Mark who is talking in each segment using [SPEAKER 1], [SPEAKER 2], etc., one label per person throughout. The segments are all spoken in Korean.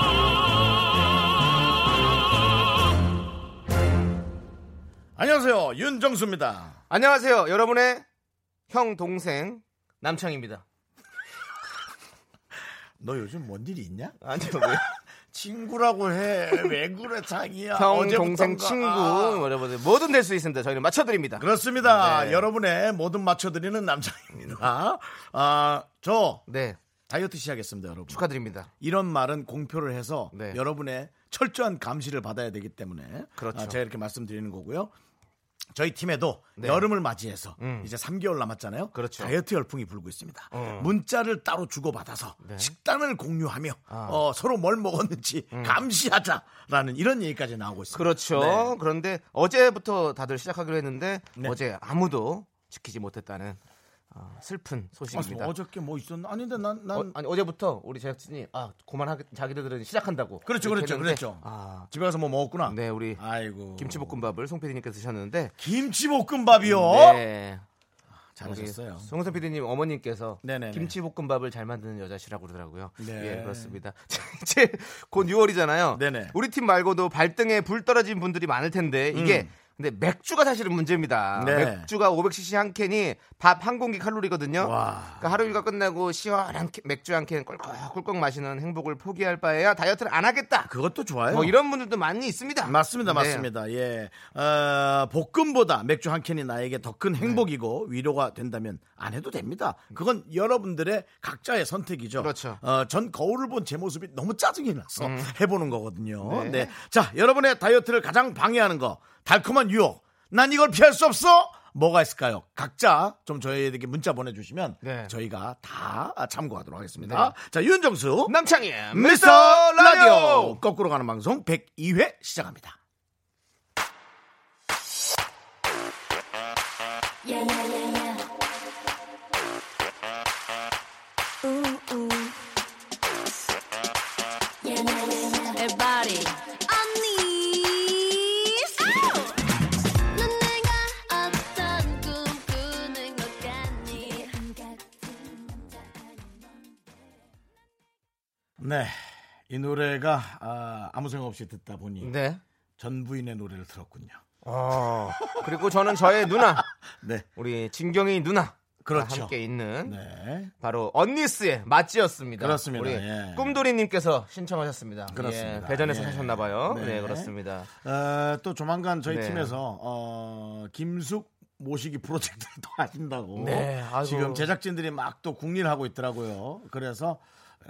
[SPEAKER 1] 안녕하세요 윤정수입니다.
[SPEAKER 2] 안녕하세요. 여러분의 형 동생 남창입니다.
[SPEAKER 1] 너 요즘 뭔 일이 있냐?
[SPEAKER 2] 아니요. 왜?
[SPEAKER 1] 친구라고 해. 왜 그래 창이야.
[SPEAKER 2] 형
[SPEAKER 1] 어제부턴가.
[SPEAKER 2] 동생 친구
[SPEAKER 1] 아.
[SPEAKER 2] 여러분들 뭐든 될 수 있습니다. 저희는 맞춰 드립니다.
[SPEAKER 1] 그렇습니다.
[SPEAKER 2] 네.
[SPEAKER 1] 여러분의 모든 맞춰드리는 남자입니다. 아, 저
[SPEAKER 2] 네.
[SPEAKER 1] 다이어트 시작했습니다, 여러분.
[SPEAKER 2] 축하드립니다.
[SPEAKER 1] 이런 말은 공표를 해서
[SPEAKER 2] 네.
[SPEAKER 1] 여러분의 철저한 감시를 받아야 되기 때문에
[SPEAKER 2] 그렇죠.
[SPEAKER 1] 아, 제가 이렇게 말씀드리는 거고요. 저희 팀에도
[SPEAKER 2] 네.
[SPEAKER 1] 여름을 맞이해서
[SPEAKER 2] 음.
[SPEAKER 1] 이제 3개월 남았잖아요.
[SPEAKER 2] 그렇죠.
[SPEAKER 1] 다이어트 열풍이 불고 있습니다.
[SPEAKER 2] 어. 네.
[SPEAKER 1] 문자를 따로 주고받아서 식단을 공유하며
[SPEAKER 2] 아. 음.
[SPEAKER 1] 어, 서로 뭘 먹었는지 감시하자라는 이런 얘기까지 나오고 있습니다.
[SPEAKER 2] 그렇죠.
[SPEAKER 1] 네.
[SPEAKER 2] 그런데 어제부터 다들 시작하기로 했는데
[SPEAKER 1] 네.
[SPEAKER 2] 어제 아무도 지키지 못했다는 어, 슬픈 소식입니다.
[SPEAKER 1] 아, 어저께 뭐 있었나? 아닌데 난, 난
[SPEAKER 2] 어, 아니 어제부터 우리 제작진이 아 그만하 자기들은 시작한다고.
[SPEAKER 1] 그렇죠,
[SPEAKER 2] 이렇게
[SPEAKER 1] 그렇죠,
[SPEAKER 2] 했는데,
[SPEAKER 1] 그렇죠.
[SPEAKER 2] 아,
[SPEAKER 1] 집에 가서 뭐 먹었구나.
[SPEAKER 2] 네 우리
[SPEAKER 1] 아이고.
[SPEAKER 2] 김치볶음밥을 송 PD님께서 드셨는데.
[SPEAKER 1] 김치볶음밥이요.
[SPEAKER 2] 네.
[SPEAKER 1] 아, 잘하셨어요.
[SPEAKER 2] 송선 PD님 어머님께서
[SPEAKER 1] 네네네.
[SPEAKER 2] 김치볶음밥을 잘 만드는 여자시라고 그러더라고요.
[SPEAKER 1] 네.
[SPEAKER 2] 예, 그렇습니다. 이제 곧 6월이잖아요.
[SPEAKER 1] 네네.
[SPEAKER 2] 우리 팀 말고도 발등에 불 떨어진 분들이 많을 텐데 이게 근데 맥주가 사실은 문제입니다.
[SPEAKER 1] 음. 네.
[SPEAKER 2] 맥주가 500cc 한 캔이 밥 한 공기 칼로리거든요.
[SPEAKER 1] 와.
[SPEAKER 2] 그러니까 하루 일과 끝나고 시원한 캔- 맥주 한 캔 꿀꺽꿀꺽 마시는 행복을 포기할 바에야 다이어트를 안 하겠다.
[SPEAKER 1] 그것도 좋아요.
[SPEAKER 2] 뭐 이런 분들도 많이 있습니다.
[SPEAKER 1] 맞습니다,
[SPEAKER 2] 네.
[SPEAKER 1] 맞습니다. 예, 어, 볶음보다 맥주 한 캔이 나에게 더 큰 행복이고 위로가 된다면 안 해도 됩니다. 그건 여러분들의 각자의 선택이죠.
[SPEAKER 2] 그렇죠.
[SPEAKER 1] 어, 전 거울을 본 제 모습이 너무 짜증이 나서 해보는 거거든요. 네. 자, 여러분의 다이어트를 가장 방해하는 거 달콤한 유혹. 난 이걸 피할 수 없어. 뭐가 있을까요? 각자 좀 저희에게 문자 보내주시면
[SPEAKER 2] 네.
[SPEAKER 1] 저희가 다 참고하도록 하겠습니다. 자, 윤정수
[SPEAKER 2] 남창희
[SPEAKER 1] 네. 미스터 라디오 거꾸로 가는 방송 102회 시작합니다.
[SPEAKER 3] Yeah, yeah, yeah, yeah. Ooh, ooh. Yeah, yeah, yeah, yeah. Everybody. 언니. 넌 내가 Oh! 어떤 꿈 꾸는 것 같니?
[SPEAKER 1] 네. 이 노래가 아, 무 생각 없이 듣다 보니
[SPEAKER 2] 네.
[SPEAKER 1] 전 부인의 노래를 들었군요.
[SPEAKER 2] 어, 그리고 저는 저의 누나
[SPEAKER 1] 네.
[SPEAKER 2] 우리 진경이 누나
[SPEAKER 1] 그렇죠.
[SPEAKER 2] 함께 있는
[SPEAKER 1] 네.
[SPEAKER 2] 바로 언니스의 맛지였습니다.
[SPEAKER 1] 그렇습니다.
[SPEAKER 2] 우리
[SPEAKER 1] 예.
[SPEAKER 2] 꿈돌이님께서 신청하셨습니다.
[SPEAKER 1] 그렇습니다.
[SPEAKER 2] 예, 대전에서
[SPEAKER 1] 예.
[SPEAKER 2] 사셨나봐요.
[SPEAKER 1] 네.
[SPEAKER 2] 네. 그렇습니다.
[SPEAKER 1] 어, 또 조만간 저희
[SPEAKER 2] 네.
[SPEAKER 1] 팀에서 어, 김숙 모시기 프로젝트를 또 하신다고
[SPEAKER 2] 네, 아이고.
[SPEAKER 1] 지금 제작진들이 막 또 국리하고 있더라고요. 그래서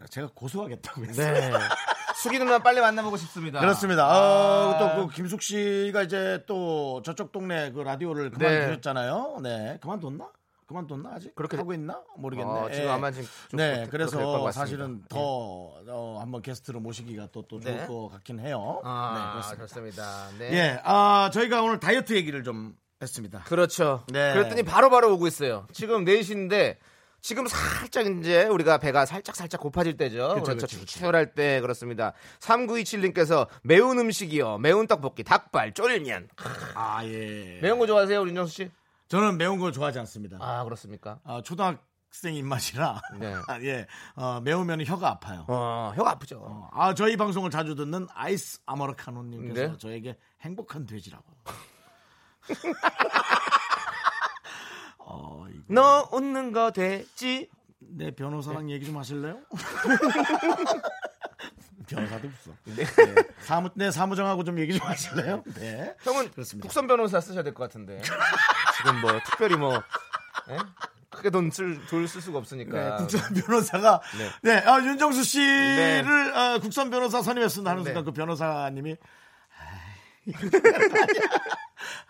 [SPEAKER 1] 제가 고소하겠다고 했어요.
[SPEAKER 2] 네. 수기 누나 빨리 만나보고 싶습니다.
[SPEAKER 1] 그렇습니다. 어,
[SPEAKER 2] 아,
[SPEAKER 1] 또그 김숙 씨가 이제 또 저쪽 동네 그 라디오를 그만두셨잖아요. 네, 그만뒀나? 그만뒀나 아직?
[SPEAKER 2] 그렇게
[SPEAKER 1] 하고 있나? 모르겠네.
[SPEAKER 2] 어, 지금
[SPEAKER 1] 예.
[SPEAKER 2] 아마 지금 좀
[SPEAKER 1] 네,
[SPEAKER 2] 그렇게 될것
[SPEAKER 1] 그래서
[SPEAKER 2] 같습니다. 예.
[SPEAKER 1] 사실은 더 어, 한번 게스트로 모시기가 또, 또 좋을
[SPEAKER 2] 네.
[SPEAKER 1] 것 같긴 해요. 네,
[SPEAKER 2] 아,
[SPEAKER 1] 그렇습니다.
[SPEAKER 2] 그렇습니다. 네.
[SPEAKER 1] 예, 아 저희가 오늘 다이어트 얘기를 좀 했습니다.
[SPEAKER 2] 그렇죠.
[SPEAKER 1] 네.
[SPEAKER 2] 그랬더니 바로바로 오고 있어요. 지금 4시인데 지금 살짝 이제 우리가 배가 살짝 살짝 고파질 때죠.
[SPEAKER 1] 그쵸,
[SPEAKER 2] 그렇죠.
[SPEAKER 1] 그쵸, 그쵸.
[SPEAKER 2] 출출할 때 그렇습니다. 3927님께서 매운 음식이요. 매운 떡볶이, 닭발, 쫄면.
[SPEAKER 1] 아 예.
[SPEAKER 2] 매운 거 좋아하세요, 우리 윤정수 씨?
[SPEAKER 1] 저는 매운 걸 좋아하지 않습니다.
[SPEAKER 2] 아, 그렇습니까?
[SPEAKER 1] 아, 초등학생 입맛이라
[SPEAKER 2] 네.
[SPEAKER 1] 예, 어, 매우면 혀가 아파요.
[SPEAKER 2] 어, 혀가 아프죠.
[SPEAKER 1] 아 저희 방송을 자주 듣는 아이스 아메리카노님께서
[SPEAKER 2] 네.
[SPEAKER 1] 저에게 행복한 돼지라고. 어, 이거
[SPEAKER 2] 너 웃는 거 되지?
[SPEAKER 1] 내 네, 변호사랑
[SPEAKER 2] 네.
[SPEAKER 1] 얘기 좀 하실래요? 변호사도 없어. 네. 사무 내 사무장하고 좀 얘기 좀 하실래요? 네.
[SPEAKER 2] 형은
[SPEAKER 1] 그렇습니다.
[SPEAKER 2] 국선 변호사 쓰셔야 될 것 같은데. 지금 뭐 특별히 뭐 예? 크게 돈 쓸 돈 쓸 수가
[SPEAKER 1] 네,
[SPEAKER 2] 없으니까.
[SPEAKER 1] 국선 변호사가 네, 아, 윤정수 씨를 아, 국선 변호사 선임했습니다 하는
[SPEAKER 2] 네.
[SPEAKER 1] 순간 그 변호사님이 아이,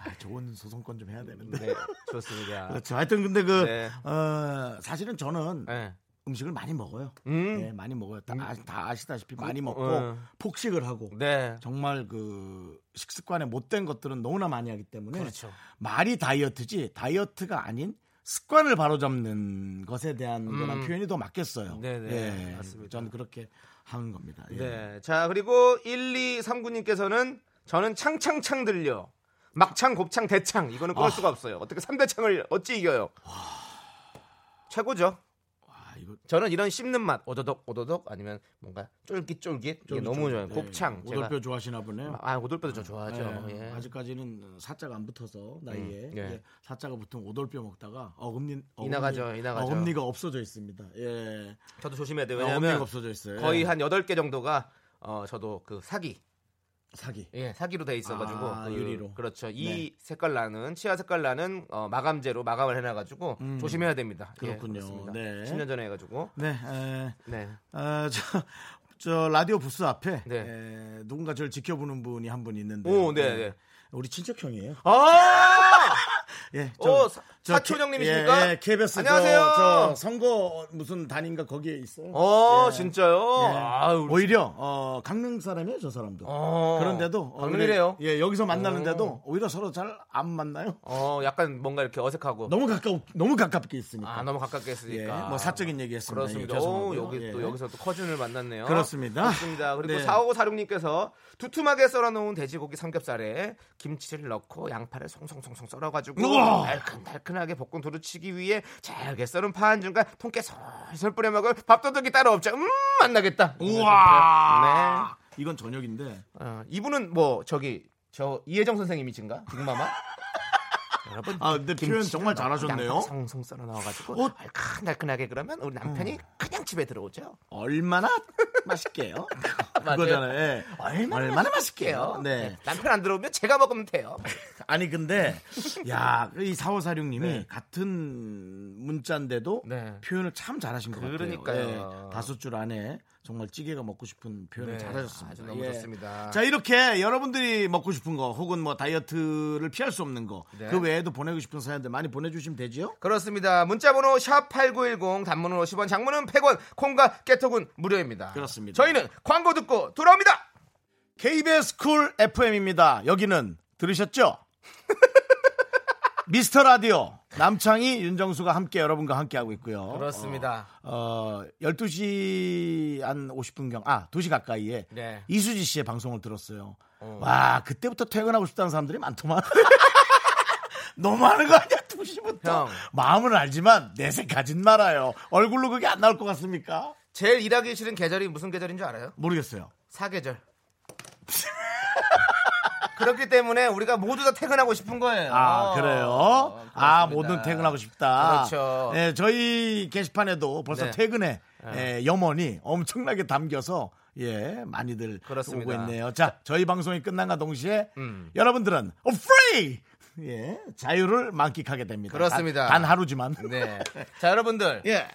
[SPEAKER 1] 아, 좋은 소송권 좀 해야 되는데
[SPEAKER 2] 네, 좋습니다.
[SPEAKER 1] 그렇죠. 하여튼 근데 그
[SPEAKER 2] 네.
[SPEAKER 1] 어, 사실은 저는
[SPEAKER 2] 예.
[SPEAKER 1] 음식을 많이 먹어요. 예, 많이 먹어요. 다, 아- 다 아시다시피 많이 먹고
[SPEAKER 2] 음. 예.
[SPEAKER 1] 폭식을 하고
[SPEAKER 2] 네.
[SPEAKER 1] 정말 그 식습관에 못된 것들은 너무나 많이 하기 때문에
[SPEAKER 2] 그렇죠.
[SPEAKER 1] 말이 다이어트지 다이어트가 아닌 습관을 바로잡는 것에 대한 그런 표현이 더 맞겠어요.
[SPEAKER 2] 음. 네네,
[SPEAKER 1] 예,
[SPEAKER 2] 맞습니다.
[SPEAKER 1] 저는 그렇게 하는 겁니다. 예.
[SPEAKER 2] 네. 자, 그리고 1239님께서는 저는 창창창 들려. 막창, 곱창, 대창. 이거는
[SPEAKER 1] 아.
[SPEAKER 2] 끊을 수가 없어요. 어떻게 3대창을 어찌 이겨요? 최고죠.
[SPEAKER 1] 아, 이거
[SPEAKER 2] 저는 이런 씹는 맛, 오도독, 오도독 아니면 뭔가 쫄깃쫄깃. 이게 너무 좋아요.
[SPEAKER 1] 네,
[SPEAKER 2] 곱창. 제가
[SPEAKER 1] 오돌뼈 좋아하시나 보네요.
[SPEAKER 2] 아, 오돌뼈도 저 좋아하죠.
[SPEAKER 1] 예,
[SPEAKER 2] 예.
[SPEAKER 1] 아직까지는 사자가 안 붙어서 나이에
[SPEAKER 2] 음, 예.
[SPEAKER 1] 예, 사자가 붙은 오돌뼈 먹다가 어금니 어금니-
[SPEAKER 2] 이나가죠, 이나가죠.
[SPEAKER 1] 어금니가 없어져 있습니다. 예,
[SPEAKER 2] 저도 조심해야 돼요.
[SPEAKER 1] 어금니가
[SPEAKER 2] 왜냐면
[SPEAKER 1] 없어져 있어요. 예.
[SPEAKER 2] 거의 한 8개 정도가 어, 저도 그 사기.
[SPEAKER 1] 사기.
[SPEAKER 2] 예, 사기로 돼 있어가지고
[SPEAKER 1] 아,
[SPEAKER 2] 그,
[SPEAKER 1] 유리로. 네.
[SPEAKER 2] 그렇죠. 이 색깔 나는 치아 색깔 나는 어, 마감제로 마감을 해놔가지고 조심해야
[SPEAKER 1] 음.
[SPEAKER 2] 됩니다.
[SPEAKER 1] 그렇군요.
[SPEAKER 2] 예, 그렇습니다.
[SPEAKER 1] 네.
[SPEAKER 2] 10년 전에 해가지고
[SPEAKER 1] 네, 에,
[SPEAKER 2] 네,
[SPEAKER 1] 아, 저, 저 라디오 부스 앞에
[SPEAKER 2] 네.
[SPEAKER 1] 에, 누군가 저를 지켜보는 분이 한 분 있는데. 예.
[SPEAKER 2] 오, 네, 네.
[SPEAKER 1] 우리 친척 형이에요.
[SPEAKER 2] 아,
[SPEAKER 1] 예,
[SPEAKER 2] 오, 사- 사촌
[SPEAKER 1] 케-
[SPEAKER 2] 형님이십니까?
[SPEAKER 1] 예, 예, KBS
[SPEAKER 2] 안녕하세요.
[SPEAKER 1] 저, 저 선거 무슨 단인가 거기에 있어요.
[SPEAKER 2] 어,
[SPEAKER 1] 예.
[SPEAKER 2] 진짜요?
[SPEAKER 1] 예.
[SPEAKER 2] 아, 우리-
[SPEAKER 1] 오히려 어, 강릉 사람이에요, 저 사람도.
[SPEAKER 2] 어,
[SPEAKER 1] 그런데도 어,
[SPEAKER 2] 강릉이래요.
[SPEAKER 1] 그래, 예, 여기서 만나는데도 오히려 서로 잘 안 만나요.
[SPEAKER 2] 어, 약간 뭔가 이렇게 어색하고
[SPEAKER 1] 너무 가깝 너무 가깝게 있으니까.
[SPEAKER 2] 아, 너무 가깝게 했으니까.
[SPEAKER 1] 예, 뭐 사적인 얘기했습니다.
[SPEAKER 2] 그렇습니다.
[SPEAKER 1] 예,
[SPEAKER 2] 오,
[SPEAKER 1] 죄송하고요.
[SPEAKER 2] 여기 또
[SPEAKER 1] 예.
[SPEAKER 2] 여기서 또 커준을 만났네요.
[SPEAKER 1] 그렇습니다.
[SPEAKER 2] 그렇습니다. 그리고
[SPEAKER 1] 네.
[SPEAKER 2] 4546님께서 두툼하게 썰어놓은 돼지고기 삼겹살에 김치를 넣고 양파를 송송송송 썰어가지고
[SPEAKER 1] 우와!
[SPEAKER 2] 달큰달큰하게 볶은 두루치기 위에 잘게 썰은 파 한 중간 통깨 솔솔 뿌려 먹을 밥도둑이 따로 없죠. 음, 만나겠다.
[SPEAKER 1] 우와. 이건 저녁인데.
[SPEAKER 2] 네. 어, 이분은 뭐 저기 저 이혜정 선생님이신가? 빅마마? 여러분
[SPEAKER 1] 아, 근데 표현 정말 잘하셨네요.
[SPEAKER 2] 양파 송송 썰어 넣어가지고
[SPEAKER 1] 어? 음.
[SPEAKER 2] 알큰달큰하게 그러면 우리 남편이 그냥 집에 들어오죠.
[SPEAKER 1] 네, 얼마나 맛있게요?
[SPEAKER 2] 맞아요.
[SPEAKER 1] 그거잖아요. 예.
[SPEAKER 2] 얼마나,
[SPEAKER 1] 맛있게요? 네.
[SPEAKER 2] 남편 안 들어오면 제가 먹으면 돼요.
[SPEAKER 1] 아니 근데 야이 4546님이 같은 문자인데도
[SPEAKER 2] 네.
[SPEAKER 1] 표현을 참 잘하신 것 같아요. 예.
[SPEAKER 2] 그러니까요.
[SPEAKER 1] 다섯 줄 안에 정말 찌개가 먹고 싶은 표현을
[SPEAKER 2] 네,
[SPEAKER 1] 잘하셨습니다. 예.
[SPEAKER 2] 아주 너무 좋습니다.
[SPEAKER 1] 자 이렇게 여러분들이 먹고 싶은 거 혹은 뭐 다이어트를 피할 수 없는 거 그
[SPEAKER 2] 네.
[SPEAKER 1] 외에도 보내고 싶은 사연들 많이 보내주시면 되지요.
[SPEAKER 2] 그렇습니다. 문자번호 샵8910 단문은 50원 장문은 100원 콩과 깨톡은 무료입니다.
[SPEAKER 1] 그렇습니다.
[SPEAKER 2] 저희는 광고 듣고 돌아옵니다.
[SPEAKER 1] KBS 쿨 FM입니다. 여기는 들으셨죠? 미스터 라디오 남창희 윤정수가 함께 여러분과 함께 하고 있고요.
[SPEAKER 2] 그렇습니다.
[SPEAKER 1] 어, 12시 한 50분경, 아, 2시 가까이에
[SPEAKER 2] 네.
[SPEAKER 1] 이수지 씨의 방송을 들었어요. 와, 그때부터 퇴근하고 싶다는 사람들이 많더만. 너무 하는 거 아니야, 2시부터.
[SPEAKER 2] 형.
[SPEAKER 1] 마음은 알지만 내색 가진 말아요. 얼굴로 그게 안 나올 것 같습니까?
[SPEAKER 2] 제일 일하기 싫은 계절이 무슨 계절인 줄 알아요?
[SPEAKER 1] 모르겠어요.
[SPEAKER 2] 사계절. 그렇기 때문에 우리가 모두 다 퇴근하고 싶은 거예요. 어,
[SPEAKER 1] 아, 그래요? 아, 모든 퇴근하고 싶다.
[SPEAKER 2] 그렇죠.
[SPEAKER 1] 예, 저희 게시판에도 벌써
[SPEAKER 2] 네.
[SPEAKER 1] 퇴근에 예, 염원이 엄청나게 담겨서 예, 많이들 오고
[SPEAKER 2] 그렇습니다.
[SPEAKER 1] 있네요. 자, 저희 방송이 끝난과 동시에
[SPEAKER 2] 음.
[SPEAKER 1] 여러분들은 어, free 예, 자유를 만끽하게 됩니다.
[SPEAKER 2] 그렇습니다.
[SPEAKER 1] 단, 단 하루지만.
[SPEAKER 2] 네. 자, 여러분들.
[SPEAKER 1] 예.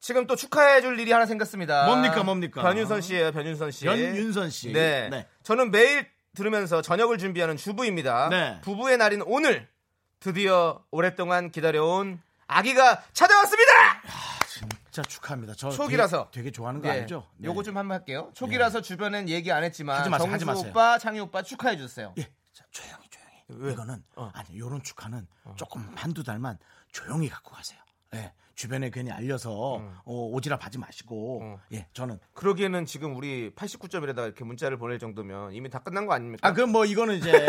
[SPEAKER 2] 지금 또 축하해 줄 일이 하나 생겼습니다.
[SPEAKER 1] 뭡니까, 뭡니까?
[SPEAKER 2] 변윤선 씨예요, 변윤선 씨.
[SPEAKER 1] 변윤선 씨.
[SPEAKER 2] 네.
[SPEAKER 1] 네.
[SPEAKER 2] 저는 매일 들으면서 저녁을 준비하는 주부입니다.
[SPEAKER 1] 네.
[SPEAKER 2] 부부의 날인 오늘 드디어 오랫동안 기다려온 아기가 찾아왔습니다.
[SPEAKER 1] 진짜 축하합니다. 저
[SPEAKER 2] 초기라서
[SPEAKER 1] 되게, 되게 좋아하는 거
[SPEAKER 2] 네.
[SPEAKER 1] 알죠? 네.
[SPEAKER 2] 요거 좀 한번 할게요. 초기라서 주변엔 얘기 안 했지만
[SPEAKER 1] 하지 마세요, 하지
[SPEAKER 2] 정수
[SPEAKER 1] 마세요.
[SPEAKER 2] 오빠, 창희 오빠 축하해 주세요.
[SPEAKER 1] 예. 자, 조용히 조용히. 이거는
[SPEAKER 2] 어.
[SPEAKER 1] 아니 요런 축하는 조금 한두 달만 조용히 갖고 가세요. 예. 주변에 괜히 알려서
[SPEAKER 2] 음.
[SPEAKER 1] 어, 오지랖 하지 마시고
[SPEAKER 2] 어.
[SPEAKER 1] 예, 저는
[SPEAKER 2] 그러기에는 지금 우리 89점이라다가 이렇게 문자를 보낼 정도면 이미 다 끝난 거 아닙니까?
[SPEAKER 1] 아, 그럼 뭐 이거는 이제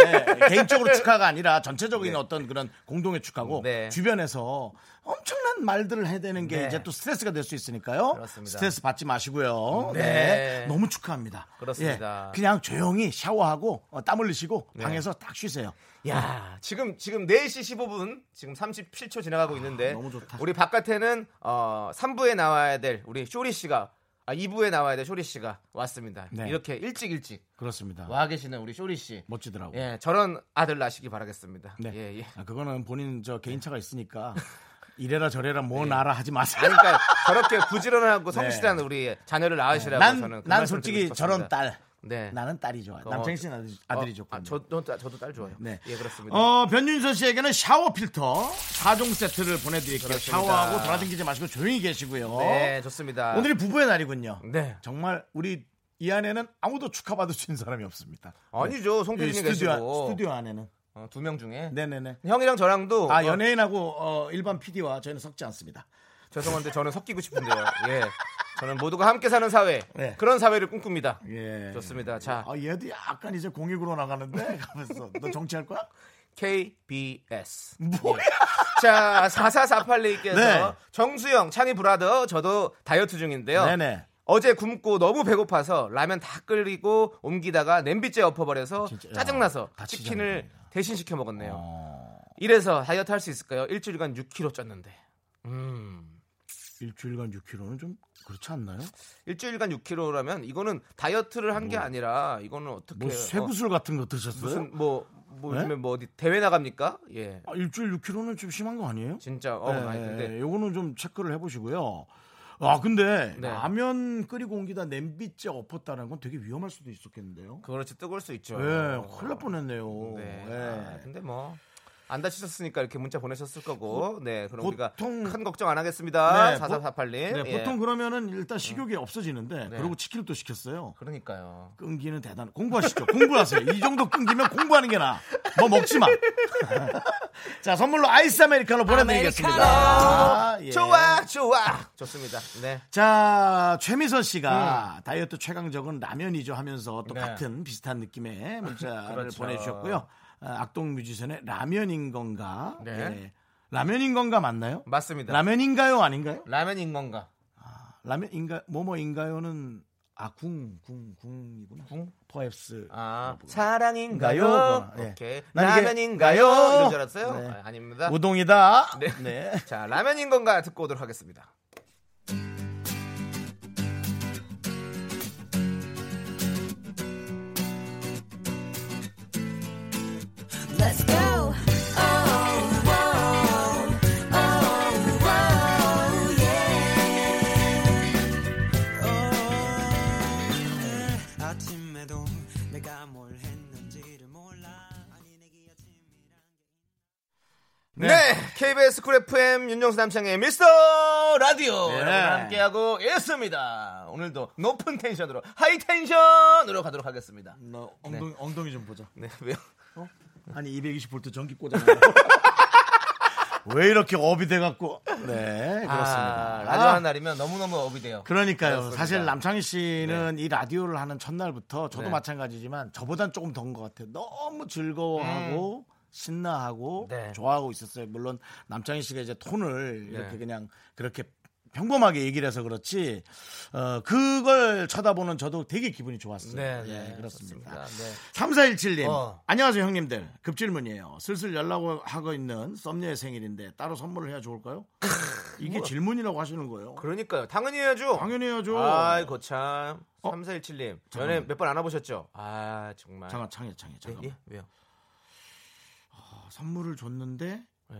[SPEAKER 1] 개인적으로 축하가 아니라 전체적인 어떤 그런 공동의 축하고
[SPEAKER 2] 네.
[SPEAKER 1] 주변에서 엄청난 말들을 해대는 게
[SPEAKER 2] 네.
[SPEAKER 1] 이제 또 스트레스가 될 수 있으니까요.
[SPEAKER 2] 그렇습니다.
[SPEAKER 1] 스트레스 받지 마시고요. 네.
[SPEAKER 2] 네.
[SPEAKER 1] 너무 축하합니다.
[SPEAKER 2] 그렇습니다. 네.
[SPEAKER 1] 예, 그냥 조용히 샤워하고 어, 땀 흘리시고 방에서 딱 쉬세요.
[SPEAKER 2] 야, 지금 지금 4시 15분 지금 37초 지나가고 있는데
[SPEAKER 1] 아, 너무 좋다.
[SPEAKER 2] 우리 바깥에는 어 3부에 나와야 될 우리 쇼리 씨가 아 2부에 나와야 될 쇼리 씨가 왔습니다.
[SPEAKER 1] 네.
[SPEAKER 2] 이렇게 일찍 일찍
[SPEAKER 1] 그렇습니다.
[SPEAKER 2] 와 계시는 우리 쇼리 씨.
[SPEAKER 1] 멋지더라고요.
[SPEAKER 2] 예, 저런 아들 나시기 바라겠습니다.
[SPEAKER 1] 네.
[SPEAKER 2] 예, 예.
[SPEAKER 1] 아, 그거는 본인 저 개인차가 있으니까 이래라 저래라 뭐 나라 하지 마세요.
[SPEAKER 2] 네. 아니, 그러니까 저렇게 부지런하고 성실한 우리 자녀를 낳으시라고
[SPEAKER 1] 난,
[SPEAKER 2] 저는
[SPEAKER 1] 네.
[SPEAKER 2] 그
[SPEAKER 1] 난
[SPEAKER 2] 말씀을 드리고
[SPEAKER 1] 솔직히 저런
[SPEAKER 2] 싶었습니다.
[SPEAKER 1] 딸
[SPEAKER 2] 네.
[SPEAKER 1] 나는 딸이 좋아. 요
[SPEAKER 2] 어,
[SPEAKER 1] 남창희 씨는 아들이, 아들이
[SPEAKER 2] 어,
[SPEAKER 1] 좋고.
[SPEAKER 2] 아, 저, 도 저도 딸 좋아요.
[SPEAKER 1] 네.
[SPEAKER 2] 예, 그렇습니다.
[SPEAKER 1] 어, 변윤선 씨에게는 샤워 필터 4종 세트를 보내드릴게요.
[SPEAKER 2] 그렇습니다.
[SPEAKER 1] 샤워하고 돌아다니지 마시고 조용히 계시고요.
[SPEAKER 2] 네, 좋습니다.
[SPEAKER 1] 오늘이 부부의 날이군요.
[SPEAKER 2] 네.
[SPEAKER 1] 정말 우리 이 안에는 아무도 축하받을 수 있는 사람이 없습니다. 네.
[SPEAKER 2] 아니죠.
[SPEAKER 1] 이
[SPEAKER 2] 송필님
[SPEAKER 1] 스튜디오,
[SPEAKER 2] 계시고 어,
[SPEAKER 1] 스튜디오 안에는.
[SPEAKER 2] 두 명 중에
[SPEAKER 1] 네네네.
[SPEAKER 2] 형이랑 저랑도
[SPEAKER 1] 아,
[SPEAKER 2] 어,
[SPEAKER 1] 연예인하고 어, 일반 PD와 저희는 섞지 않습니다.
[SPEAKER 2] 죄송한데 저는 섞이고 싶은데요. 예. 저는 모두가 함께 사는 사회.
[SPEAKER 1] 네.
[SPEAKER 2] 그런 사회를 꿈꿉니다.
[SPEAKER 1] 예.
[SPEAKER 2] 좋습니다. 자,
[SPEAKER 1] 아, 얘도 약간 이제 공익으로
[SPEAKER 2] 네.
[SPEAKER 1] 나가는데 가면서 너 정치할 거야?
[SPEAKER 2] KBS. 뭐야? 예. 자, 4448님께서
[SPEAKER 1] 네.
[SPEAKER 2] 정수영, 창희 브라더, 저도 다이어트 중인데요.
[SPEAKER 1] 네네.
[SPEAKER 2] 어제 굶고 너무 배고파서 라면 다 끓이고 옮기다가 냄비째 엎어버려서
[SPEAKER 1] 진짜, 야,
[SPEAKER 2] 짜증나서
[SPEAKER 1] 다
[SPEAKER 2] 치킨을
[SPEAKER 1] 치장이다.
[SPEAKER 2] 대신 시켜 먹었네요.
[SPEAKER 1] 어,
[SPEAKER 2] 이래서 다이어트 할 수 있을까요? 일주일간 6kg 쪘는데. 음.
[SPEAKER 1] 일주일간 6kg는 좀 그렇지 않나요?
[SPEAKER 2] 일주일간 6kg라면 이거는 다이어트를 한 게 아니라 이거는 그, 어떻게
[SPEAKER 1] 뭐 쇠구슬 같은 거 드셨어요?
[SPEAKER 2] 어, 무슨 뭐, 뭐
[SPEAKER 1] 네?
[SPEAKER 2] 요즘에 뭐 어디 대회 나갑니까? 예.
[SPEAKER 1] 아, 일주일 6kg는 좀 심한 거 아니에요?
[SPEAKER 2] 진짜 어
[SPEAKER 1] 네,
[SPEAKER 2] 아니 근데
[SPEAKER 1] 요거는 좀 체크를 해보시고요. 아 근데
[SPEAKER 2] 네.
[SPEAKER 1] 라면 끓이고 옮기다 냄비째 엎었다는 건 되게 위험할 수도 있었겠는데요.
[SPEAKER 2] 그렇지 뜨거울 수 있죠.
[SPEAKER 1] 예, 큰일 날 뻔했네요.
[SPEAKER 2] 네.
[SPEAKER 1] 예.
[SPEAKER 2] 아, 근데 뭐. 안 다치셨으니까 이렇게 문자 보내셨을 거고, 네, 그럼
[SPEAKER 1] 보통-
[SPEAKER 2] 우리가 큰 걱정 안 하겠습니다.
[SPEAKER 1] 네,
[SPEAKER 2] 4448님. 예.
[SPEAKER 1] 네, 보통 그러면은 일단 식욕이 없어지는데
[SPEAKER 2] 네.
[SPEAKER 1] 그리고 치킨을 또 시켰어요.
[SPEAKER 2] 그러니까요.
[SPEAKER 1] 끈기는 대단. 공부하시죠. 공부하세요. 이 정도 끈기면 공부하는 게 나. 뭐 먹지 마. 자 선물로 아이스 아메리카노 보내드리겠습니다. 아, 예.
[SPEAKER 2] 좋아, 좋아. 좋습니다. 네.
[SPEAKER 1] 자 최미선 씨가 다이어트 최강적은 라면이죠 하면서 또
[SPEAKER 2] 음. 네.
[SPEAKER 1] 같은 비슷한 느낌의 문자를
[SPEAKER 2] 그렇죠.
[SPEAKER 1] 보내주셨고요. 아, 악동 뮤지션의 라면인 건가?
[SPEAKER 2] 네.
[SPEAKER 1] 예. 라면인 건가 맞나요?
[SPEAKER 2] 맞습니다.
[SPEAKER 1] 라면인가요 아닌가요?
[SPEAKER 2] 라면인 건가?
[SPEAKER 1] 라면인가 뭐뭐인가요는 아궁궁 궁이구나.
[SPEAKER 2] 궁?
[SPEAKER 1] 포앱스.
[SPEAKER 2] 아,
[SPEAKER 1] 나요?
[SPEAKER 2] 사랑인가요?
[SPEAKER 1] 예.
[SPEAKER 2] 오케이.
[SPEAKER 1] 난 이게-
[SPEAKER 2] 라면인가요?
[SPEAKER 1] 나요!
[SPEAKER 2] 이런 줄 알았어요?
[SPEAKER 1] 네.
[SPEAKER 2] 아, 아닙니다.
[SPEAKER 1] 우동이다.
[SPEAKER 2] 네.
[SPEAKER 1] 네.
[SPEAKER 2] 자, 라면인 건가 듣고 오도록 하겠습니다.
[SPEAKER 3] Let's go. Oh, oh, oh, oh, yeah.
[SPEAKER 4] 아침에도 내가 뭘 했는지를 몰라 아니 내기 아침이란
[SPEAKER 2] 네. KBS 쿨 FM 윤정수 남창의 미스터 라디오
[SPEAKER 1] 네.
[SPEAKER 2] 여러분 함께하고 있습니다. 오늘도 높은 텐션으로 하이 텐션으로 가도록 하겠습니다.
[SPEAKER 1] 너 엉덩이 엉덩이 좀 보자.
[SPEAKER 2] 네, 왜요?
[SPEAKER 1] 아니 220볼트 전기 꽂아놔. 왜 이렇게 업이 돼갖고? 네 그렇습니다.
[SPEAKER 2] 아, 라디오
[SPEAKER 1] 아,
[SPEAKER 2] 하는 날이면 너무너무 업이 돼요.
[SPEAKER 1] 그러니까요.
[SPEAKER 2] 그렇습니다.
[SPEAKER 1] 사실 남창희 씨는 이 라디오를 하는 첫날부터 저도
[SPEAKER 2] 네.
[SPEAKER 1] 마찬가지지만 저보단 조금 더인 것 같아요. 너무 즐거워하고 신나하고
[SPEAKER 2] 음. 네.
[SPEAKER 1] 좋아하고 있었어요. 물론 남창희 씨가 이제 톤을
[SPEAKER 2] 네.
[SPEAKER 1] 이렇게 그냥 그렇게 평범하게 얘기를 해서 그렇지 어, 그걸 쳐다보는 저도 되게 기분이 좋았어요.
[SPEAKER 2] 네,
[SPEAKER 1] 예,
[SPEAKER 2] 네,
[SPEAKER 1] 그렇습니다.
[SPEAKER 2] 좋습니다. 네.
[SPEAKER 1] 3417님.
[SPEAKER 2] 어.
[SPEAKER 1] 안녕하세요, 형님들. 급질문이에요. 슬슬 연락하고 있는 썸녀의 생일인데 따로 선물을 해야 좋을까요? 이게 질문이라고 하시는 거예요.
[SPEAKER 2] 뭐. 그러니까요. 당연히 해야죠.
[SPEAKER 1] 당연히 해야죠.
[SPEAKER 2] 아이, 그 거참.
[SPEAKER 1] 어?
[SPEAKER 2] 3417님. 연애
[SPEAKER 1] 잠깐만.
[SPEAKER 2] 몇 번 안 와보셨죠? 아, 정말.
[SPEAKER 1] 잠깐, 창희, 창희,
[SPEAKER 2] 예,
[SPEAKER 1] 잠깐.
[SPEAKER 2] 예? 왜요?
[SPEAKER 1] 어, 선물을 줬는데
[SPEAKER 2] 예.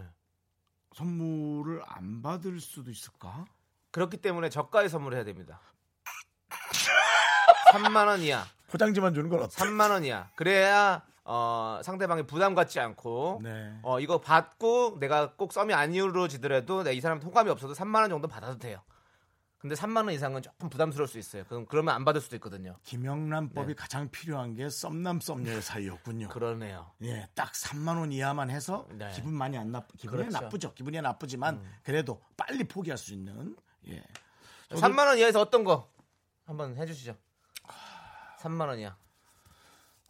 [SPEAKER 1] 선물을 안 받을 수도 있을까?
[SPEAKER 2] 그렇기 때문에 저가의 선물을 해야 됩니다. 3만 원이야.
[SPEAKER 1] 포장지만 주는 건 어때?
[SPEAKER 2] 3만 원이야. 그래야 어, 상대방이 부담 갖지 않고
[SPEAKER 1] 네.
[SPEAKER 2] 어, 이거 받고 내가 꼭 썸이 안 이루어지더라도 내이 사람 호감이 없어도 3만 원 정도 받아도 돼요. 근데 3만 원 이상은 조금 부담스러울 수 있어요. 그럼 그러면 안 받을 수도 있거든요.
[SPEAKER 1] 김영란법이 가장 필요한 게 썸남 썸녀의 사이였군요.
[SPEAKER 2] 네. 그러네요.
[SPEAKER 1] 예, 딱 3만 원 이하만 해서
[SPEAKER 2] 네.
[SPEAKER 1] 기분 많이 안 나쁘 기분이
[SPEAKER 2] 그렇죠. 음.
[SPEAKER 1] 나쁘죠. 기분이 나쁘지만 그래도 빨리 포기할 수 있는 예. 저도-
[SPEAKER 2] 3만 원 이하에서 어떤 거 한번 해 주시죠. 3만 원이야.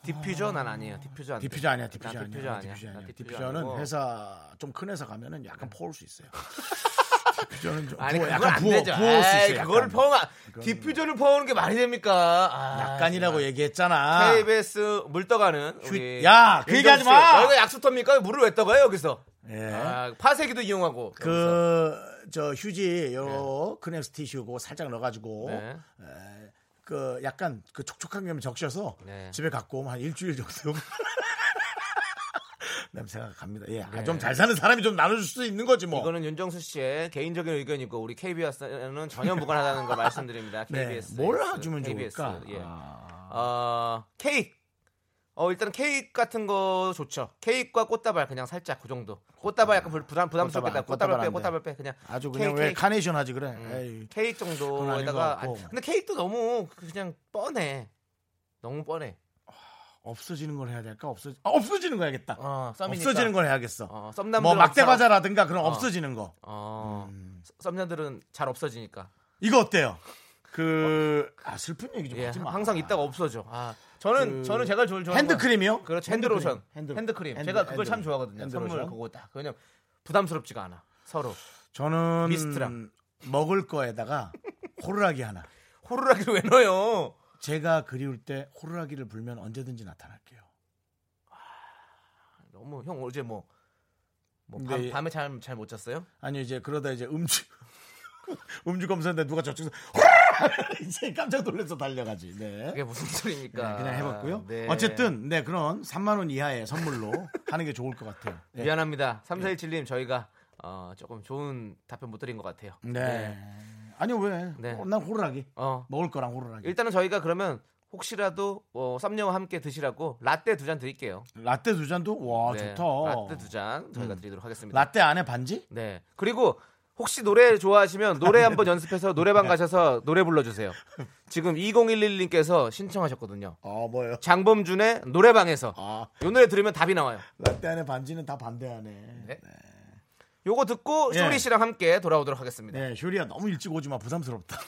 [SPEAKER 2] 디퓨저 난 아니에요. 디퓨저 안 돼.
[SPEAKER 1] 디퓨저 아니야,
[SPEAKER 2] 나
[SPEAKER 1] 디퓨저 아니야.
[SPEAKER 2] 디퓨저 아니야.
[SPEAKER 1] 디퓨저
[SPEAKER 2] 나
[SPEAKER 1] 아니야.
[SPEAKER 2] 디퓨저
[SPEAKER 1] 디퓨저는
[SPEAKER 2] 아니고. 네.
[SPEAKER 1] 회사 좀 큰 회사 가면은 약간 퍼올 수 있어요. 디퓨저는 좀
[SPEAKER 2] 아니
[SPEAKER 1] 부어,
[SPEAKER 2] 그건
[SPEAKER 1] 약간
[SPEAKER 2] 안
[SPEAKER 1] 부어,
[SPEAKER 2] 되죠.
[SPEAKER 1] 부어올 수
[SPEAKER 2] 에이,
[SPEAKER 1] 있어요.
[SPEAKER 2] 그거를
[SPEAKER 1] 약간.
[SPEAKER 2] 퍼오면 안- 디퓨저를 퍼오는 게 말이 됩니까? 아,
[SPEAKER 1] 약간이라고
[SPEAKER 2] 정말.
[SPEAKER 1] 얘기했잖아.
[SPEAKER 2] KBS 물 떠가는 우리
[SPEAKER 1] 야, 그
[SPEAKER 2] 윤정
[SPEAKER 1] 얘기하지
[SPEAKER 2] 씨.
[SPEAKER 1] 마!
[SPEAKER 2] 여기가 약수터입니까? 물을 왜 떠가요 여기서?
[SPEAKER 1] 예.
[SPEAKER 2] 아, 파세기도 이용하고. 그러면서.
[SPEAKER 1] 그 저 휴지 요 크랩스 티슈고 살짝 넣어가지고
[SPEAKER 2] 네.
[SPEAKER 1] 에, 그 약간 그 촉촉한 게 적셔서
[SPEAKER 2] 네.
[SPEAKER 1] 집에 갖고 오면 한 일주일 정도 냄새가 갑니다. 예, 좀 잘 사는 사람이 좀 나눠줄 수 있는 거지 뭐.
[SPEAKER 2] 네. 이거는 윤정수 씨의 개인적인 의견이고 우리 KBS는 전혀 무관하다는 걸 말씀드립니다.
[SPEAKER 1] 네,
[SPEAKER 2] KBS. 그
[SPEAKER 1] 뭘 해주면
[SPEAKER 2] KBS,
[SPEAKER 1] 좋을까?
[SPEAKER 2] 예.
[SPEAKER 1] 아.
[SPEAKER 2] 어, 케이크. 어, 일단 케이크 같은 거 좋죠. 케이크와 꽃다발 그냥 살짝 그 정도. 꽃다발 약간 불- 부담 부담스럽겠다.
[SPEAKER 1] 꽃다발,
[SPEAKER 2] 꽃다발,
[SPEAKER 1] 꽃다발
[SPEAKER 2] 빼,
[SPEAKER 1] 안
[SPEAKER 2] 꽃다발 빼 그냥.
[SPEAKER 1] 아주 그냥
[SPEAKER 2] 케이크,
[SPEAKER 1] 왜
[SPEAKER 2] 케이크.
[SPEAKER 1] 카네이션 하지 그래.
[SPEAKER 2] 음.
[SPEAKER 1] 에이.
[SPEAKER 2] 케이크
[SPEAKER 1] 그건 아닌 것
[SPEAKER 2] 정도에다가
[SPEAKER 1] 같고.
[SPEAKER 2] 아, 근데 케이크도 너무 그냥 뻔해. 너무 뻔해.
[SPEAKER 1] 없어지는 걸 해야 될까? 없어 아, 없어지는 거 해야겠다.
[SPEAKER 2] 어, 썸이니까.
[SPEAKER 1] 없어지는 걸 해야겠어.
[SPEAKER 2] 어, 썸남들은
[SPEAKER 1] 뭐 막대
[SPEAKER 2] 없어.
[SPEAKER 1] 과자라든가 음. 그런
[SPEAKER 2] 어.
[SPEAKER 1] 없어지는 거.
[SPEAKER 2] 어. 썸녀들은 잘 없어지니까.
[SPEAKER 1] 이거 어때요? 그 아, 슬픈 얘기 좀
[SPEAKER 2] 예,
[SPEAKER 1] 하지 마.
[SPEAKER 2] 항상 있다가 없어져. 아, 저는
[SPEAKER 1] 그
[SPEAKER 2] 저는 제가 좋아하는
[SPEAKER 1] 핸드크림이요?
[SPEAKER 2] 그렇죠. 핸드로션.
[SPEAKER 1] 핸드-
[SPEAKER 2] 핸드크림.
[SPEAKER 1] 핸드-
[SPEAKER 2] 제가 그걸 참
[SPEAKER 1] 핸드로션.
[SPEAKER 2] 좋아하거든요. 선물
[SPEAKER 1] 핸드로션.
[SPEAKER 2] 그거 딱. 왜냐면 부담스럽지가 않아. 서로.
[SPEAKER 1] 저는
[SPEAKER 2] 미스트랑.
[SPEAKER 1] 먹을 거에다가 호루라기 하나.
[SPEAKER 2] 호루라기를 왜 넣어요?
[SPEAKER 1] 제가 그리울 때 호루라기를 불면 언제든지 나타날게요.
[SPEAKER 2] 너무 형 어제 뭐, 뭐 밤,
[SPEAKER 1] 근데-
[SPEAKER 2] 밤에 잘 잘 못 잤어요?
[SPEAKER 1] 아니 이제 그러다 이제 음주 음주 검사인데 누가 저쪽에서 호루라기 이제 깜짝 놀라서 달려가지. 네.
[SPEAKER 2] 그게 무슨 소리입니까?
[SPEAKER 1] 네, 그냥 해봤고요.
[SPEAKER 2] 네.
[SPEAKER 1] 어쨌든 네 그런 3만 원 이하의 선물로 하는 게 좋을 것 같아요. 네.
[SPEAKER 2] 미안합니다. 3417님 저희가 어, 조금 좋은 답변 못 드린 것 같아요.
[SPEAKER 1] 네. 아니요 왜?
[SPEAKER 2] 네.
[SPEAKER 1] 어, 난 호루라기.
[SPEAKER 2] 어.
[SPEAKER 1] 먹을 거랑 호루라기.
[SPEAKER 2] 일단은 저희가 그러면 혹시라도 어, 썸녀와 함께 드시라고 라떼 두 잔 드릴게요.
[SPEAKER 1] 라떼 두 잔도 와
[SPEAKER 2] 네,
[SPEAKER 1] 아, 좋다. 음.
[SPEAKER 2] 라떼 두 잔 저희가 드리도록 하겠습니다.
[SPEAKER 1] 라떼 안에 반지?
[SPEAKER 2] 네. 그리고 혹시 노래 좋아하시면 노래 한번 연습해서
[SPEAKER 1] 네.
[SPEAKER 2] 노래방 가셔서 노래 불러주세요. 지금 2011님께서 신청하셨거든요.
[SPEAKER 1] 아 뭐예요?
[SPEAKER 2] 장범준의 노래방에서
[SPEAKER 1] 아
[SPEAKER 2] 이 노래 들으면 답이 나와요.
[SPEAKER 1] 라떼 안에 반지는 다 반대하네. 네.
[SPEAKER 2] 네. 요거 듣고
[SPEAKER 1] 예.
[SPEAKER 2] 쇼리 씨랑 함께 돌아오도록 하겠습니다.
[SPEAKER 1] 효리야 네, 너무 일찍 오지 마 부담스럽다.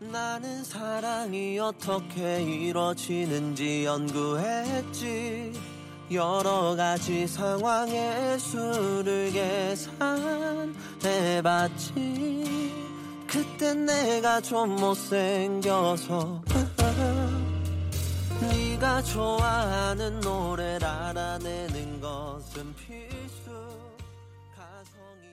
[SPEAKER 4] 나는 사랑이 어떻게 이루어지는지 연구했지 여러 가지 상황의 수를 계산해봤지 그땐 내가 좀 못생겨서 네가 좋아하는 노래를 알아내는 것은 필수 가성이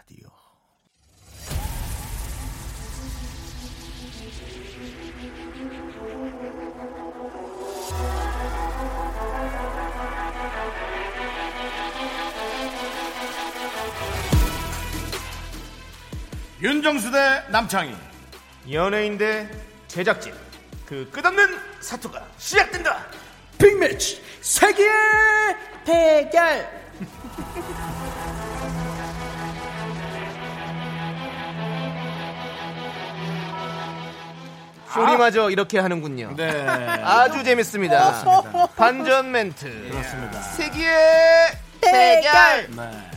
[SPEAKER 1] 윤정수 대 남창희
[SPEAKER 2] 연예인 대 제작진 그 끝없는 사투가 시작된다.
[SPEAKER 1] 빅매치 세계
[SPEAKER 2] 아. 쇼리마저 이렇게 하는군요.
[SPEAKER 1] 네
[SPEAKER 2] 아주 재밌습니다. 반전 멘트.
[SPEAKER 1] 그렇습니다.
[SPEAKER 2] 세기의 대결.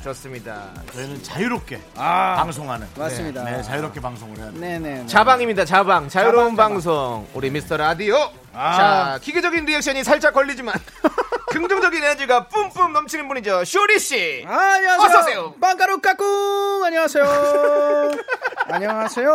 [SPEAKER 2] 좋습니다.
[SPEAKER 1] 저희는 자유롭게 방송하는
[SPEAKER 5] 아, 맞습니다.
[SPEAKER 1] 네, 네, 자유롭게 방송을 해야 돼요.
[SPEAKER 5] 네네.
[SPEAKER 2] 자방입니다. 자방. 자유로운 방송. 우리 미스터 라디오.
[SPEAKER 5] 아.
[SPEAKER 2] 자, 기계적인 리액션이 살짝 걸리지만 긍정적인 에너지가 뿜뿜 넘치는 분이죠. 쇼리 씨.
[SPEAKER 5] 아. 안녕하세요.
[SPEAKER 2] 어서 오세요.
[SPEAKER 5] 빵가루 까꿍 안녕하세요. 안녕하세요.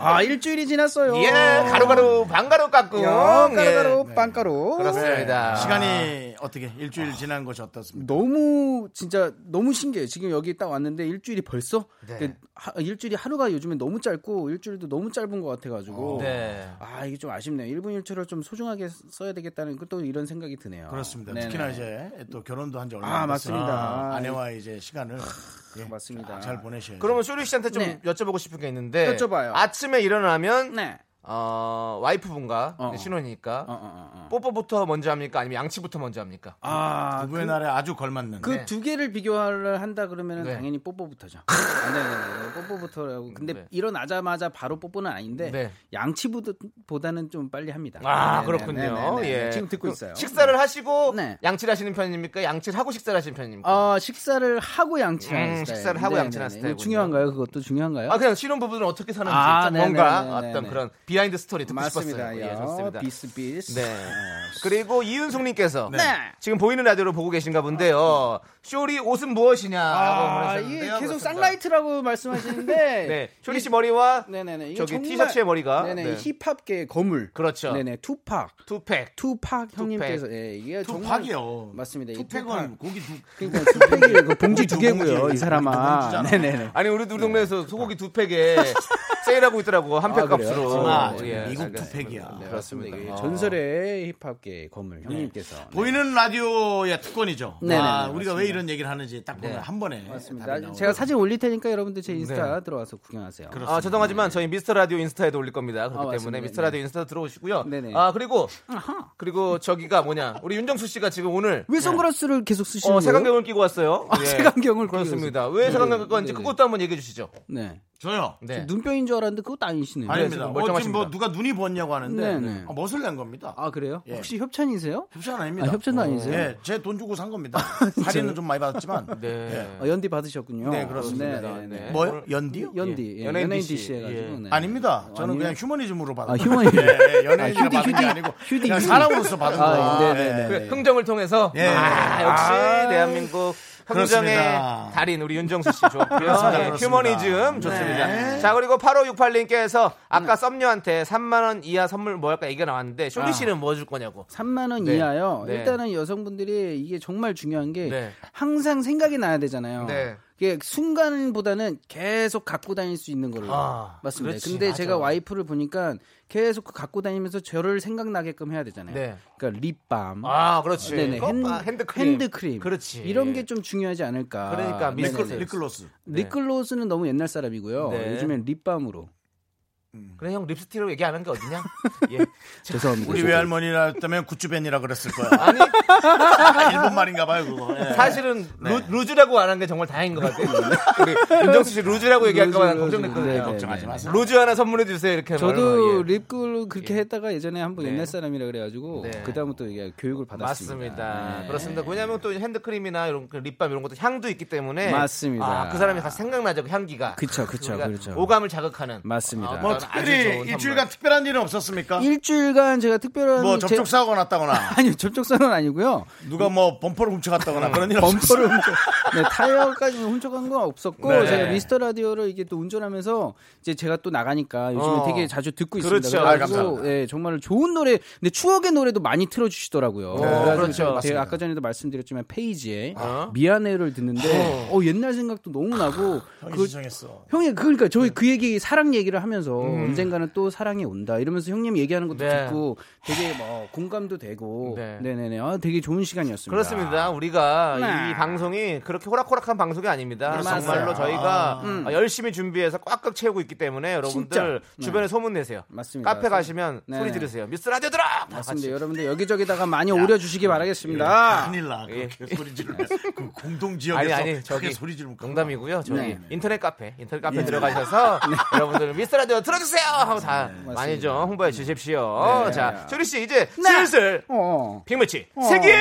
[SPEAKER 5] 아 일주일이 지났어요.
[SPEAKER 2] 네. 예, 가루가루 방가루 깎고. 예.
[SPEAKER 5] 야, 가루가루 네. 빵가루.
[SPEAKER 2] 그렇습니다.
[SPEAKER 1] 시간이
[SPEAKER 5] 아.
[SPEAKER 1] 어떻게 일주일 지난 것이 어떻습니까?
[SPEAKER 5] 너무 진짜 너무 신기해요. 지금 여기 딱 왔는데 일주일이 벌써
[SPEAKER 2] 네.
[SPEAKER 5] 그 하- 일주일이 하루가 요즘에 너무 짧고 일주일도 너무 짧은 것 같아가지고
[SPEAKER 2] 네.
[SPEAKER 5] 아 이게 좀 아쉽네요. 일분 일초를 좀 소중하게 써야 되겠다는 그 또 이런 생각이 드네요.
[SPEAKER 1] 그렇습니다.
[SPEAKER 5] 아, 네네.
[SPEAKER 1] 특히나 이제 또 결혼도 한 지 얼마
[SPEAKER 5] 아,
[SPEAKER 1] 안 됐어요.
[SPEAKER 5] 맞습니다.
[SPEAKER 1] 아내와 이제 시간을 예,
[SPEAKER 5] 맞습니다.
[SPEAKER 1] 잘 보내셔야 돼요.
[SPEAKER 2] 그러면 쇼리 씨한테 좀
[SPEAKER 5] 네.
[SPEAKER 2] 여쭤보고 싶은 게 있는데
[SPEAKER 5] 여쭤봐요.
[SPEAKER 2] 아침에 일어나면
[SPEAKER 5] 네.
[SPEAKER 2] 어, 와이프분과
[SPEAKER 5] 어.
[SPEAKER 2] 신혼이니까
[SPEAKER 5] 어, 어, 어, 어.
[SPEAKER 2] 뽀뽀부터 먼저 합니까? 아니면 양치부터 먼저 합니까?
[SPEAKER 5] 아
[SPEAKER 1] 부부의 날에 아주 걸맞는
[SPEAKER 5] 그 두 개를 비교를 한다 그러면
[SPEAKER 2] 네.
[SPEAKER 5] 당연히 뽀뽀부터죠. 아, 네, 안 돼, 안 돼, 안 돼. 뽀뽀부터라고. 근데
[SPEAKER 2] 네.
[SPEAKER 5] 일어나자마자 바로 뽀뽀는 아닌데
[SPEAKER 2] 네.
[SPEAKER 5] 양치보다는 좀 빨리 합니다.
[SPEAKER 2] 아
[SPEAKER 5] 네네네,
[SPEAKER 2] 그렇군요.
[SPEAKER 5] 네네네.
[SPEAKER 2] 예.
[SPEAKER 5] 지금 듣고
[SPEAKER 2] 그럼
[SPEAKER 5] 있어요.
[SPEAKER 2] 식사를 하시고
[SPEAKER 5] 네.
[SPEAKER 2] 양치를 하시는 편입니까? 양치를 하고 식사를 하시는 편입니까?
[SPEAKER 5] 어, 식사를 하고 양치하는
[SPEAKER 2] 음,
[SPEAKER 5] 스타일.
[SPEAKER 2] 식사를 하고 양치하는
[SPEAKER 5] 네네네.
[SPEAKER 2] 스타일이군요.
[SPEAKER 5] 중요한가요? 그것도 중요한가요?
[SPEAKER 2] 아 그냥 신혼 부부는 어떻게 사는지
[SPEAKER 5] 아,
[SPEAKER 2] 좀
[SPEAKER 5] 네네네네네.
[SPEAKER 2] 뭔가 어떤 그런 비하인드 스토리 듣고
[SPEAKER 5] 맞습니다.
[SPEAKER 2] 싶었어요. 예,
[SPEAKER 5] 요
[SPEAKER 2] 좋습니다.
[SPEAKER 5] 비스 비스.
[SPEAKER 2] 네. 그리고 이윤숙님께서
[SPEAKER 5] 네.
[SPEAKER 2] 지금 보이는 라디오로 보고 계신가 본데요. 쇼리 옷은 무엇이냐?
[SPEAKER 5] 아, 이게 계속 쌍라이트라고 말씀하시는데
[SPEAKER 2] 네, 쇼리 씨 머리와
[SPEAKER 5] 네네네. 이거
[SPEAKER 2] 저기
[SPEAKER 5] 정말-
[SPEAKER 2] 티셔츠의 머리가
[SPEAKER 5] 네네
[SPEAKER 2] 네.
[SPEAKER 5] 힙합계의 거물.
[SPEAKER 2] 그렇죠.
[SPEAKER 5] 네네 투팍.
[SPEAKER 2] 투팩.
[SPEAKER 5] 투팍 형님께서 예, 이게 정말
[SPEAKER 1] 박이요.
[SPEAKER 5] 맞습니다. 이
[SPEAKER 1] 투팩은 고기 두
[SPEAKER 5] 그러니까 투팩이 그 봉지 두
[SPEAKER 1] 두
[SPEAKER 5] 개고요.
[SPEAKER 1] 봉지.
[SPEAKER 5] 이 사람아.
[SPEAKER 1] 봉지잖아.
[SPEAKER 5] 네네네.
[SPEAKER 2] 아니 우리 우리 동네에서 소고기 두 팩에 세일하고 있더라고 한 팩
[SPEAKER 5] 아, 그래요?
[SPEAKER 2] 값으로.
[SPEAKER 1] 아,
[SPEAKER 2] 예,
[SPEAKER 1] 저기 미국
[SPEAKER 2] 알겠습니다.
[SPEAKER 1] 투팩이야.
[SPEAKER 2] 그렇습니다.
[SPEAKER 5] 네,
[SPEAKER 2] 어.
[SPEAKER 5] 맞습니다. 이게 전설의 힙합계의 거물 형님께서 네.
[SPEAKER 1] 아. 보이는 라디오의 특권이죠.
[SPEAKER 5] 네네네,
[SPEAKER 1] 아, 우리가
[SPEAKER 5] 맞습니다. 네,
[SPEAKER 1] 왜 이런 얘기를 하는지 딱 보면 한 번에 답이 네.
[SPEAKER 5] 맞습니다.
[SPEAKER 1] 나오고.
[SPEAKER 5] 제가 사진 올릴 테니까 여러분들 제 인스타 들어와서 구경하세요.
[SPEAKER 2] 아, 죄송하지만 저희 미스터 라디오 인스타에도 올릴 겁니다. 그렇기
[SPEAKER 5] 네. 아, 맞습니다.
[SPEAKER 2] 때문에 미스터 라디오 인스타 들어오시고요.
[SPEAKER 5] 네네.
[SPEAKER 2] 아 그리고 그리고 저기가 뭐냐 우리 윤정수 씨가 지금 오늘
[SPEAKER 1] 네.
[SPEAKER 5] 왜 선글라스를 계속 쓰시는
[SPEAKER 2] 어,
[SPEAKER 5] 거예요?
[SPEAKER 2] 색안경을 끼고 왔어요. 예.
[SPEAKER 5] 아, 색안경을 끼고
[SPEAKER 2] 그렇습니다.
[SPEAKER 5] 오세요.
[SPEAKER 2] 왜
[SPEAKER 5] 네.
[SPEAKER 2] 색안경을 끼고 왔는지
[SPEAKER 5] 네네.
[SPEAKER 2] 그것도 한번 얘기해 주시죠.
[SPEAKER 5] 네.
[SPEAKER 1] 저요.
[SPEAKER 2] 네.
[SPEAKER 5] 눈병인 줄 알았는데 그것도 아니시네요.
[SPEAKER 1] 아닙니다.
[SPEAKER 2] 지금
[SPEAKER 1] 어, 지금
[SPEAKER 2] 멀쩡하십니다.
[SPEAKER 1] 뭐 누가 눈이 번냐고 하는데
[SPEAKER 5] 네네.
[SPEAKER 1] 아, 멋을 낸 겁니다.
[SPEAKER 5] 아 그래요?
[SPEAKER 1] 예.
[SPEAKER 5] 혹시 협찬이세요?
[SPEAKER 1] 협찬 아닙니다.
[SPEAKER 5] 아, 협찬도 아니세요?
[SPEAKER 1] 예, 제 돈 주고 산 겁니다. 할인은 좀 많이 받았지만.
[SPEAKER 2] 네.
[SPEAKER 5] 아, 연디 받으셨군요.
[SPEAKER 1] 네, 그렇습니다.
[SPEAKER 5] 네, 네, 네.
[SPEAKER 1] 뭐요? 연디요?
[SPEAKER 5] 연디 예,
[SPEAKER 2] 연예인
[SPEAKER 5] 연예인
[SPEAKER 2] DC.
[SPEAKER 5] DC 해가지고
[SPEAKER 2] 예.
[SPEAKER 5] 네.
[SPEAKER 1] 아닙니다. 저는
[SPEAKER 5] 아니에요?
[SPEAKER 1] 그냥 휴머니즘으로 받았어요.
[SPEAKER 5] 아, 휴머니즘.
[SPEAKER 1] 예, 연예인이라
[SPEAKER 5] 휴디,
[SPEAKER 1] 받은 게
[SPEAKER 5] 휴디,
[SPEAKER 1] 아니고
[SPEAKER 5] 휴디,
[SPEAKER 1] 그냥
[SPEAKER 5] 휴디.
[SPEAKER 1] 사람으로서 받은
[SPEAKER 5] 아,
[SPEAKER 1] 거예요.
[SPEAKER 5] 네, 네,
[SPEAKER 1] 예,
[SPEAKER 5] 네.
[SPEAKER 2] 그
[SPEAKER 1] 예.
[SPEAKER 2] 흥정을 통해서
[SPEAKER 1] 예.
[SPEAKER 2] 아, 역시
[SPEAKER 1] 아,
[SPEAKER 2] 대한민국 흥정의
[SPEAKER 1] 그렇습니다.
[SPEAKER 2] 달인 우리 윤정수 씨 좋고요.
[SPEAKER 1] 그렇습니다, 네.
[SPEAKER 2] 예,
[SPEAKER 1] 그렇습니다.
[SPEAKER 2] 휴머니즘 좋습니다. 자 그리고 8568님께서
[SPEAKER 5] 네.
[SPEAKER 2] 아까 썸녀한테 3만 원 이하 선물 뭐 할까 얘기가 나왔는데 쇼리
[SPEAKER 5] 아.
[SPEAKER 2] 씨는 뭐 줄 거냐고.
[SPEAKER 5] 3만 원
[SPEAKER 2] 네.
[SPEAKER 5] 이하요.
[SPEAKER 2] 네.
[SPEAKER 5] 일단은 여성분들이 이게 정말 중요한 게
[SPEAKER 2] 네.
[SPEAKER 5] 항상 생각이 나야 되잖아요.
[SPEAKER 2] 네.
[SPEAKER 5] 이게 순간보다는 계속 갖고 다닐 수 있는 걸로
[SPEAKER 2] 아,
[SPEAKER 5] 맞습니다.
[SPEAKER 2] 그렇지,
[SPEAKER 5] 근데
[SPEAKER 2] 맞아.
[SPEAKER 5] 제가 와이프를 보니까 계속 그 갖고 다니면서 저를 생각나게끔 해야 되잖아요.
[SPEAKER 2] 네.
[SPEAKER 5] 그러니까 립밤,
[SPEAKER 2] 아 그렇지.
[SPEAKER 5] 네네
[SPEAKER 2] 핸,
[SPEAKER 5] 핸드,
[SPEAKER 2] 핸드크림.
[SPEAKER 5] 핸드크림,
[SPEAKER 2] 그렇지.
[SPEAKER 5] 이런 게 좀 중요하지 않을까.
[SPEAKER 2] 그러니까
[SPEAKER 5] 네네.
[SPEAKER 2] 미스터 립-
[SPEAKER 1] 리클로스.
[SPEAKER 5] 립글로스는 너무 옛날 사람이고요.
[SPEAKER 2] 네.
[SPEAKER 5] 요즘엔 립밤으로
[SPEAKER 2] 그래 형 립스틱으로 얘기 안 한 게 어디냐? 예.
[SPEAKER 5] 죄송합니다.
[SPEAKER 1] 우리 외할머니라 했다면 구찌벤이라 그랬을 거야.
[SPEAKER 2] 아니
[SPEAKER 1] 일본 말인가 봐요, 그거. 예.
[SPEAKER 2] 사실은
[SPEAKER 5] 네.
[SPEAKER 2] 루, 즈라고 안 한 게 정말 다행인 것 같아요. 우리 윤정수 씨 루즈라고 얘기할까봐
[SPEAKER 5] 루즈,
[SPEAKER 2] 걱정됐거든요.
[SPEAKER 5] 루즈. 네,
[SPEAKER 1] 걱정하지
[SPEAKER 5] 네,
[SPEAKER 1] 마세요.
[SPEAKER 2] 루즈 하나 선물해 주세요 이렇게.
[SPEAKER 5] 저도
[SPEAKER 2] 말하면, 예.
[SPEAKER 5] 립글 그렇게 했다가 예전에 한 번
[SPEAKER 2] 네.
[SPEAKER 5] 옛날 사람이라 그래가지고
[SPEAKER 2] 네.
[SPEAKER 5] 그다음부터 이게 교육을 받았습니다.
[SPEAKER 2] 맞습니다.
[SPEAKER 5] 네.
[SPEAKER 2] 그렇습니다. 왜냐하면 또 핸드크림이나 이런 그 립밤 이런 것도 향도 있기 때문에
[SPEAKER 5] 맞습니다.
[SPEAKER 2] 아, 그 사람이 가서 생각나죠 그 향기가.
[SPEAKER 5] 그쵸, 그쵸,
[SPEAKER 2] 우리가
[SPEAKER 5] 그쵸.
[SPEAKER 2] 오감을 자극하는.
[SPEAKER 5] 맞습니다.
[SPEAKER 2] 아,
[SPEAKER 1] 뭐
[SPEAKER 2] 아주 좋은
[SPEAKER 1] 특별히
[SPEAKER 2] 선물.
[SPEAKER 1] 일주일간 특별한 일은 없었습니까?
[SPEAKER 5] 일주일간 제가 특별한
[SPEAKER 1] 뭐
[SPEAKER 5] 제-
[SPEAKER 1] 접촉 사고가 났다거나
[SPEAKER 5] 아니요 접촉사는 아니고요.
[SPEAKER 1] 누가 뭐 범퍼를 훔쳐갔다거나 그런 일 없었어요.
[SPEAKER 5] 범퍼를 훔쳐, 네, 타이어까지 훔쳐간 건 없었고
[SPEAKER 1] 네.
[SPEAKER 5] 제가 미스터 라디오를 이게 또 운전하면서 이제 제가 또 나가니까 요즘에
[SPEAKER 2] 어.
[SPEAKER 5] 되게 자주 듣고
[SPEAKER 2] 그렇죠. 아,
[SPEAKER 5] 있습니다. 그래가지고
[SPEAKER 1] 감사합니다.
[SPEAKER 5] 예, 정말 좋은 노래, 근데 추억의 노래도 많이 틀어주시더라고요. 그래가지고
[SPEAKER 2] 그렇죠.
[SPEAKER 5] 제가
[SPEAKER 2] 맞습니다.
[SPEAKER 5] 아까 전에도 말씀드렸지만 페이지에
[SPEAKER 2] 어?
[SPEAKER 5] 미안해를 듣는데 어, 옛날 생각도 너무 나고
[SPEAKER 2] 아,
[SPEAKER 1] 형이
[SPEAKER 5] 그
[SPEAKER 1] 시청했어.
[SPEAKER 5] 형이 그러니까 저희
[SPEAKER 2] 네.
[SPEAKER 5] 그 얘기 사랑 얘기를 하면서 언젠가는 또 사랑이 온다 이러면서 형님 얘기하는 것도
[SPEAKER 2] 음. 네.
[SPEAKER 5] 듣고 되게 뭐 공감도 되고
[SPEAKER 2] 네.
[SPEAKER 5] 네. 네네 아, 되게 좋은 시간이었습니다.
[SPEAKER 2] 그렇습니다. 우리가
[SPEAKER 5] 네.
[SPEAKER 2] 이 방송이 그렇게 호락호락한 방송이 아닙니다.
[SPEAKER 5] 맞아요. 아.
[SPEAKER 2] 정말로 저희가 아, 열심히 준비해서 꽉꽉 채우고 있기 때문에 여러분들
[SPEAKER 5] 진짜. 네.
[SPEAKER 2] 주변에 소문 내세요.
[SPEAKER 5] 맞습니다.
[SPEAKER 2] 카페 가시면
[SPEAKER 5] 네.
[SPEAKER 2] 소리 지르세요. 미스 라디오 들어! 다
[SPEAKER 5] 맞습니다.
[SPEAKER 2] 같이. 예.
[SPEAKER 5] 여러분들 여기저기다가 많이 오려주시기 바라겠습니다.
[SPEAKER 1] 큰일 나. 그렇게 소리 지르면 그 공동
[SPEAKER 2] 아니
[SPEAKER 1] 지역에서
[SPEAKER 2] 아. 아니 저기
[SPEAKER 1] 크게 소리 지르면 큰일 나.
[SPEAKER 2] 농담이고요. 저기
[SPEAKER 5] 네. 예.
[SPEAKER 2] 인터넷 카페 인터넷 카페 들어가셔서 여러분들 미스 라디오 들어주세요 하고 다
[SPEAKER 5] 네.
[SPEAKER 2] 많이 좀 홍보해 주십시오. 자 조리 씨 이제 슬슬
[SPEAKER 5] 네. 어,
[SPEAKER 2] 빅매치 세계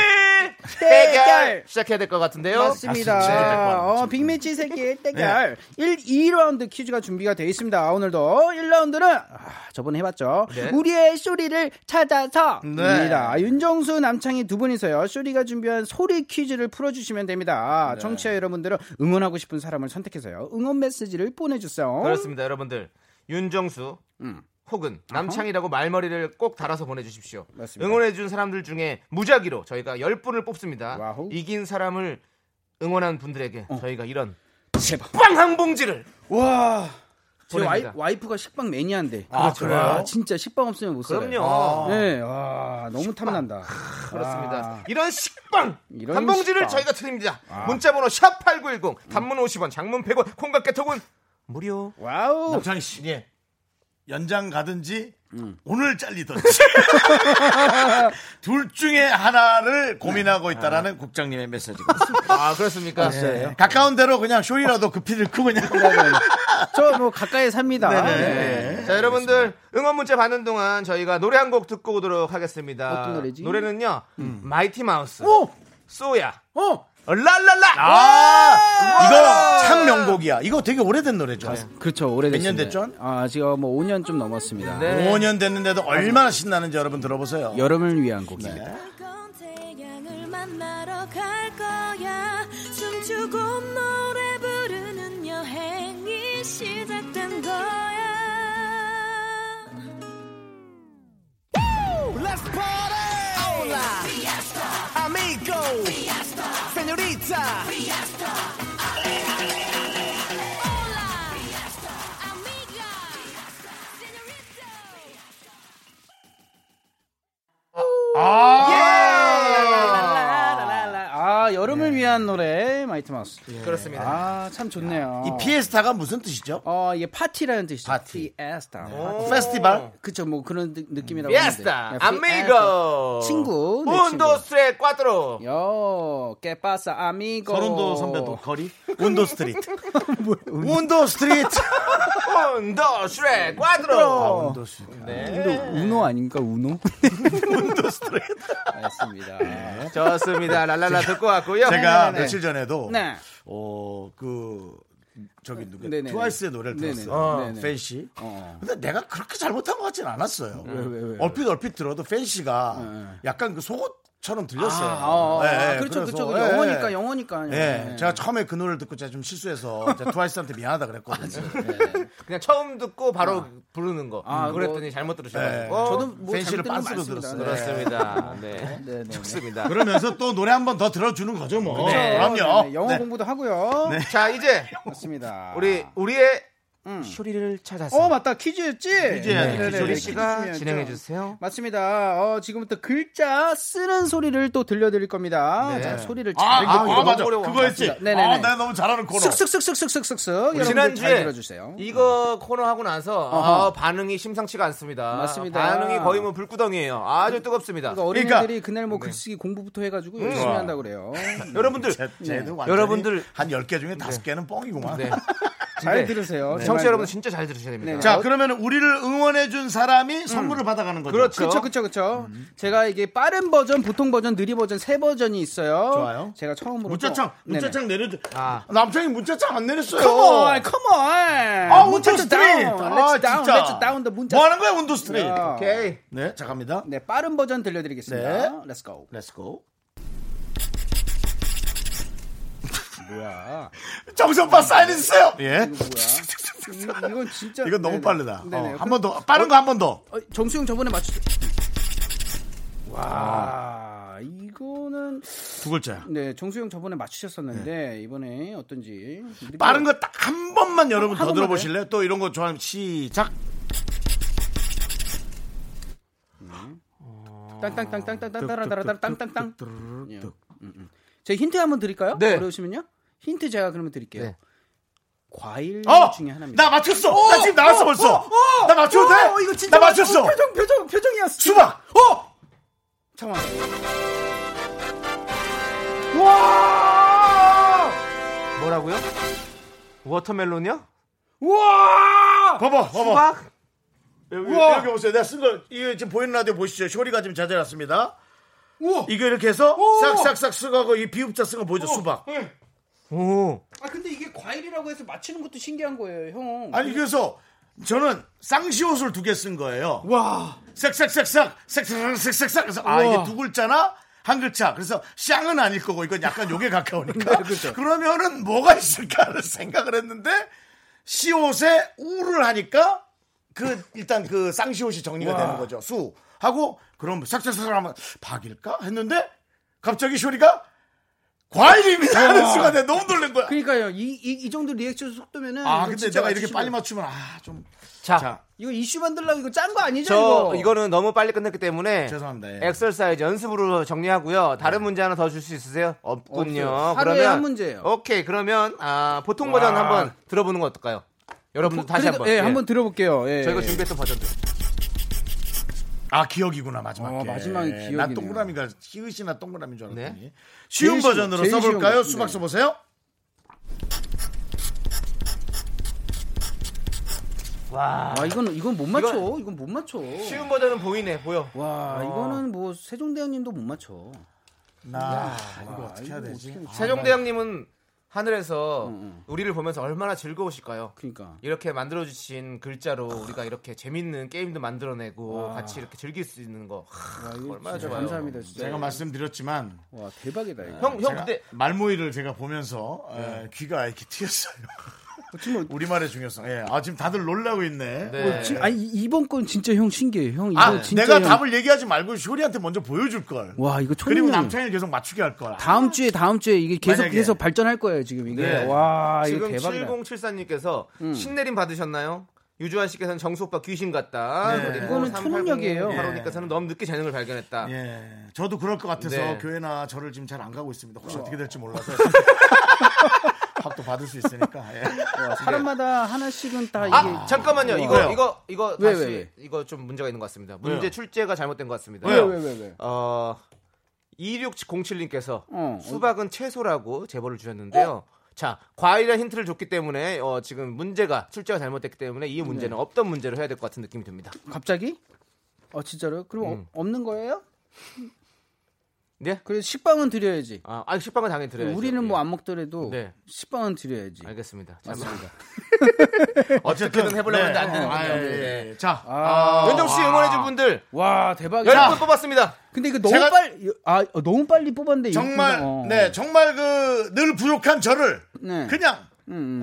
[SPEAKER 2] 대결 시작해야 될 것 같은데요.
[SPEAKER 5] 네,
[SPEAKER 2] 아,
[SPEAKER 5] 맞습니다. 어, 빅매치
[SPEAKER 2] 네.
[SPEAKER 5] 세계 대결 1, 2라운드 퀴즈가 준비가 되어 있습니다. 오늘도 1라운드는 아, 저번에 해봤죠.
[SPEAKER 2] 네.
[SPEAKER 5] 우리의 쇼리를 찾아서입니다. 윤정수 남창희 두 분이서요. 쇼리가 준비한 소리 퀴즈를 풀어주시면 됩니다.
[SPEAKER 2] 네.
[SPEAKER 5] 청취자 여러분들은 응원하고 싶은 사람을 선택해서요. 응원 메시지를 보내주세요.
[SPEAKER 2] 그렇습니다, 여러분들. 윤정수
[SPEAKER 5] 음.
[SPEAKER 2] 혹은 남창이라고 말머리를 꼭 달아서 보내주십시오.
[SPEAKER 5] 맞습니다.
[SPEAKER 2] 응원해준 사람들 중에 무작위로 저희가 10분을 뽑습니다.
[SPEAKER 5] 와우. 어.
[SPEAKER 2] 이긴 사람을 응원한 분들에게 저희가 이런
[SPEAKER 5] 제발.
[SPEAKER 2] 빵 한 봉지를
[SPEAKER 5] 와. 제 와이,
[SPEAKER 2] 보냅니다.
[SPEAKER 5] 와이프가 식빵 매니아인데.
[SPEAKER 1] 아, 그래요?
[SPEAKER 5] 아, 진짜 식빵 없으면 못 살아요.
[SPEAKER 2] 그럼요.
[SPEAKER 5] 네, 와, 너무 탐난다.
[SPEAKER 2] 그렇습니다.
[SPEAKER 5] 아,
[SPEAKER 2] 이런 식빵
[SPEAKER 5] 이런
[SPEAKER 2] 한 봉지를
[SPEAKER 5] 식빵. 아.
[SPEAKER 2] 저희가 드립니다. 문자번호 샵 #8910 단문 50원, 장문 100원, 콩깍개톡은 무료.
[SPEAKER 5] 와우.
[SPEAKER 1] 남창희 씨.
[SPEAKER 2] 예.
[SPEAKER 1] 연장 가든지
[SPEAKER 2] 음.
[SPEAKER 1] 오늘 잘리든지 둘 중에 하나를 고민하고 있다라는 국장님의 메시지가 있습니다.
[SPEAKER 2] 아 그렇습니까?
[SPEAKER 1] 예. 가까운 데로 그냥 쇼이라도 그 피를 크고 그냥
[SPEAKER 5] 저 뭐 가까이 삽니다. 네.
[SPEAKER 2] 자 여러분들 응원 문자 받는 동안 저희가 노래 한 곡 듣고 오도록 하겠습니다.
[SPEAKER 5] 어떤 노래지?
[SPEAKER 2] 는요 마이티 마우스,
[SPEAKER 5] 오!
[SPEAKER 2] 소야,
[SPEAKER 5] 어!
[SPEAKER 1] 랄랄라. 아, 이거 참 명곡이야. 이거 되게 오래된 노래죠.
[SPEAKER 5] 그렇죠. 오래됐습니다.
[SPEAKER 1] 몇년 됐죠?
[SPEAKER 5] 아, 지금 뭐 5년 좀 넘었습니다.
[SPEAKER 2] 네.
[SPEAKER 1] 5년 됐는데도 얼마나 신나는지 여러분 들어보세요.
[SPEAKER 5] 여름을 위한 곡입니다.
[SPEAKER 6] 네. 뜨거운 태양을 만나러 갈 거야 춤추고 노래 부르는 여행이 시작된 거야
[SPEAKER 2] 예!
[SPEAKER 5] 아, 여름을 위한 노래 마이트 마우스.
[SPEAKER 2] 예. 그렇습니다.
[SPEAKER 5] 아, 참 좋네요.
[SPEAKER 1] 이 피에스타가 무슨 뜻이죠?
[SPEAKER 5] 어, 이게 파티라는 뜻이죠.
[SPEAKER 1] 파티.
[SPEAKER 5] 피에스타.
[SPEAKER 1] 페스티벌?
[SPEAKER 5] 네, 그쵸, 뭐 그런 느- 느낌이라고.
[SPEAKER 2] 피에스타
[SPEAKER 5] 하는데. 예,
[SPEAKER 2] 아미고
[SPEAKER 5] 피에스타. 그 친구. 예. 내 친구.
[SPEAKER 2] 운도스의 꽈트로
[SPEAKER 5] 요, 깨빠싸 아미고.
[SPEAKER 1] 서른도 선배도 거리? 어. 운도 스트리트. 운도 스트리트. 아,
[SPEAKER 2] 운도스의 꽈트로
[SPEAKER 1] 운도 스트리트.
[SPEAKER 5] 근데 네. 우노 아닙니까, 우노? 알겠습니다.
[SPEAKER 2] 좋습니다 랄랄라 듣고 왔고요
[SPEAKER 1] 제가
[SPEAKER 5] 네, 네, 네.
[SPEAKER 1] 며칠 전에도
[SPEAKER 5] 네.
[SPEAKER 1] 어, 그 저기 누구
[SPEAKER 5] 네, 네, 네.
[SPEAKER 1] 트와이스의 노래를
[SPEAKER 5] 네, 네.
[SPEAKER 1] 들었어요.
[SPEAKER 5] 어. 네, 네.
[SPEAKER 1] 팬시.
[SPEAKER 5] 어. 음,
[SPEAKER 1] 근데 내가 그렇게 잘못한 것 같진 않았어요.
[SPEAKER 5] 왜, 왜?
[SPEAKER 1] 얼핏 얼핏 들어도 팬시가 약간 그 속옷처럼 들렸어요.
[SPEAKER 5] 아, 어,
[SPEAKER 1] 예,
[SPEAKER 5] 아,
[SPEAKER 1] 예,
[SPEAKER 5] 그렇죠,
[SPEAKER 1] 그래서,
[SPEAKER 5] 그렇죠.
[SPEAKER 1] 예, 예.
[SPEAKER 5] 영어니까, 네. 영어니까.
[SPEAKER 1] 예, 제가 처음에 그 노래를 듣고 제가 좀 실수해서 제가 트와이스한테 미안하다
[SPEAKER 5] 아,
[SPEAKER 1] 그랬거든요.
[SPEAKER 2] 그냥 처음 듣고 바로 부르는 거
[SPEAKER 5] 아,
[SPEAKER 2] 음, 그랬더니 잘못
[SPEAKER 1] 네.
[SPEAKER 2] 들으셔가지고 어,
[SPEAKER 5] 저도 뭐
[SPEAKER 1] 팬시를
[SPEAKER 5] 잘못된 건
[SPEAKER 1] 빤스로 들었어요.
[SPEAKER 5] 많습니다. 네.
[SPEAKER 2] 그렇습니다 네,
[SPEAKER 5] 네, 네.
[SPEAKER 2] 좋습니다
[SPEAKER 1] 그러면서 또 노래 한 번 더 들어주는 거죠, 뭐.
[SPEAKER 5] 그렇죠.
[SPEAKER 2] 네.
[SPEAKER 1] 그럼요.
[SPEAKER 5] 영어
[SPEAKER 1] 네.
[SPEAKER 5] 공부도 하고요.
[SPEAKER 2] 자 이제
[SPEAKER 5] 맞습니다.
[SPEAKER 2] 우리 우리의
[SPEAKER 5] 음.
[SPEAKER 2] 쇼리를 찾아서
[SPEAKER 5] 어 맞다 퀴즈였지. 네, 네, 네.
[SPEAKER 2] 쇼리
[SPEAKER 5] 퀴즈
[SPEAKER 2] 씨가
[SPEAKER 5] 중요하죠.
[SPEAKER 2] 진행해 주세요
[SPEAKER 5] 맞습니다. 어, 지금부터 글자 쓰는 소리를 또 들려드릴 겁니다. 자, 소리를 잘
[SPEAKER 1] 아, 아,
[SPEAKER 5] 듣고
[SPEAKER 1] 아, 맞아.
[SPEAKER 2] 어려워.
[SPEAKER 1] 그거 했지.
[SPEAKER 5] 네, 네, 네.
[SPEAKER 1] 아, 내가 너무 잘하는 코너.
[SPEAKER 5] 쓱쓱쓱쓱쓱쓱쓱. 여러분들 잘
[SPEAKER 2] 지난주에
[SPEAKER 5] 들어주세요.
[SPEAKER 2] 이거 코너 하고 나서
[SPEAKER 5] 어허.
[SPEAKER 2] 아, 반응이 심상치가 않습니다.
[SPEAKER 5] 맞습니다.
[SPEAKER 2] 반응이 거의 뭐 불구덩이에요. 아주 뜨겁습니다.
[SPEAKER 5] 그러니까 어린이들이 그날뭐 글쓰기 공부부터 해가지고 열심히
[SPEAKER 1] 좋아.
[SPEAKER 5] 한다 그래요.
[SPEAKER 2] 음. 여러분들
[SPEAKER 1] 쟤- 쟤는 완전히
[SPEAKER 2] 여러분들.
[SPEAKER 1] 한 10개 중에 다섯 개는 뻥이구만.
[SPEAKER 2] 네.
[SPEAKER 5] 잘 들으세요. 제발.
[SPEAKER 2] 청취자 여러분 진짜 잘 들으셔야 됩니다.
[SPEAKER 5] 네.
[SPEAKER 1] 자, 그러면 우리를 응원해준 사람이 선물을 받아가는 거죠.
[SPEAKER 2] 그렇죠.
[SPEAKER 5] 그쵸 그쵸 그쵸. 제가 이게 빠른 버전, 보통 버전, 느리 버전 세 버전이 있어요.
[SPEAKER 1] 좋아요.
[SPEAKER 5] 제가 처음으로
[SPEAKER 1] 문자창,
[SPEAKER 5] 또- 네네.
[SPEAKER 1] 문자창 내려줘.
[SPEAKER 2] 아.
[SPEAKER 1] 남창이 문자창 안 내렸어요.
[SPEAKER 5] 컴온, 컴온. 아,
[SPEAKER 1] 운동 스트레이트. 아,
[SPEAKER 5] 렛츠 다운,
[SPEAKER 1] 진짜.
[SPEAKER 5] 렛츠 다운 더 문자.
[SPEAKER 1] 뭐 하는 거야, 운도 스트레이트.
[SPEAKER 5] 야.
[SPEAKER 2] 오케이.
[SPEAKER 1] 네, 자, 갑니다.
[SPEAKER 5] 네, 빠른 버전 들려드리겠습니다.
[SPEAKER 1] 네.
[SPEAKER 5] 렛츠 고.
[SPEAKER 1] 렛츠고.
[SPEAKER 5] 뭐야?
[SPEAKER 1] 정선파 사인 해주세요. 예.
[SPEAKER 5] 이, 이건 진짜
[SPEAKER 1] 이건 너무
[SPEAKER 5] 네네.
[SPEAKER 1] 빠르다. 어,
[SPEAKER 5] 네네.
[SPEAKER 1] 한 번 더. 빠른 거 한 번 더.
[SPEAKER 5] 어, 정수영 저번에 맞추. 와, 이거는
[SPEAKER 1] 두 글자야.
[SPEAKER 5] 네 정수영 저번에 맞추셨었는데 이번에 어떤지 느낌-
[SPEAKER 1] 그러니까 빠른 거 딱 한 번만 여러분
[SPEAKER 5] 한
[SPEAKER 1] 더
[SPEAKER 5] 번만
[SPEAKER 1] 들어보실래요? 또 이런 거 좋아하면 시작.
[SPEAKER 5] 땅땅땅땅땅땅땅땅땅땅땅땅. 제 힌트 한번 드릴까요?
[SPEAKER 2] 네.
[SPEAKER 5] 어려우시면요. 힌트 제가 그러면 드릴게요.
[SPEAKER 2] 네.
[SPEAKER 5] 과일
[SPEAKER 1] 어!
[SPEAKER 5] 중에 하나입니다.
[SPEAKER 1] 나 맞췄어. 나 지금 나왔어 벌써. 나 맞춰도 돼?
[SPEAKER 5] 어, 이거 진짜
[SPEAKER 1] 나 맞췄어.
[SPEAKER 5] 맞- 어, 표정 표정 표정이었어.
[SPEAKER 1] 수박. 어?
[SPEAKER 5] 잠깐.
[SPEAKER 2] 뭐라고요? 워터멜론이요?
[SPEAKER 1] 봐봐, 봐봐.
[SPEAKER 2] 수박?
[SPEAKER 1] 여기, 여기 보세요. 내가 쓴 걸, 이거 지금 보이는 라디오 보시죠. 쇼리가 지금 자제해놨습니다.
[SPEAKER 5] 우와.
[SPEAKER 1] 이거 이렇게 해서 싹싹싹 쓰고 이 비읍자 쓴 거 보이죠? 수박.
[SPEAKER 2] 오.
[SPEAKER 5] 아 근데 이게 과일이라고 해서 맞히는 것도 신기한 거예요, 형.
[SPEAKER 1] 아니 그래서 저는 쌍시옷을 두 개 쓴 거예요. 와. 싹싹싹싹 싹싹싹싹싹 그래서 아 이게 두 글자나 한 글자. 그래서 쌍은 아닐 거고 이건 약간 요게 가까우니까.
[SPEAKER 5] 네,
[SPEAKER 1] 그러면은 뭐가 있을까를 생각을 했는데 시옷에 우를 하니까 그 일단 그 쌍시옷이 정리가 되는 거죠. 수 하고 그럼 싹싹싹 하면 박일까 했는데 갑자기 쇼리가 과일입니다 하는 순간에 너무 놀란 거야.
[SPEAKER 5] 그러니까요. 이, 이, 이 정도 리액션 속도면은
[SPEAKER 1] 아
[SPEAKER 5] 이거
[SPEAKER 1] 근데
[SPEAKER 5] 진짜
[SPEAKER 1] 내가 이렇게
[SPEAKER 5] 맞추시면-
[SPEAKER 1] 빨리 맞추면 아좀
[SPEAKER 2] 자,
[SPEAKER 5] 이거 이슈 만들려고 이거 짠 거 아니죠?
[SPEAKER 2] 저
[SPEAKER 5] 이거?
[SPEAKER 2] 이거는 너무 빨리 끝냈기 때문에
[SPEAKER 1] 죄송합니다. 예.
[SPEAKER 2] 엑설사이즈 연습으로 정리하고요. 다른 문제 하나 더 줄 수 있으세요? 없군요.
[SPEAKER 5] 네. 없어요. 하루에
[SPEAKER 2] 그러면-
[SPEAKER 5] 한 문제예요.
[SPEAKER 2] 오케이. 그러면 아, 보통 버전 한번 들어보는 건 어떨까요? 여러분 다시
[SPEAKER 5] 그래도-
[SPEAKER 2] 한번.
[SPEAKER 5] 예,
[SPEAKER 2] 예.
[SPEAKER 5] 한번 들어볼게요. 예.
[SPEAKER 2] 저희가 준비했던 버전들.
[SPEAKER 1] 아 기억이구나 마지막에.
[SPEAKER 5] 어, 마지막이
[SPEAKER 1] 나
[SPEAKER 5] 기억이네요.
[SPEAKER 1] 동그라미가 희으시나 동그라미인 줄 알았더니
[SPEAKER 2] 네.
[SPEAKER 1] 쉬운
[SPEAKER 5] 제일 쉬운,
[SPEAKER 1] 버전으로
[SPEAKER 5] 제일
[SPEAKER 1] 써볼까요?
[SPEAKER 5] 쉬운
[SPEAKER 1] 수박
[SPEAKER 5] 거. 네.
[SPEAKER 1] 써보세요.
[SPEAKER 2] 와.
[SPEAKER 5] 아, 이건 이건 못 맞춰. 이건, 못 맞춰.
[SPEAKER 1] 아.
[SPEAKER 2] 쉬운 버전은 보이네. 보여.
[SPEAKER 5] 와, 이거는 뭐 세종대왕님도 못 맞춰. 아,
[SPEAKER 1] 나 아, 이거 어떻게 해야 되지?
[SPEAKER 5] 네.
[SPEAKER 2] 세종대왕님은 하늘에서
[SPEAKER 5] 음,
[SPEAKER 2] 우리를 보면서 얼마나 즐거우실까요?
[SPEAKER 5] 그러니까.
[SPEAKER 2] 이렇게 만들어주신 글자로 우리가 이렇게 재밌는 게임도 만들어내고
[SPEAKER 5] 아.
[SPEAKER 2] 같이 이렇게 즐길 수 있는 거.
[SPEAKER 5] 와, 이거
[SPEAKER 2] 얼마나
[SPEAKER 5] 진짜
[SPEAKER 2] 좋아요.
[SPEAKER 5] 감사합니다. 진짜.
[SPEAKER 1] 제가 말씀드렸지만
[SPEAKER 5] 와 대박이다 이거.
[SPEAKER 2] 형, 형
[SPEAKER 1] 제가
[SPEAKER 2] 그때
[SPEAKER 1] 말모이를 제가 보면서
[SPEAKER 5] 네.
[SPEAKER 1] 에, 귀가 이렇게 튀었어요.
[SPEAKER 5] 정말-
[SPEAKER 1] 우리말의 중요성. 예. 아 지금 다들 놀라고 있네. 어,
[SPEAKER 2] 네.
[SPEAKER 5] 지- 아니 이- 이번 건 진짜 형 신기해. 형 이거
[SPEAKER 1] 아
[SPEAKER 5] 진짜
[SPEAKER 1] 내가
[SPEAKER 5] 형-
[SPEAKER 1] 답을 얘기하지 말고 쇼리한테 먼저 보여줄 걸.
[SPEAKER 5] 와 이거 총
[SPEAKER 1] 그리고 남창이를 계속 맞추게 할 걸. 아,
[SPEAKER 5] 다음 주에 다음 주에 이게 계속
[SPEAKER 1] 만약에-
[SPEAKER 5] 계속 발전할 거예요 지금 이게.
[SPEAKER 1] 네.
[SPEAKER 5] 와 아, 이거
[SPEAKER 2] 지금
[SPEAKER 5] 대박이다. 네. 음.
[SPEAKER 2] 7074님께서 신내림 받으셨나요? 유주환 씨께서는 정수 오빠 귀신 같다.
[SPEAKER 1] 네.
[SPEAKER 5] 이거는 초능력이에요. 예.
[SPEAKER 2] 바로니까서는 너무 늦게 재능을 발견했다.
[SPEAKER 1] 예. 저도 그럴 것 같아서
[SPEAKER 2] 아. 네.
[SPEAKER 1] 교회나 저를 지금 잘 안 가고 있습니다. 혹시 어. 떻게 될지 몰라서. 밥도 받을 수 있으니까. 예.
[SPEAKER 5] 와, 사람마다 하나씩은 다 이게.
[SPEAKER 2] 아 잠깐만요. 이거
[SPEAKER 1] 왜요?
[SPEAKER 2] 이거 이거
[SPEAKER 5] 왜,
[SPEAKER 2] 다시
[SPEAKER 5] 왜, 왜?
[SPEAKER 2] 이거 좀 문제가 있는 것 같습니다. 문제 출제가 잘못된 것 같습니다.
[SPEAKER 1] 왜요?
[SPEAKER 5] 왜, 왜?
[SPEAKER 2] 어 26707님께서
[SPEAKER 5] 어.
[SPEAKER 2] 수박은 채소라고 제보를 주셨는데요. 자, 과일이라 힌트를 줬기 때문에 어, 지금 문제가 출제가 잘못됐기 때문에 이 문제는
[SPEAKER 5] 네.
[SPEAKER 2] 없던 문제로 해야 될 것 같은 느낌이 듭니다.
[SPEAKER 5] 갑자기? 어 진짜로요? 그럼 어-
[SPEAKER 2] 음.
[SPEAKER 5] 없는 거예요?
[SPEAKER 2] 네?
[SPEAKER 5] 그래서 식빵은 드려야지.
[SPEAKER 2] 아, 아 식빵은 당연히
[SPEAKER 1] 네,
[SPEAKER 2] 드려야죠.
[SPEAKER 5] 우리는
[SPEAKER 2] 예.
[SPEAKER 5] 뭐 안 먹더라도
[SPEAKER 2] 네.
[SPEAKER 5] 식빵은 드려야지.
[SPEAKER 2] 알겠습니다.
[SPEAKER 5] 맞습니다.
[SPEAKER 2] 어쨌든
[SPEAKER 1] 네.
[SPEAKER 2] 해보려고 했는데 안 되는
[SPEAKER 1] 아,
[SPEAKER 2] 거예요.
[SPEAKER 1] 예, 예,
[SPEAKER 2] 네.
[SPEAKER 1] 예. 자.
[SPEAKER 5] 아,
[SPEAKER 2] 윤정 씨 응원해준 분들
[SPEAKER 5] 와 대박이다.
[SPEAKER 2] 10분 뽑았습니다.
[SPEAKER 5] 근데 이거 너무
[SPEAKER 1] 제가-
[SPEAKER 5] 빨리 아 어, 너무 빨리 뽑았는데 이거
[SPEAKER 1] 정말
[SPEAKER 5] 금방- 어.
[SPEAKER 1] 네 정말 그 늘 부족한 저를
[SPEAKER 5] 네.
[SPEAKER 1] 그냥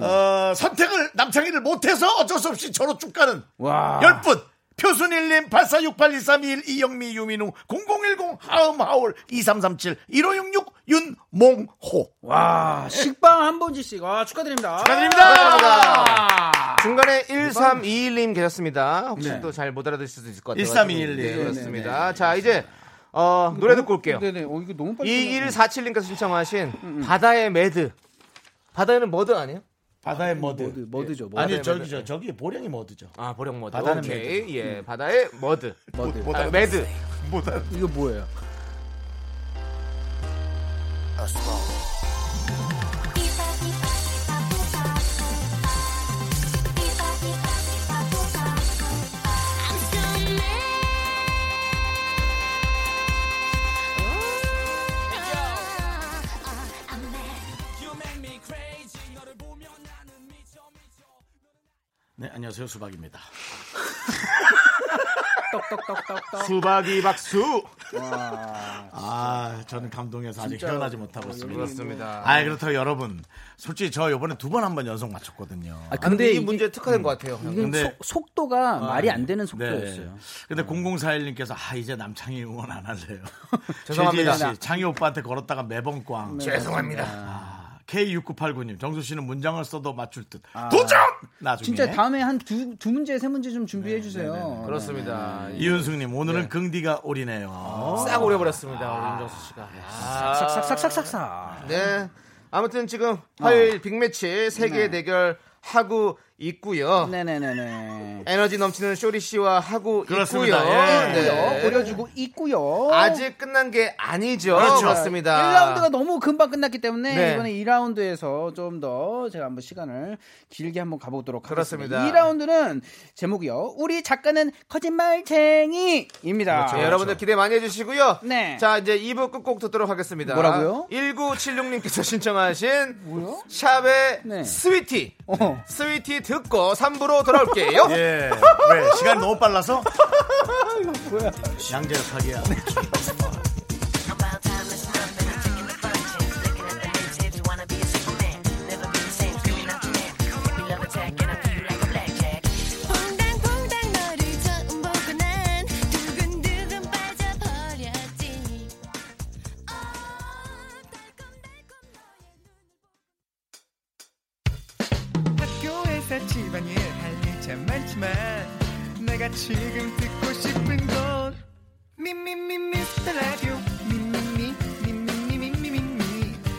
[SPEAKER 1] 어, 선택을 남창희를 못해서 어쩔 수 없이 저로 쭉 가는
[SPEAKER 5] 와.
[SPEAKER 1] 열 분 표순일님 84682321 이영미 유민우 0010 하음하울 2337 1566 윤몽호
[SPEAKER 5] 와 식빵 한 번지씩 아 축하드립니다.
[SPEAKER 2] 감사합니다. 중간에 1321님 계셨습니다. 혹시 또 잘 못 알아들으실 수 있을 것 같아요.
[SPEAKER 1] 1321 님.
[SPEAKER 2] 네, 그렇습니다. 자, 이제 어, 노래 듣고 올게요. 음,
[SPEAKER 5] 네네. 어 이거 너무 빨리. 끝났네.
[SPEAKER 2] 2147님께서 신청하신 바다의 매드. 바다에는 머드 아니에요?
[SPEAKER 1] 바다의 머드
[SPEAKER 5] 머드 머드죠. 머드.
[SPEAKER 1] 네. 아니 저기죠 저기 보령이 머드죠
[SPEAKER 2] 아, 보령 머드.
[SPEAKER 1] 바다는
[SPEAKER 2] 오케이. 예, 바다의 머드.
[SPEAKER 1] 뭐,
[SPEAKER 5] 머드.
[SPEAKER 2] 아, 매드.
[SPEAKER 5] 이거 뭐예요?
[SPEAKER 1] 네 안녕하세요 수박입니다
[SPEAKER 5] 떡떡떡떡떡.
[SPEAKER 2] 수박이 박수.
[SPEAKER 1] 아 저는 감동해서 아직 헤어나지 못하고 있습니다
[SPEAKER 2] 그렇습니다.
[SPEAKER 1] 아 그렇다고 여러분 솔직히 저 요번에 두 번 한 번 연속 맞췄거든요
[SPEAKER 5] 아
[SPEAKER 2] 근데
[SPEAKER 5] 근데
[SPEAKER 2] 이 음.
[SPEAKER 5] 이게
[SPEAKER 2] 문제 특화된 것 같아요.
[SPEAKER 5] 이게
[SPEAKER 1] 근데- 아,
[SPEAKER 5] 속, 속도가 말이 안 되는 속도였어요.
[SPEAKER 1] 네. 근데 0041님께서 아 이제 남창희 응원 안 할래요.
[SPEAKER 2] 죄송합니다.
[SPEAKER 1] 최지혜 씨, 창희 오빠한테 걸었다가 매번 꽝.
[SPEAKER 5] 네.
[SPEAKER 2] 죄송합니다.
[SPEAKER 1] K6989님 정수 씨는 문장을 써도 맞출 듯. 도전! 나중에.
[SPEAKER 5] 아.
[SPEAKER 1] 네,
[SPEAKER 5] 진짜 다음에 한 두 두 문제 세 문제 좀 준비해 주세요. 네.
[SPEAKER 2] 그렇습니다.
[SPEAKER 5] 음.
[SPEAKER 1] 이윤숙님 오늘은 긍디가 올이네요.
[SPEAKER 2] 싹 오려버렸습니다. 우리 윤정수 씨가.
[SPEAKER 5] 아,
[SPEAKER 2] 아,
[SPEAKER 1] 아.
[SPEAKER 5] 싹싹싹싹싹싹.
[SPEAKER 2] 네. 아무튼
[SPEAKER 5] 어.
[SPEAKER 2] 지금 화요일 빅매치
[SPEAKER 5] 네.
[SPEAKER 2] 세계 대결 하고 있고요.
[SPEAKER 5] 네네네네.
[SPEAKER 2] 에너지 넘치는 쇼리 씨와 하고
[SPEAKER 1] 그렇습니다.
[SPEAKER 2] 있고요.
[SPEAKER 1] 예.
[SPEAKER 2] 네.
[SPEAKER 5] 보여주고 있고요.
[SPEAKER 2] 아직 끝난 게 아니죠.
[SPEAKER 1] 그렇죠.
[SPEAKER 2] 습니다
[SPEAKER 5] 1라운드가 네. 너무 금방 끝났기 때문에
[SPEAKER 2] 어, 네.
[SPEAKER 5] 이번에 2라운드에서 좀 더 제가 한번 시간을 길게 한번 가보도록
[SPEAKER 2] 그렇습니다.
[SPEAKER 5] 하겠습니다. 2라운드는 제목이요. 우리 작가는 거짓말쟁이입니다.
[SPEAKER 2] 그렇죠. 여러분들 기대 많이 해주시고요.
[SPEAKER 5] 그렇죠. 네.
[SPEAKER 2] 자, 이제 2부 끝곡 듣도록 하겠습니다.
[SPEAKER 5] 뭐라고요?
[SPEAKER 2] 1976님께서 신청하신
[SPEAKER 5] 뭐요?
[SPEAKER 2] 샵의
[SPEAKER 5] 네.
[SPEAKER 2] 스위티.
[SPEAKER 5] 어.
[SPEAKER 2] 스위티 듣고 3부로 돌아올게요.
[SPEAKER 1] 예. 왜 시간 너무 빨라서? 양재역학이야.
[SPEAKER 6] 퐁당퐁당 너를 처음 보고 난 두근두근 빠져버렸지 어, 달콤달콤 너의 눈
[SPEAKER 7] 학교에서 집안일 할 일 참 많지만 내가 지금 듣고 싶은 건 미미미 미스터 라디오 미미미 미미미 미미미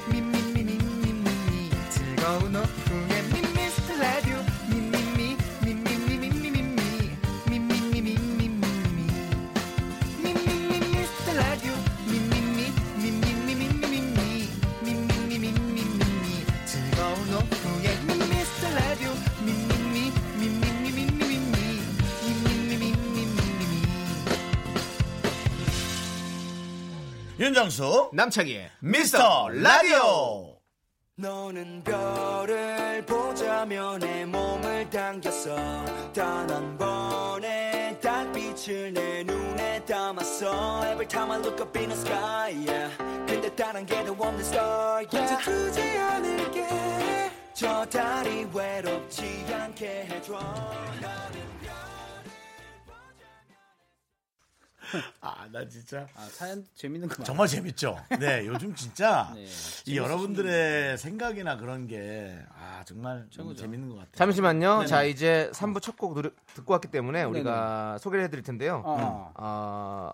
[SPEAKER 7] 미미미 미미미 즐거운 오후에 미미스터 라디오 미미미 미미미 미미미 미미미 미미미 미미미 미스터 라디오 미미미 미미미 미미미 미미미 미미미 즐거운 오후에 미스터 라디오 미미미 미미미 미미미 미미미 미미미
[SPEAKER 1] 윤정수
[SPEAKER 2] 남창희의
[SPEAKER 1] 미스터 라디오
[SPEAKER 4] 너는 별을 보자며 내 몸을 당겼어 단 한 번의 달빛을 내 눈에 담았어 Every time I look up in the sky yeah. 근데 다른 게더 없는 star yeah. 두지 않을게 저 달이 외롭지 않게 해줘
[SPEAKER 1] 아 나 진짜
[SPEAKER 5] 아, 사연 재밌는 거 많아.
[SPEAKER 1] 정말 재밌죠. 네, 요즘 진짜
[SPEAKER 5] 네,
[SPEAKER 1] 이 여러분들의 생각이나 그런 게 아, 정말 너무 재밌는 것 같아요.
[SPEAKER 2] 잠시만요. 자 이제 3부 첫 곡 듣고 왔기 때문에 우리가 소개를 해드릴 텐데요.
[SPEAKER 5] 어.
[SPEAKER 2] 어,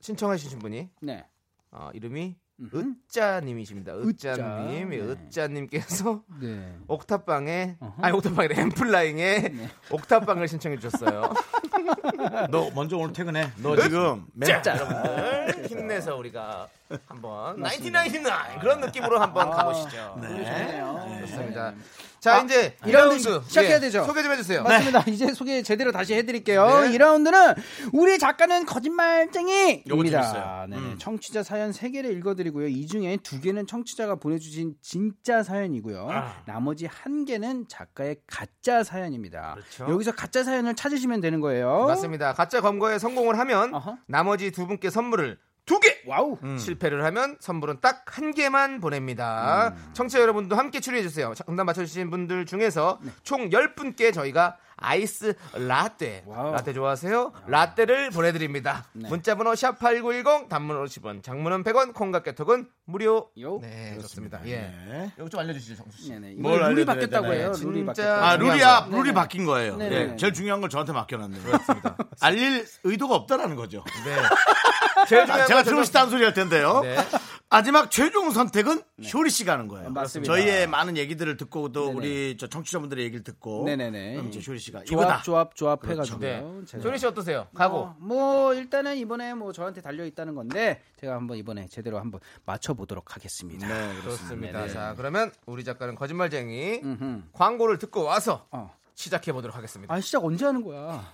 [SPEAKER 2] 신청하신 분이
[SPEAKER 5] 네.
[SPEAKER 2] 어, 이름이 으짜님이십니다. 네. 으짜님, 으짜님께서
[SPEAKER 5] 네.
[SPEAKER 2] 옥탑방에 아니 옥탑방이 엠플라잉에 옥탑방을 신청해 주셨어요.
[SPEAKER 1] 너 먼저 오늘 퇴근해. 너 지금 맨
[SPEAKER 2] 자 여러분들 네, 힘내서 우리가 한번 1999 그런 느낌으로 한번 가보시죠.
[SPEAKER 5] 네.
[SPEAKER 2] 좋습니다. 자 네. 아, 이제 2라운드 예. 네.
[SPEAKER 5] 이 라운드 시작해야 되죠?
[SPEAKER 2] 소개 좀 해주세요.
[SPEAKER 5] 맞습니다. 이제 소개 제대로 다시 해드릴게요.
[SPEAKER 2] 네.
[SPEAKER 5] 이 2라운드는 우리 작가는 거짓말쟁이입니다.
[SPEAKER 1] 재밌어요. 음.
[SPEAKER 5] 네, 청취자 사연 3개를 읽어드리고요. 이 중에 2개는 청취자가 보내주신 진짜 사연이고요.
[SPEAKER 1] 아.
[SPEAKER 5] 나머지 1개는 작가의 가짜 사연입니다.
[SPEAKER 2] 그렇죠.
[SPEAKER 5] 여기서 가짜 사연을 찾으시면 되는 거예요.
[SPEAKER 2] 네, 맞습니다. 가짜 검거에 성공을 하면
[SPEAKER 5] 어? 어허. 음.
[SPEAKER 2] 나머지 두 분께 선물을 두 개.
[SPEAKER 5] 와우.
[SPEAKER 2] 실패를 하면 선물은 딱 한 개만 보냅니다.
[SPEAKER 5] 음.
[SPEAKER 2] 청취자 여러분도 함께 추리해 주세요. 정답 맞춰 주신 분들 중에서
[SPEAKER 5] 네.
[SPEAKER 2] 총 10분께 저희가 아이스 라떼.
[SPEAKER 5] 와우. 네.
[SPEAKER 2] 라떼 좋아하세요? 라떼를 보내 드립니다. 문자 번호 샵8910 단문 50원, 장문은 100원, 콩과 깨톡은 무료.
[SPEAKER 5] 요.
[SPEAKER 2] 네, 좋습니다. 예.
[SPEAKER 1] 네.
[SPEAKER 2] 이거 좀 알려 주시죠, 정수 씨.
[SPEAKER 5] 네네.
[SPEAKER 1] 뭘
[SPEAKER 5] 이거 룰이
[SPEAKER 1] 알려드려야
[SPEAKER 5] 바뀌었다고
[SPEAKER 1] 되나요?
[SPEAKER 5] 해요. 룰이
[SPEAKER 2] 진짜-
[SPEAKER 5] 바뀌었다.
[SPEAKER 1] 아, 룰이야.
[SPEAKER 5] 거.
[SPEAKER 1] 룰이
[SPEAKER 5] 네네.
[SPEAKER 1] 바뀐 거예요.
[SPEAKER 5] 네네.
[SPEAKER 1] 예, 제일 중요한 걸 저한테 맡겨놨네요. 그렇습니다. 알릴 의도가 없다라는 거죠.
[SPEAKER 2] 네. 제일
[SPEAKER 1] 아,
[SPEAKER 2] 중요한
[SPEAKER 1] 제가
[SPEAKER 2] 건
[SPEAKER 1] 들으면 싫다는 소리 할 텐데요.
[SPEAKER 2] 네.
[SPEAKER 1] 마지막 최종 선택은 쇼리 씨가 하는 거예요.
[SPEAKER 5] 맞습니다.
[SPEAKER 1] 저희의 많은 얘기들을 듣고 또
[SPEAKER 5] 네네.
[SPEAKER 1] 우리 저 청취자분들의 얘기를 듣고
[SPEAKER 5] 네네네.
[SPEAKER 1] 그럼 이제 쇼리 씨가 이거다. 그렇죠.
[SPEAKER 5] 조합 조합 조합 해가지고요.
[SPEAKER 2] 네.
[SPEAKER 5] 제가-
[SPEAKER 2] 소리 씨 어떠세요? 가고.
[SPEAKER 5] 어, 뭐 일단은 이번에 뭐 저한테 달려 있다는 건데 제가 한번 이번에 제대로 한번 맞춰 보도록 하겠습니다.
[SPEAKER 1] 네,
[SPEAKER 2] 좋습니다. 자, 그러면 우리 작가는 거짓말쟁이 광고를 듣고 와서
[SPEAKER 5] 어.
[SPEAKER 2] 시작해 보도록 하겠습니다.
[SPEAKER 5] 아 시작 언제 하는 거야?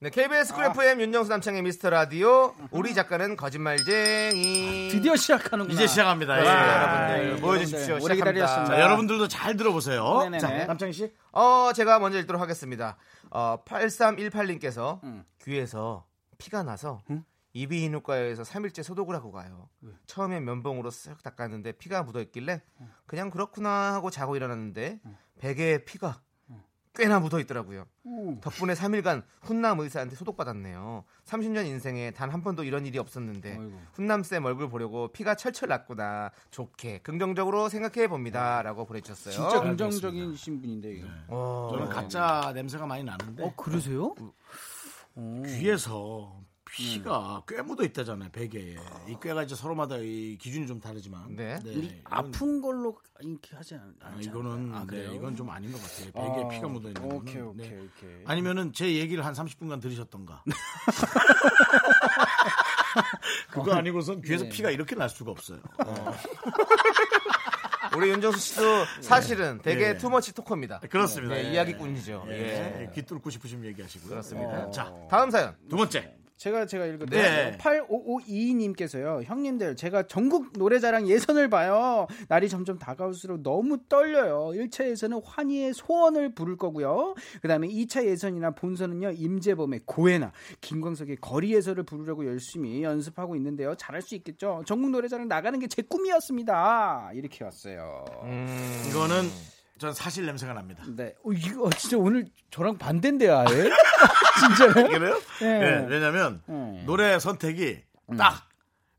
[SPEAKER 2] 네, KBS 쿨 FM 윤정수 남창의 미스터 라디오 우리 작가는 거짓말쟁이.
[SPEAKER 5] 드디어 시작하는구나.
[SPEAKER 1] 이제 시작합니다. 예.
[SPEAKER 2] 그렇습니다,
[SPEAKER 1] 예.
[SPEAKER 2] 여러분들 보여주십시오.
[SPEAKER 5] 오래 기다리셨습니다.
[SPEAKER 1] 자, 여러분들도 잘 들어보세요.
[SPEAKER 5] 네네네.
[SPEAKER 1] 자, 남창희 씨.
[SPEAKER 2] 어, 제가 먼저 읽도록 하겠습니다. 어, 8318님께서 귀에서 피가 나서 이비인후과에서 3일째 소독을 하고 가요. 처음엔 면봉으로 쓱 닦았는데 피가 묻어있길래 그냥 그렇구나 하고 자고 일어났는데 베개에 피가 꽤나 묻어있더라고요. 덕분에 3일간 훈남 의사한테 소독받았네요. 30년 인생에 단 한 번도 이런 일이 없었는데 훈남쌤 얼굴 보려고 피가 철철 났구나. 좋게 긍정적으로 생각해 봅니다. 라고 보내주셨어요.
[SPEAKER 5] 진짜 긍정적인 신분인데 이거.
[SPEAKER 1] 네.
[SPEAKER 2] 어,
[SPEAKER 1] 저는 가짜 냄새가 많이 나는데
[SPEAKER 5] 어 그러세요?
[SPEAKER 1] 음, 귀에서
[SPEAKER 5] 음.
[SPEAKER 1] 피가 꽤 묻어 있다잖아요 베개에 이 꾀가 이제 서로마다 이 기준이 좀 다르지만
[SPEAKER 2] 네.
[SPEAKER 1] 이건-
[SPEAKER 5] 아픈 걸로 이렇게 하지 않.
[SPEAKER 1] 아, 이거는 네, 이건 좀 아닌 것 같아요 베개에 피가 묻어 있는 거는
[SPEAKER 5] 오케이 오케이
[SPEAKER 1] 네.
[SPEAKER 5] 오케이.
[SPEAKER 1] 아니면은 제 얘기를 한 30분간 들으셨던가 그거 아니고선
[SPEAKER 2] 네.
[SPEAKER 1] 귀에서 피가 이렇게 날 수가 없어요
[SPEAKER 2] 우리 윤정수 씨도 사실은
[SPEAKER 5] 네.
[SPEAKER 2] 되게
[SPEAKER 1] 예.
[SPEAKER 2] 투머치 토커입니다.
[SPEAKER 1] 그렇습니다
[SPEAKER 2] 네,
[SPEAKER 1] 예.
[SPEAKER 2] 이야기꾼이죠. 예.
[SPEAKER 1] 예. 귀 뚫고 싶으시면 얘기하시고요
[SPEAKER 2] 그렇습니다.
[SPEAKER 1] 자두
[SPEAKER 2] 다음 사연.
[SPEAKER 1] 번째
[SPEAKER 5] 제가 제가 읽어드릴게요.
[SPEAKER 1] 네.
[SPEAKER 5] 8552님께서요. 형님들 제가 전국 노래자랑 예선을 봐요. 날이 점점 다가올수록 너무 떨려요. 1차 예선은 환희의 소원을 부를 거고요. 그다음에 2차 예선이나 본선은요. 임재범의 고해나 김광석의 거리에서를 부르려고 열심히 연습하고 있는데요. 잘할 수 있겠죠. 전국 노래자랑 나가는 게 제 꿈이었습니다. 이렇게 왔어요.
[SPEAKER 1] 이거는 전 사실 냄새가 납니다
[SPEAKER 5] 네. 어, 이거 진짜 오늘 저랑 반대인데요, 아예. 진짜요?
[SPEAKER 1] 그래요?
[SPEAKER 5] 예.
[SPEAKER 1] 예, 음. 왜냐면
[SPEAKER 5] 예.
[SPEAKER 1] 노래 선택이 딱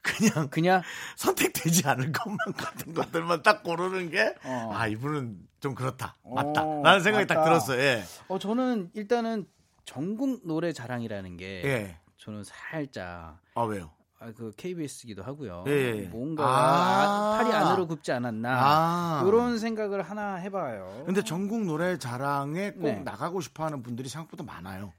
[SPEAKER 1] 그냥
[SPEAKER 5] 그냥
[SPEAKER 1] 선택되지 않을 것만 같은 것들만 딱 고르는 게
[SPEAKER 5] 어.
[SPEAKER 1] 아 이분은 좀 그렇다 맞다
[SPEAKER 5] 어,
[SPEAKER 1] 라는 생각이 딱
[SPEAKER 5] 맞다.
[SPEAKER 1] 들었어요 예.
[SPEAKER 5] 어 저는 일단은 전국 노래 자랑이라는 게
[SPEAKER 1] 예.
[SPEAKER 5] 저는 살짝
[SPEAKER 1] 아 왜요
[SPEAKER 5] 아, 그 KBS기도 하고요.
[SPEAKER 1] 예.
[SPEAKER 5] 뭔가
[SPEAKER 1] 아.
[SPEAKER 5] 아, 팔이 안으로 굽지 않았나
[SPEAKER 1] 아.
[SPEAKER 5] 이런 생각을 하나 해봐요.
[SPEAKER 1] 근데 전국 노래 자랑에 꼭
[SPEAKER 5] 네.
[SPEAKER 1] 나가고 싶어 하는 분들이 생각보다 많아요.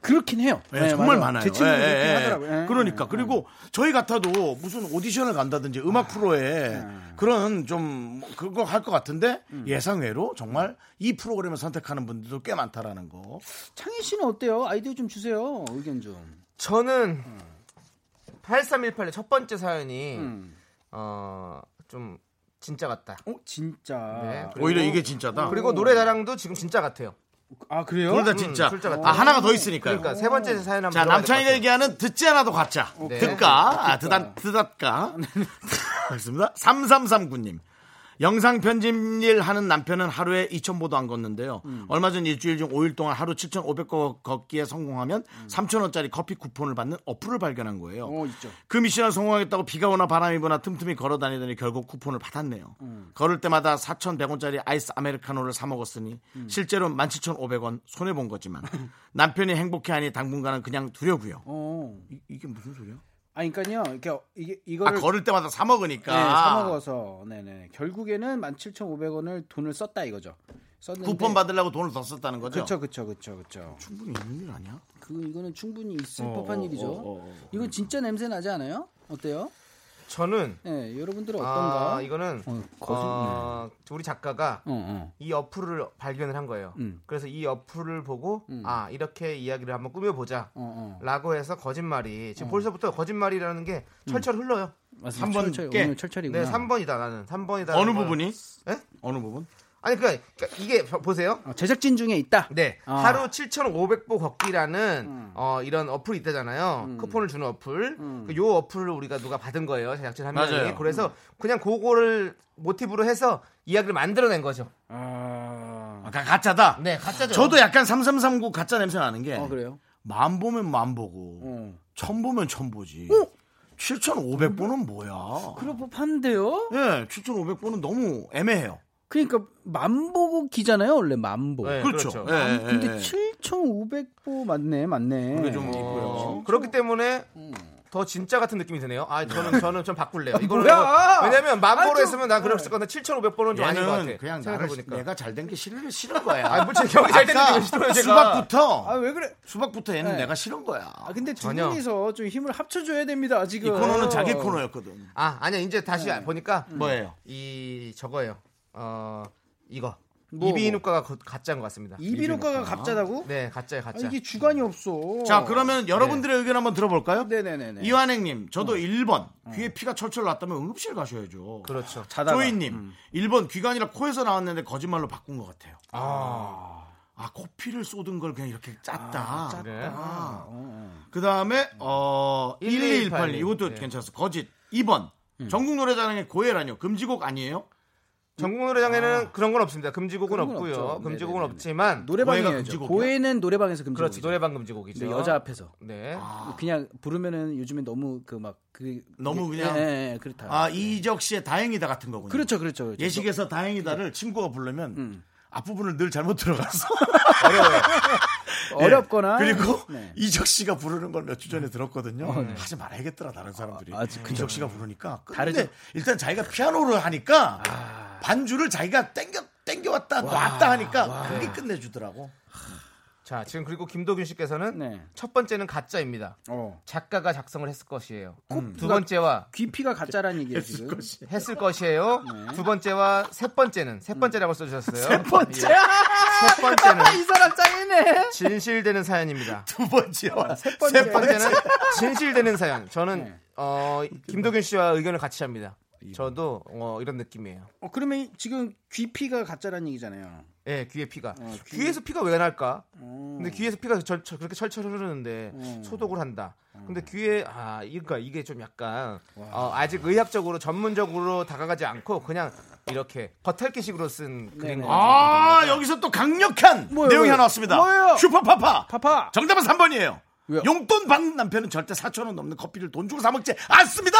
[SPEAKER 5] 그렇긴 해요.
[SPEAKER 1] 예,
[SPEAKER 5] 네,
[SPEAKER 1] 정말
[SPEAKER 5] 맞아요.
[SPEAKER 1] 많아요.
[SPEAKER 5] 제 친구도
[SPEAKER 1] 예,
[SPEAKER 5] 그렇게
[SPEAKER 1] 예, 예.
[SPEAKER 5] 하더라고요. 예,
[SPEAKER 1] 그러니까.
[SPEAKER 5] 예,
[SPEAKER 1] 그리고 저희 같아도 무슨 오디션을 간다든지
[SPEAKER 5] 아.
[SPEAKER 1] 음악 프로에
[SPEAKER 5] 예.
[SPEAKER 1] 그런 좀 그거 할 것 같은데
[SPEAKER 5] 음.
[SPEAKER 1] 예상외로 정말 이 프로그램을 선택하는 분들도 꽤 많다라는 거.
[SPEAKER 5] 창희 씨는 어때요? 아이디어 좀 주세요. 의견 좀.
[SPEAKER 2] 저는 8318의 첫 번째 사연이
[SPEAKER 5] 음.
[SPEAKER 2] 어 좀 진짜 같다.
[SPEAKER 5] 어 진짜.
[SPEAKER 2] 네, 그리고-
[SPEAKER 1] 오히려 이게 진짜다.
[SPEAKER 5] 음.
[SPEAKER 2] 그리고 노래자랑도 지금 진짜 같아요.
[SPEAKER 5] 아 그래요?
[SPEAKER 1] 둘 다
[SPEAKER 2] 음,
[SPEAKER 1] 진짜.
[SPEAKER 2] 둘다 같아요.
[SPEAKER 1] 아 하나가 더 있으니까요.
[SPEAKER 2] 그러니까 세 번째 사연 한번
[SPEAKER 1] 자
[SPEAKER 2] 들어봐야
[SPEAKER 1] 남창이가
[SPEAKER 2] 될것 같아요.
[SPEAKER 1] 얘기하는 듣지 않아도 가짜.
[SPEAKER 2] 네.
[SPEAKER 1] 듣까 아, 드단 드닷까.
[SPEAKER 5] 네.
[SPEAKER 1] 알겠습니다. 3339님. 영상 편집일 하는 남편은 하루에 2,000보도 안 걷는데요.
[SPEAKER 5] 음.
[SPEAKER 1] 얼마 전 일주일 중 5일 동안 하루 7,500거 걷기에 성공하면 3,000원짜리 커피 쿠폰을 받는 어플을 발견한 거예요.
[SPEAKER 5] 음. 어 있죠.
[SPEAKER 1] 그 미션을 성공하겠다고 비가 오나 바람이 부나 틈틈이 걸어 다니더니 결국 쿠폰을 받았네요.
[SPEAKER 5] 음.
[SPEAKER 1] 걸을 때마다 4,100원짜리 아이스 아메리카노를 사 먹었으니
[SPEAKER 5] 음.
[SPEAKER 1] 실제로 17,500원 손해 본 거지만 남편이 행복해하니 당분간은 그냥 두려고요.
[SPEAKER 5] 어.
[SPEAKER 1] 이, 게 무슨 소리야?
[SPEAKER 5] 아니 그러니까요. 이렇게 이게
[SPEAKER 1] 아
[SPEAKER 5] 이거를
[SPEAKER 1] 걸을 때마다 사 먹으니까
[SPEAKER 5] 네, 사 먹어서 네네. 결국에는 17,500원을 돈을 썼다 이거죠. 썼는데
[SPEAKER 1] 쿠폰 받으려고 돈을 더 썼다는 거죠.
[SPEAKER 5] 네. 그쵸 그쵸 그쵸 그쵸.
[SPEAKER 1] 충분히 있는 일 아니야?
[SPEAKER 5] 그러니까. 그 이거는 충분히 있을 법한 일이죠. 이건 진짜 냄새 나지 않아요? 어때요?
[SPEAKER 2] 저는
[SPEAKER 5] 네, 여러분들은 어떤가?
[SPEAKER 2] 아 이거는
[SPEAKER 5] 어, 거슬-
[SPEAKER 2] 어, 우리 작가가
[SPEAKER 5] 어, 어.
[SPEAKER 2] 이 어플을 발견을 한 거예요.
[SPEAKER 5] 음.
[SPEAKER 2] 그래서 이 어플을 보고 아 이렇게 이야기를 한번 꾸며보자.
[SPEAKER 5] 어, 어.
[SPEAKER 2] 라고 해서 거짓말이 지금 벌써부터 거짓말이라는 게 철철 흘러요.
[SPEAKER 5] 음. 맞습니다.
[SPEAKER 1] 삼번
[SPEAKER 5] 철철,
[SPEAKER 1] 깨.
[SPEAKER 5] 오늘 철철이구나.
[SPEAKER 2] 네, 3번이다 나는. 3번이다.
[SPEAKER 1] 어느 부분이?
[SPEAKER 2] 예?
[SPEAKER 1] 어느 부분?
[SPEAKER 2] 아니 그러니까 그러니까 이게 보- 보세요.
[SPEAKER 5] 어, 제작진 중에 있다.
[SPEAKER 2] 네.
[SPEAKER 5] 아. 음.
[SPEAKER 2] 하루 7,500보 걷기라는 어, 이런 어플이 있다잖아요. 쿠폰을 주는 어플. 그 요 어플을 우리가 누가 받은 거예요. 제작진 한 명이.
[SPEAKER 1] 맞아요.
[SPEAKER 2] 그래서 그냥 그거를 모티브로 해서 이야기를 만들어 낸 거죠.
[SPEAKER 5] 아,
[SPEAKER 1] 아까 가짜다.
[SPEAKER 2] 네, 가짜죠.
[SPEAKER 1] 저도 약간 3339 가짜 냄새 나는 게
[SPEAKER 5] 어, 그래요?
[SPEAKER 1] 만 보면 만 보고
[SPEAKER 5] 어.
[SPEAKER 1] 천 보면 천 보지.
[SPEAKER 2] 어?
[SPEAKER 1] 7,500번은 뭐야?
[SPEAKER 5] 그럴 법한데요?
[SPEAKER 1] 예, 7,500번은 너무 애매해요.
[SPEAKER 5] 그러니까 만보고 기잖아요, 원래 만보.
[SPEAKER 2] 네,
[SPEAKER 1] 그렇죠.
[SPEAKER 2] 그렇죠.
[SPEAKER 1] 예, 예,
[SPEAKER 5] 근데
[SPEAKER 1] 예.
[SPEAKER 5] 7,500보 맞네, 맞네.
[SPEAKER 1] 그게 좀 있고요.
[SPEAKER 2] 어, 그렇기 때문에
[SPEAKER 5] 음.
[SPEAKER 2] 더 진짜 같은 느낌이 드네요. 아, 저는 저는 좀 바꿀래요. 이거는
[SPEAKER 5] 아, 뭐야?
[SPEAKER 2] 왜냐면 만보로
[SPEAKER 5] 아, 좀-
[SPEAKER 2] 했으면 난 그랬을 건데 7,500번은 좀 아닌 것 같아.
[SPEAKER 1] 얘는 그냥 나를
[SPEAKER 2] 생각해보니까.
[SPEAKER 1] 내가 잘 된 게 싫은 싫은 거야.
[SPEAKER 2] 아, 무슨 경이 잘 되는
[SPEAKER 1] 아까
[SPEAKER 2] 게 싫어요, 제가.
[SPEAKER 1] 수박부터
[SPEAKER 5] 아, 왜 그래?
[SPEAKER 1] 수박부터 얘는
[SPEAKER 5] 네.
[SPEAKER 1] 내가 싫은 거야.
[SPEAKER 5] 아, 근데 두
[SPEAKER 2] 전혀.
[SPEAKER 5] 분이서 좀 힘을 합쳐줘야 됩니다,
[SPEAKER 1] 이
[SPEAKER 5] 지금.
[SPEAKER 2] 어.
[SPEAKER 1] 코너는 자기 코너였거든.
[SPEAKER 2] 아, 아니야. 이제 다시
[SPEAKER 5] 네.
[SPEAKER 2] 보니까
[SPEAKER 5] 음.
[SPEAKER 1] 뭐예요?
[SPEAKER 2] 이 저거예요. 어, 이거.
[SPEAKER 5] 뭐,
[SPEAKER 2] 이비인후과가 가- 가짜인 것 같습니다.
[SPEAKER 5] 이비인후과가 갑자다고?
[SPEAKER 2] 네, 가짜예요, 가짜.
[SPEAKER 5] 아, 이게 주관이 없어.
[SPEAKER 1] 자, 그러면
[SPEAKER 2] 네.
[SPEAKER 1] 여러분들의 의견 한번 들어볼까요?
[SPEAKER 5] 네네네네.
[SPEAKER 1] 이완행님, 저도 1번 귀에 피가 철철 났다면 응급실 가셔야죠.
[SPEAKER 2] 그렇죠.
[SPEAKER 5] 자다가.
[SPEAKER 1] 조이님, 1번 귀가 아니라 코에서 나왔는데 거짓말로 바꾼 것 같아요. 아, 코피를 쏟은 걸 그냥 이렇게 짰다.
[SPEAKER 2] 그래.
[SPEAKER 1] 그 다음에 어 1218.
[SPEAKER 2] 1218.
[SPEAKER 1] 이것도
[SPEAKER 2] 네.
[SPEAKER 1] 괜찮았어. 거짓. 2번. 전국 노래자랑의 고해라뇨. 금지곡 아니에요?
[SPEAKER 2] 전국 노래장에는 그런 건 없습니다. 금지곡은
[SPEAKER 5] 아. 그런 건
[SPEAKER 2] 없고요.
[SPEAKER 5] 없죠.
[SPEAKER 2] 금지곡은
[SPEAKER 5] 네네네.
[SPEAKER 2] 없지만
[SPEAKER 1] 고해가
[SPEAKER 5] 노래방이죠.
[SPEAKER 1] 금지곡이야?
[SPEAKER 5] 고해는 노래방에서 금지곡.
[SPEAKER 2] 그렇지. 노래방 금지곡이죠.
[SPEAKER 5] 여자 앞에서.
[SPEAKER 2] 네.
[SPEAKER 5] 그냥 부르면은 요즘에 너무 그 막 그.
[SPEAKER 1] 너무
[SPEAKER 5] 예,
[SPEAKER 1] 그냥-
[SPEAKER 5] 예, 예, 예, 그렇다.
[SPEAKER 1] 아 이적 씨의 다행이다 같은 거군요.
[SPEAKER 5] 그렇죠, 그렇죠. 그렇죠.
[SPEAKER 1] 예식에서 다행이다를 친구가 부르면 앞부분을 늘 잘못 들어갔어.
[SPEAKER 5] 뭐 어렵거나
[SPEAKER 1] 그리고
[SPEAKER 5] 네.
[SPEAKER 1] 이적 씨가 부르는 걸 몇 주 전에 들었거든요. 하지 어, 네. 말아야겠더라 다른 사람들이.
[SPEAKER 5] 아, 아, 그죠.
[SPEAKER 1] 이적 씨가 부르니까. 근데
[SPEAKER 5] 다르죠.
[SPEAKER 1] 일단 자기가 피아노를 하니까 반주를 자기가 땡겨 땡겨왔다 놨다 하니까 그게 끝내주더라고.
[SPEAKER 2] 자, 지금 그리고 김도균 씨께서는
[SPEAKER 5] 네.
[SPEAKER 2] 첫 번째는 가짜입니다.
[SPEAKER 5] 어.
[SPEAKER 2] 작가가 작성을 했을 것이에요. 두 번째와
[SPEAKER 5] 귀피가 가짜란 얘기예요 지금.
[SPEAKER 2] 했을 것이에요. 두 번째와 세 번째는 세 번째라고 써주셨어요. 세
[SPEAKER 1] 번째?
[SPEAKER 2] 세 번째는
[SPEAKER 5] 이 사람 짱이네.
[SPEAKER 2] 진실되는 사연입니다.
[SPEAKER 1] 두 번째와 아, 세
[SPEAKER 2] 세 번째는 진실되는 사연. 저는 어, 김도균 씨와 의견을 같이 합니다. 저도 어, 이런 느낌이에요.
[SPEAKER 5] 어, 그러면 지금 귀피가 가짜란 얘기잖아요.
[SPEAKER 2] 예, 귀에 피가. 귀에서 피가 왜 날까?
[SPEAKER 5] 어.
[SPEAKER 2] 근데 귀에서 피가 절- 절- 그렇게 철철 흐르는데 소독을 한다. 근데 귀에 아, 그러니까 이게 좀 약간 어, 아직 의학적으로 전문적으로 다가가지 않고 그냥 이렇게 버탈기식으로 쓴 그림.
[SPEAKER 5] 네네.
[SPEAKER 1] 아 여기서 또 강력한
[SPEAKER 5] 뭐예요,
[SPEAKER 1] 내용이
[SPEAKER 5] 뭐예요?
[SPEAKER 1] 하나 왔습니다.
[SPEAKER 5] 뭐예요?
[SPEAKER 1] 슈퍼파파.
[SPEAKER 5] 파파.
[SPEAKER 1] 정답은 3번이에요.
[SPEAKER 5] 왜요?
[SPEAKER 1] 용돈 받는 남편은 절대 4천 원 넘는 커피를 돈 주고 사 먹지 않습니다.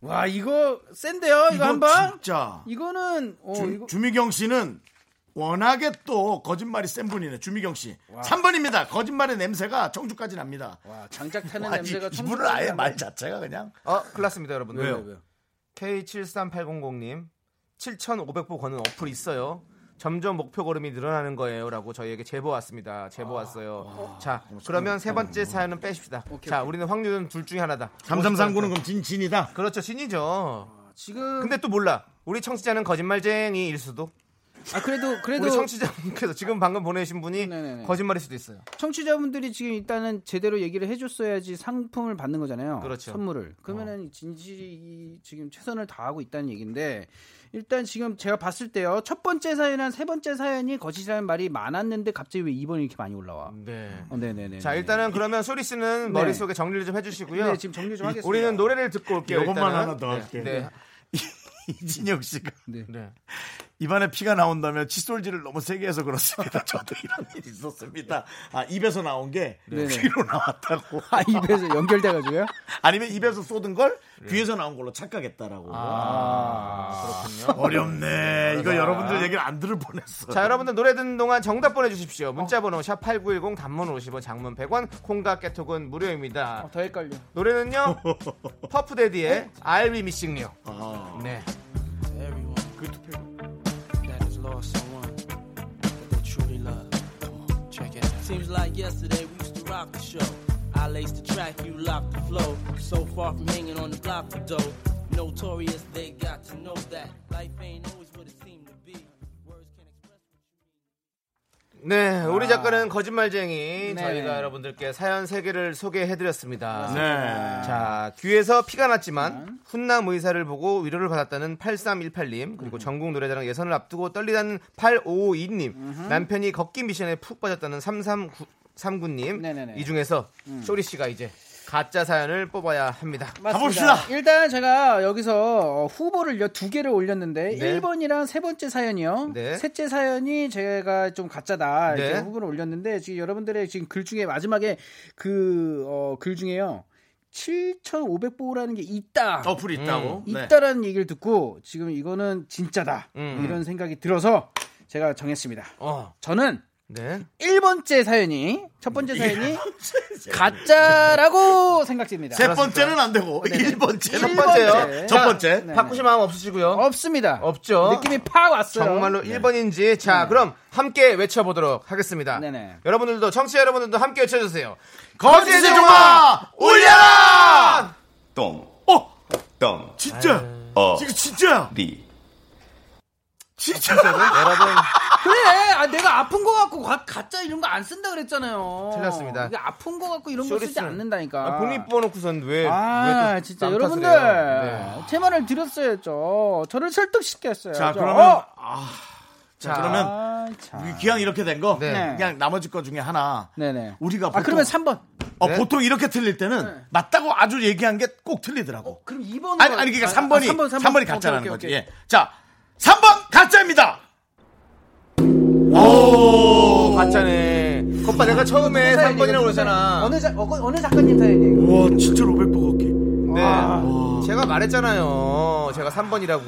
[SPEAKER 5] 와 이거 센데요. 이거
[SPEAKER 1] 이거
[SPEAKER 5] 한 방.
[SPEAKER 1] 진짜.
[SPEAKER 5] 이거는 어
[SPEAKER 1] 주,
[SPEAKER 5] 이거
[SPEAKER 1] 주미경 씨는 워낙에 또 거짓말이 센 분이네. 주미경 씨. 3번입니다. 거짓말의 냄새가 청주까지 납니다.
[SPEAKER 5] 와 장작 타는
[SPEAKER 1] 아니,
[SPEAKER 5] 냄새가
[SPEAKER 1] 이분은 아예 말 자체가 그냥
[SPEAKER 2] 어, 큰일 났습니다, 여러분들.
[SPEAKER 1] 왜요?
[SPEAKER 2] K73800님 7,500보 거는 어플 있어요. 점점 목표 걸음이 늘어나는 거예요라고 저희에게 제보 왔습니다. 제보 왔어요. 자, 그러면 세 번째 사연은 빼십시다. 자, 우리는 확률은 둘 중에 하나다.
[SPEAKER 1] 3339는 그럼 진, 진이다.
[SPEAKER 2] 그렇죠, 신이죠.
[SPEAKER 5] 지금
[SPEAKER 2] 근데 또 몰라. 우리 청취자는 거짓말쟁이일 수도.
[SPEAKER 5] 아 그래도 그래도
[SPEAKER 2] 우리 청취자분께서 지금 방금 보내신 분이
[SPEAKER 5] 네네네.
[SPEAKER 2] 거짓말일 수도 있어요.
[SPEAKER 5] 청취자분들이 지금 일단은 제대로 얘기를 해줬어야지 상품을 받는 거잖아요.
[SPEAKER 2] 그렇죠.
[SPEAKER 5] 선물을. 그러면은 진실이 지금 최선을 다하고 있다는 얘기인데 일단 지금 제가 봤을 때요. 첫 번째 사연이랑 세 번째 사연이 거짓이라는 말이 많았는데 갑자기 왜 2번이 이렇게 많이 올라와?
[SPEAKER 2] 네.
[SPEAKER 5] 어, 네네네.
[SPEAKER 2] 자 일단은 그러면 소리 씨는
[SPEAKER 5] 네.
[SPEAKER 2] 머릿속에 정리를 좀 해주시고요.
[SPEAKER 5] 네, 지금 정리 좀 하겠습니다.
[SPEAKER 2] 우리는 노래를 듣고 올게요.
[SPEAKER 1] 요것만
[SPEAKER 2] 일단은.
[SPEAKER 1] 하나 더
[SPEAKER 2] 네,
[SPEAKER 1] 할게.
[SPEAKER 2] 네.
[SPEAKER 1] 이진혁 씨가
[SPEAKER 2] 네.
[SPEAKER 1] 입안에 피가 나온다며 칫솔질을 너무 세게 해서 그렇습니다. 저도 이런 일이 있었습니다. 아 입에서 나온 게
[SPEAKER 5] 네네.
[SPEAKER 1] 귀로 나왔다고.
[SPEAKER 5] 아 입에서 연결돼가지고요.
[SPEAKER 1] 아니면 입에서 쏟은 걸 귀에서 나온 걸로 착각했다라고.
[SPEAKER 2] 아,
[SPEAKER 1] 어렵네. 이거 여러분들 얘기를 안 들을 뻔했어.
[SPEAKER 2] 자 여러분들 노래 듣는 동안 정답 보내주십시오. 문자번호 샵 #8910 단문 50원, 장문 100원, 콩과 깨톡은 무료입니다.
[SPEAKER 5] 더 헷갈려.
[SPEAKER 2] 노래는요 퍼프데디의 I'll Be Missing You.
[SPEAKER 1] 아.
[SPEAKER 2] 네.
[SPEAKER 8] Seems like yesterday we used to rock the show. I laced the track, you locked the flow. So far from hanging on the block for dough. Notorious, they got to know that life ain't always what it seemed to be. Words can't express.
[SPEAKER 2] 네, 우리 작가는 거짓말쟁이.
[SPEAKER 5] 네.
[SPEAKER 2] 저희가 여러분들께 사연 세개를 소개해드렸습니다.
[SPEAKER 1] 네.
[SPEAKER 2] 자, 귀에서 피가 났지만 훈남 의사를 보고 위로를 받았다는 8318님, 그리고 전국 노래자랑 예선을 앞두고 떨리다는 8552님, 남편이 걷기 미션에 푹 빠졌다는 3339님,
[SPEAKER 5] 네네네.
[SPEAKER 2] 이 중에서 쇼리 씨가 이제 가짜 사연을 뽑아야 합니다.
[SPEAKER 1] 가봅시다.
[SPEAKER 5] 일단 제가 여기서 어, 후보를 두 개를 올렸는데
[SPEAKER 2] 네.
[SPEAKER 5] 1번이랑 세 번째 사연이요.
[SPEAKER 2] 네.
[SPEAKER 5] 셋째 사연이 제가 좀 가짜다 이렇게
[SPEAKER 2] 네.
[SPEAKER 5] 후보를 올렸는데 지금 여러분들의 지금 글 중에 마지막에 그 어 글 중에요. 7,500보라는 게 있다.
[SPEAKER 1] 어플이 있다고. 네.
[SPEAKER 5] 있다라는 얘기를 듣고 지금 이거는 진짜다.
[SPEAKER 2] 음.
[SPEAKER 5] 이런 생각이 들어서 제가 정했습니다.
[SPEAKER 2] 어,
[SPEAKER 5] 저는
[SPEAKER 2] 네.
[SPEAKER 5] 1번째 사연이 첫 번째 사연이 가짜라고 생각됩니다.
[SPEAKER 1] 세 번째는 안 되고 일 번째는
[SPEAKER 2] 첫 번째요.
[SPEAKER 5] 번째.
[SPEAKER 1] 첫 번째.
[SPEAKER 5] 네.
[SPEAKER 2] 바꾸실 마음 없으시고요.
[SPEAKER 5] 없습니다.
[SPEAKER 2] 없죠.
[SPEAKER 5] 느낌이 팍 왔어요.
[SPEAKER 2] 정말로 1번인지 자 그럼 함께 외쳐보도록 하겠습니다
[SPEAKER 5] 네. 네네.
[SPEAKER 2] 여러분들도 청취자 여러분들도 함께 외쳐주세요
[SPEAKER 1] 거짓의 종아 울려라.
[SPEAKER 9] 똥,
[SPEAKER 1] 어
[SPEAKER 9] 똥,
[SPEAKER 1] 진짜.
[SPEAKER 9] 어,
[SPEAKER 1] 이거 진짜야.
[SPEAKER 9] 리.
[SPEAKER 1] 진짜.
[SPEAKER 2] 여러분
[SPEAKER 5] 그래, 아, 내가 아픈 거 갖고 가- 가짜 이런 거 안 쓴다 그랬잖아요.
[SPEAKER 2] 틀렸습니다.
[SPEAKER 5] 이게 아픈 거 갖고 이런 거 쓰지
[SPEAKER 2] 쇼리스는-
[SPEAKER 5] 않는다니까.
[SPEAKER 2] 아, 본인 뽑아놓고선 왜,
[SPEAKER 5] 아,
[SPEAKER 2] 왜또
[SPEAKER 5] 진짜
[SPEAKER 2] 남
[SPEAKER 5] 여러분들
[SPEAKER 2] 탓을 해요? 네.
[SPEAKER 5] 제 말을 들었어야죠. 저를 설득시켰어요.
[SPEAKER 1] 자 그러면 아,
[SPEAKER 2] 자
[SPEAKER 1] 그러면
[SPEAKER 5] 아, 참.
[SPEAKER 1] 기왕 이렇게 된 거
[SPEAKER 2] 네.
[SPEAKER 1] 그냥 나머지 거 중에 하나.
[SPEAKER 5] 네네.
[SPEAKER 1] 우리가
[SPEAKER 5] 아
[SPEAKER 1] 보통-
[SPEAKER 5] 그러면 3번.
[SPEAKER 1] 어,
[SPEAKER 2] 네.
[SPEAKER 1] 보통 이렇게 틀릴 때는 맞다고 아주 얘기한 게 꼭 틀리더라고.
[SPEAKER 5] 그럼 2번.
[SPEAKER 1] 아니, 아니, 그러니까 3번이, 삼
[SPEAKER 5] 3번,
[SPEAKER 1] 3번,
[SPEAKER 5] 3번.
[SPEAKER 1] 이 가짜라는 거지. 예. 자, 3번 가짜입니다.
[SPEAKER 2] 어, 가짜네 오빠 내가 처음에 3번이라고 그러잖아
[SPEAKER 5] 어느 자, 어, 어느 작가님 사연이에요?
[SPEAKER 1] 와, 진짜 500보 갈게.
[SPEAKER 2] 네.
[SPEAKER 5] 아.
[SPEAKER 2] 제가 말했잖아요 제가 3번이라고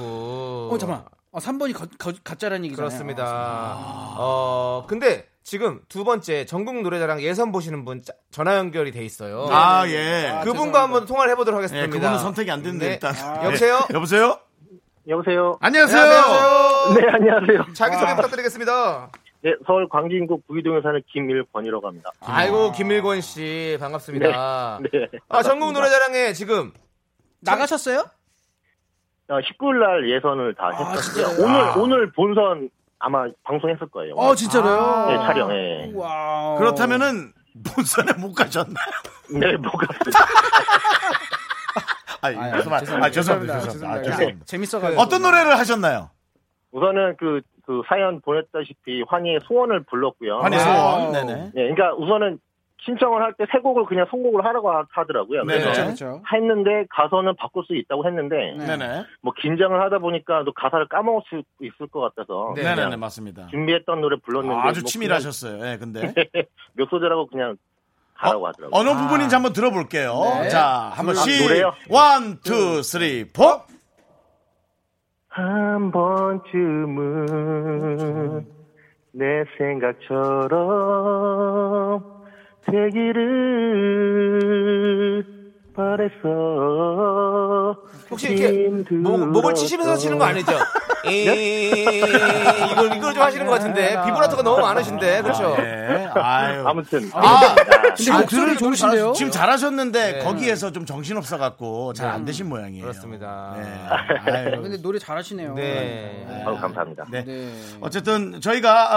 [SPEAKER 5] 어, 잠깐만. 어, 3번이 거, 거, 가짜라는 얘기잖아요.
[SPEAKER 2] 그렇습니다. 어, 근데 지금 두 번째 전국 노래자랑 예선 보시는 분 짜- 전화 연결이 돼 있어요.
[SPEAKER 5] 네.
[SPEAKER 1] 아, 예. 그,
[SPEAKER 2] 그분과 한번 통화를 해보도록 하겠습니다.
[SPEAKER 1] 예, 그분은 선택이 안 됐는데,
[SPEAKER 2] 네.
[SPEAKER 1] 일단. 예.
[SPEAKER 2] 여보세요?
[SPEAKER 1] 여보세요?
[SPEAKER 10] 여보세요.
[SPEAKER 1] 안녕하세요.
[SPEAKER 2] 안녕하세요.
[SPEAKER 10] 네, 안녕하세요.
[SPEAKER 1] 아.
[SPEAKER 2] 자기소개 부탁드리겠습니다.
[SPEAKER 10] 네, 서울 광진구 구이동에 사는 김일권이라고 합니다.
[SPEAKER 2] 아이고, 김일권 씨, 반갑습니다.
[SPEAKER 10] 네.
[SPEAKER 2] 아, 전국 노래자랑에 지금.
[SPEAKER 5] 나가셨어요?
[SPEAKER 10] 19일 날 예선을 다 했었어요. 오늘 오늘 본선 아마 방송했을 거예요.
[SPEAKER 5] 어, 진짜로요?
[SPEAKER 10] 네, 촬영. 예.
[SPEAKER 5] 와우.
[SPEAKER 1] 그렇다면은, 본선에 못 가셨나?
[SPEAKER 10] 네, 뭐가
[SPEAKER 1] 아,
[SPEAKER 5] 아니,
[SPEAKER 1] 죄송합니다. 아, 죄송합니다. 죄송합니다. 아, 죄송합니다.
[SPEAKER 5] 재밌어가지고.
[SPEAKER 1] 어떤 노래를 하셨나요?
[SPEAKER 10] 우선은 그, 그 사연 보냈다시피 환희의 소원을 불렀고요.
[SPEAKER 1] 환희
[SPEAKER 2] 네.
[SPEAKER 5] 어,
[SPEAKER 1] 소원. 아, 네네.
[SPEAKER 10] 네, 그러니까 우선은 신청을 할 때 세 곡을 그냥 선곡을 하라고 하- 하더라고요.
[SPEAKER 1] 네.
[SPEAKER 10] 그래서
[SPEAKER 5] 그렇죠.
[SPEAKER 10] 했는데 가사는 바꿀 수 있다고 했는데
[SPEAKER 5] 네.
[SPEAKER 1] 네네.
[SPEAKER 10] 뭐 긴장을 하다 보니까 또 가사를 까먹을 수 있을 것 같아서
[SPEAKER 2] 네.
[SPEAKER 10] 그냥
[SPEAKER 1] 네네네, 맞습니다.
[SPEAKER 10] 준비했던 노래 불렀는데
[SPEAKER 1] 아주
[SPEAKER 10] 뭐
[SPEAKER 1] 치밀하셨어요. 예, 근데.
[SPEAKER 10] 네. 몇 소절하고 그냥 가라고 하더라고요.
[SPEAKER 1] 어느 부분인지 한번 들어볼게요.
[SPEAKER 5] 네.
[SPEAKER 1] 자, 한번
[SPEAKER 10] 아,
[SPEAKER 1] 시.
[SPEAKER 10] 노래요?
[SPEAKER 1] 원, 투, 쓰리, 포.
[SPEAKER 10] 한 번쯤은 내 생각처럼 되기를 바랬어.
[SPEAKER 2] 혹시 이렇게 목, 목을 치시면서 치는 거 아니죠?
[SPEAKER 10] 네?
[SPEAKER 2] 이, 이걸 이걸 좀 하시는 것 같은데 비브라토가 너무 많으신데 그렇죠?
[SPEAKER 1] 네. 아유.
[SPEAKER 10] 아무튼
[SPEAKER 1] 아,
[SPEAKER 5] 근데 목소리 좋으신데요?
[SPEAKER 1] 지금 잘하셨는데
[SPEAKER 2] 네.
[SPEAKER 1] 거기에서 좀 정신 없어 갖고 잘 안 되신 모양이에요.
[SPEAKER 2] 그렇습니다.
[SPEAKER 1] 네. 아유.
[SPEAKER 5] 근데 노래 잘하시네요.
[SPEAKER 2] 네.
[SPEAKER 10] 아유, 감사합니다.
[SPEAKER 1] 네.
[SPEAKER 5] 네.
[SPEAKER 1] 어쨌든 저희가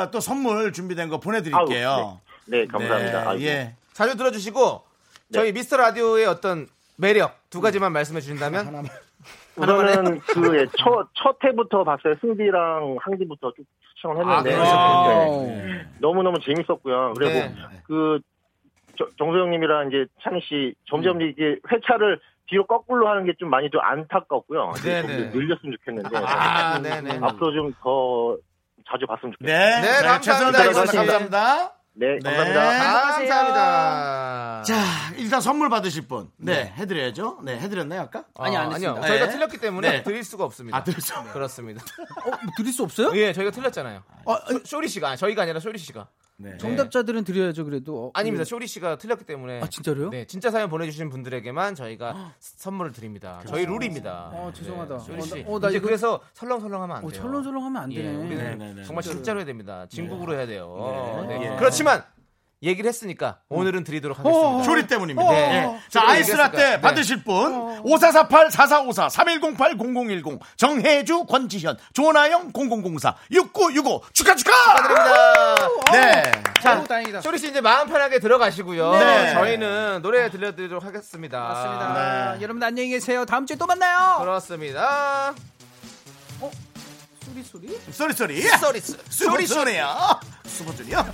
[SPEAKER 1] 아, 또 선물 준비된 거 보내드릴게요.
[SPEAKER 10] 아우, 네. 네, 감사합니다.
[SPEAKER 1] 네,
[SPEAKER 10] 아이고.
[SPEAKER 1] 예.
[SPEAKER 2] 자주 들어주시고
[SPEAKER 5] 네.
[SPEAKER 2] 저희 미스터 라디오의 어떤 매력 두 가지만 말씀해 주신다면
[SPEAKER 10] 우선은 그첫 첫 회부터 봤어요. 승비랑 항디부터 쭉
[SPEAKER 5] 아,
[SPEAKER 10] 시청을
[SPEAKER 8] 아,
[SPEAKER 2] 아,
[SPEAKER 5] 네.
[SPEAKER 10] 했는데
[SPEAKER 5] 그러셨군요.
[SPEAKER 10] 네. 너무너무 재밌었고요. 그리고
[SPEAKER 2] 네.
[SPEAKER 10] 그 저- 정소영님이랑 이제 찬희 씨 점점 이게 회차를 뒤로 거꾸로 하는 게 좀 많이 좀 안타깝고요. 이제 좀
[SPEAKER 2] 네네.
[SPEAKER 10] 늘렸으면 좋겠는데
[SPEAKER 2] 아, 네네.
[SPEAKER 10] 앞으로 좀 더 자주 봤으면 좋겠어요.
[SPEAKER 1] 네.
[SPEAKER 2] 네, 감사합니다.
[SPEAKER 1] 최선을 다하겠습니다.
[SPEAKER 2] 고맙습니다.
[SPEAKER 1] 감사합니다.
[SPEAKER 10] 네,
[SPEAKER 1] 네.
[SPEAKER 10] 감사합니다.
[SPEAKER 2] 감사합니다.
[SPEAKER 1] 자, 일단 선물 받으실 분. 네, 해드려야죠. 네, 해드렸나요, 아까?
[SPEAKER 5] 아니, 안
[SPEAKER 2] 아니요.
[SPEAKER 5] 했습니다.
[SPEAKER 2] 저희가
[SPEAKER 1] 네.
[SPEAKER 2] 틀렸기 때문에
[SPEAKER 1] 네.
[SPEAKER 2] 드릴 수가 없습니다.
[SPEAKER 1] 아, 드렸죠.
[SPEAKER 2] 그렇습니다.
[SPEAKER 5] 어, 뭐 드릴 수 없어요?
[SPEAKER 2] 예, 저희가 틀렸잖아요.
[SPEAKER 5] 어,
[SPEAKER 2] 쇼- 쇼리 씨가 아니, 저희가 아니라 쇼리 씨가
[SPEAKER 1] 네.
[SPEAKER 5] 정답자들은 드려야죠, 그래도. 어,
[SPEAKER 2] 아닙니다. 쇼리 씨가 틀렸기 때문에
[SPEAKER 5] 아, 진짜로요?
[SPEAKER 2] 네, 진짜 사연 보내주신 분들에게만 저희가 선물을 드립니다. 저희 룰입니다. 네,
[SPEAKER 5] 어, 죄송하다.
[SPEAKER 2] 쇼리
[SPEAKER 5] 어,
[SPEAKER 2] 씨,
[SPEAKER 5] 나- 어, 나
[SPEAKER 2] 이제
[SPEAKER 5] 이거-
[SPEAKER 2] 그래서 설렁설렁하면 안
[SPEAKER 5] 어,
[SPEAKER 2] 돼요.
[SPEAKER 5] 철렁철렁하면 안
[SPEAKER 2] 예,
[SPEAKER 5] 되네.
[SPEAKER 2] 우리는
[SPEAKER 1] 네, 네, 네.
[SPEAKER 2] 정말 진짜로 해야 됩니다. 진국으로 해야 돼요.
[SPEAKER 1] 네.
[SPEAKER 2] 네.
[SPEAKER 1] 예.
[SPEAKER 2] 그렇지만 얘기를 했으니까 오늘은
[SPEAKER 5] 음.
[SPEAKER 2] 드리도록 하겠습니다.
[SPEAKER 1] 조리 때문입니다.
[SPEAKER 2] 네.
[SPEAKER 1] 네. 자,
[SPEAKER 2] 조리
[SPEAKER 1] 아이스라떼
[SPEAKER 2] 얘기했으니까. 네.
[SPEAKER 1] 받으실 분. 5448-4454-3108-0010. 정혜주, 권지현, 조나영, 0004, 6965. 축하, 축하!
[SPEAKER 2] 감사드립니다. 어.
[SPEAKER 1] 네.
[SPEAKER 5] 자, 다행이다.
[SPEAKER 2] 쇼리 씨 이제 마음 편하게 들어가시고요.
[SPEAKER 1] 네.
[SPEAKER 2] 저희는 노래 들려드리도록 하겠습니다.
[SPEAKER 5] 아, 맞습니다. 여러분 안녕히 계세요. 다음 주에 또 만나요.
[SPEAKER 2] 그렇습니다.
[SPEAKER 5] 소리 소리.
[SPEAKER 1] 쏘리, 쏘리.
[SPEAKER 2] 쏘리 쏘-
[SPEAKER 1] 쏘리,
[SPEAKER 2] 쏘리 쏘리.
[SPEAKER 1] 쏘리요. 수고줄이요.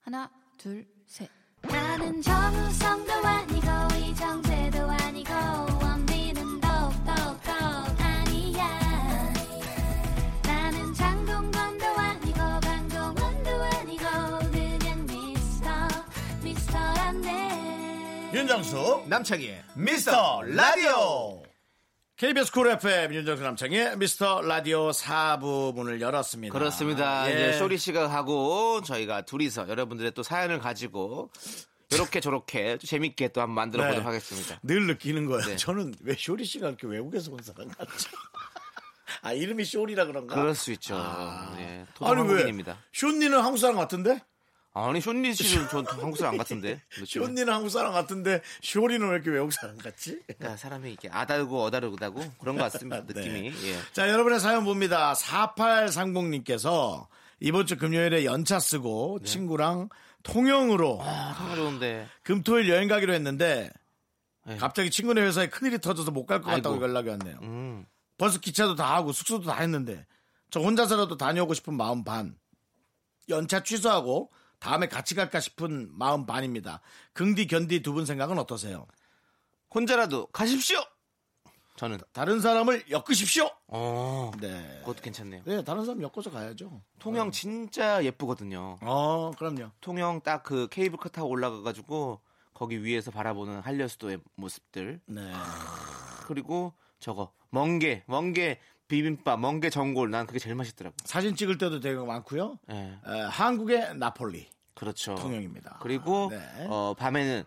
[SPEAKER 6] 하나 둘 셋. 나는 정우성도 아니고 이정재도 아니고 원빈은 더욱더 아니야 나는 장동건도 아니고 강동원도 아니고 그냥 미스터 미스터란데
[SPEAKER 1] 윤정수.
[SPEAKER 2] 남창희의
[SPEAKER 1] 미스터 라디오 KBS 쿨 FM 윤정수 남창의 미스터 라디오 4부 문을 열었습니다.
[SPEAKER 2] 그렇습니다.
[SPEAKER 1] 예.
[SPEAKER 2] 이제 쇼리 씨가 하고 저희가 둘이서 여러분들의 또 사연을 가지고 이렇게 저렇게 또 재밌게 또 한번 만들어 보도록
[SPEAKER 1] 네.
[SPEAKER 2] 하겠습니다.
[SPEAKER 1] 늘 느끼는 거예요.
[SPEAKER 2] 네.
[SPEAKER 1] 저는 왜 쇼리 씨가 이렇게 외국에서 온 사람 같죠? 아 이름이 쇼리라 그런가?
[SPEAKER 2] 그럴 수 있죠. 예, 토종 한국인입니다.
[SPEAKER 1] 쇼니는 한국 사람 같은데?
[SPEAKER 2] 아니 쇼리 씨는 전 한국 사람 안 같은데. 그렇죠?
[SPEAKER 1] 쇼니는 한국 사람 같은데 쇼리는 왜 이렇게 외국 사람 같지?
[SPEAKER 2] 그러니까 사람이 이렇게 아다르고 어다르다고 그런 것 같습니다.
[SPEAKER 1] 네.
[SPEAKER 2] 느낌이. 예.
[SPEAKER 1] 자, 여러분의 사연 봅니다. 4830님께서 이번 주 금요일에 연차 쓰고 친구랑 통영으로
[SPEAKER 2] 네. 아, 정말 좋은데.
[SPEAKER 1] 금토일 여행 가기로 했는데
[SPEAKER 2] 네.
[SPEAKER 1] 갑자기 친구네 회사에 큰일이 터져서 못 갈 것 같다고
[SPEAKER 2] 아이고.
[SPEAKER 1] 연락이 왔네요.
[SPEAKER 2] 음.
[SPEAKER 1] 벌써 기차도 다 하고 숙소도 다 했는데 저 혼자서라도 다녀오고 싶은 마음 반. 연차 취소하고 다음에 같이 갈까 싶은 마음 반입니다. 긍디 견디 두 분 생각은 어떠세요?
[SPEAKER 2] 혼자라도 가십시오. 저는
[SPEAKER 1] 다른 사람을 엮으십시오.
[SPEAKER 2] 어
[SPEAKER 1] 네.
[SPEAKER 2] 그것도 괜찮네요.
[SPEAKER 1] 네, 다른 사람 엮어서 가야죠.
[SPEAKER 2] 통영 진짜 예쁘거든요.
[SPEAKER 1] 어, 그럼요.
[SPEAKER 2] 통영 딱 그 케이블카 타고 올라가가지고 거기 위에서 바라보는 한려수도의 모습들 아,
[SPEAKER 1] 네.
[SPEAKER 2] 그리고 저거 멍게 멍게 비빔밥 멍게 전골 난 그게 제일 맛있더라고.
[SPEAKER 1] 사진 찍을 때도 되게 많고요.
[SPEAKER 2] 예,
[SPEAKER 1] 에, 한국의 나폴리
[SPEAKER 2] 그렇죠.
[SPEAKER 1] 통영입니다.
[SPEAKER 2] 그리고
[SPEAKER 1] 네.
[SPEAKER 2] 어, 밤에는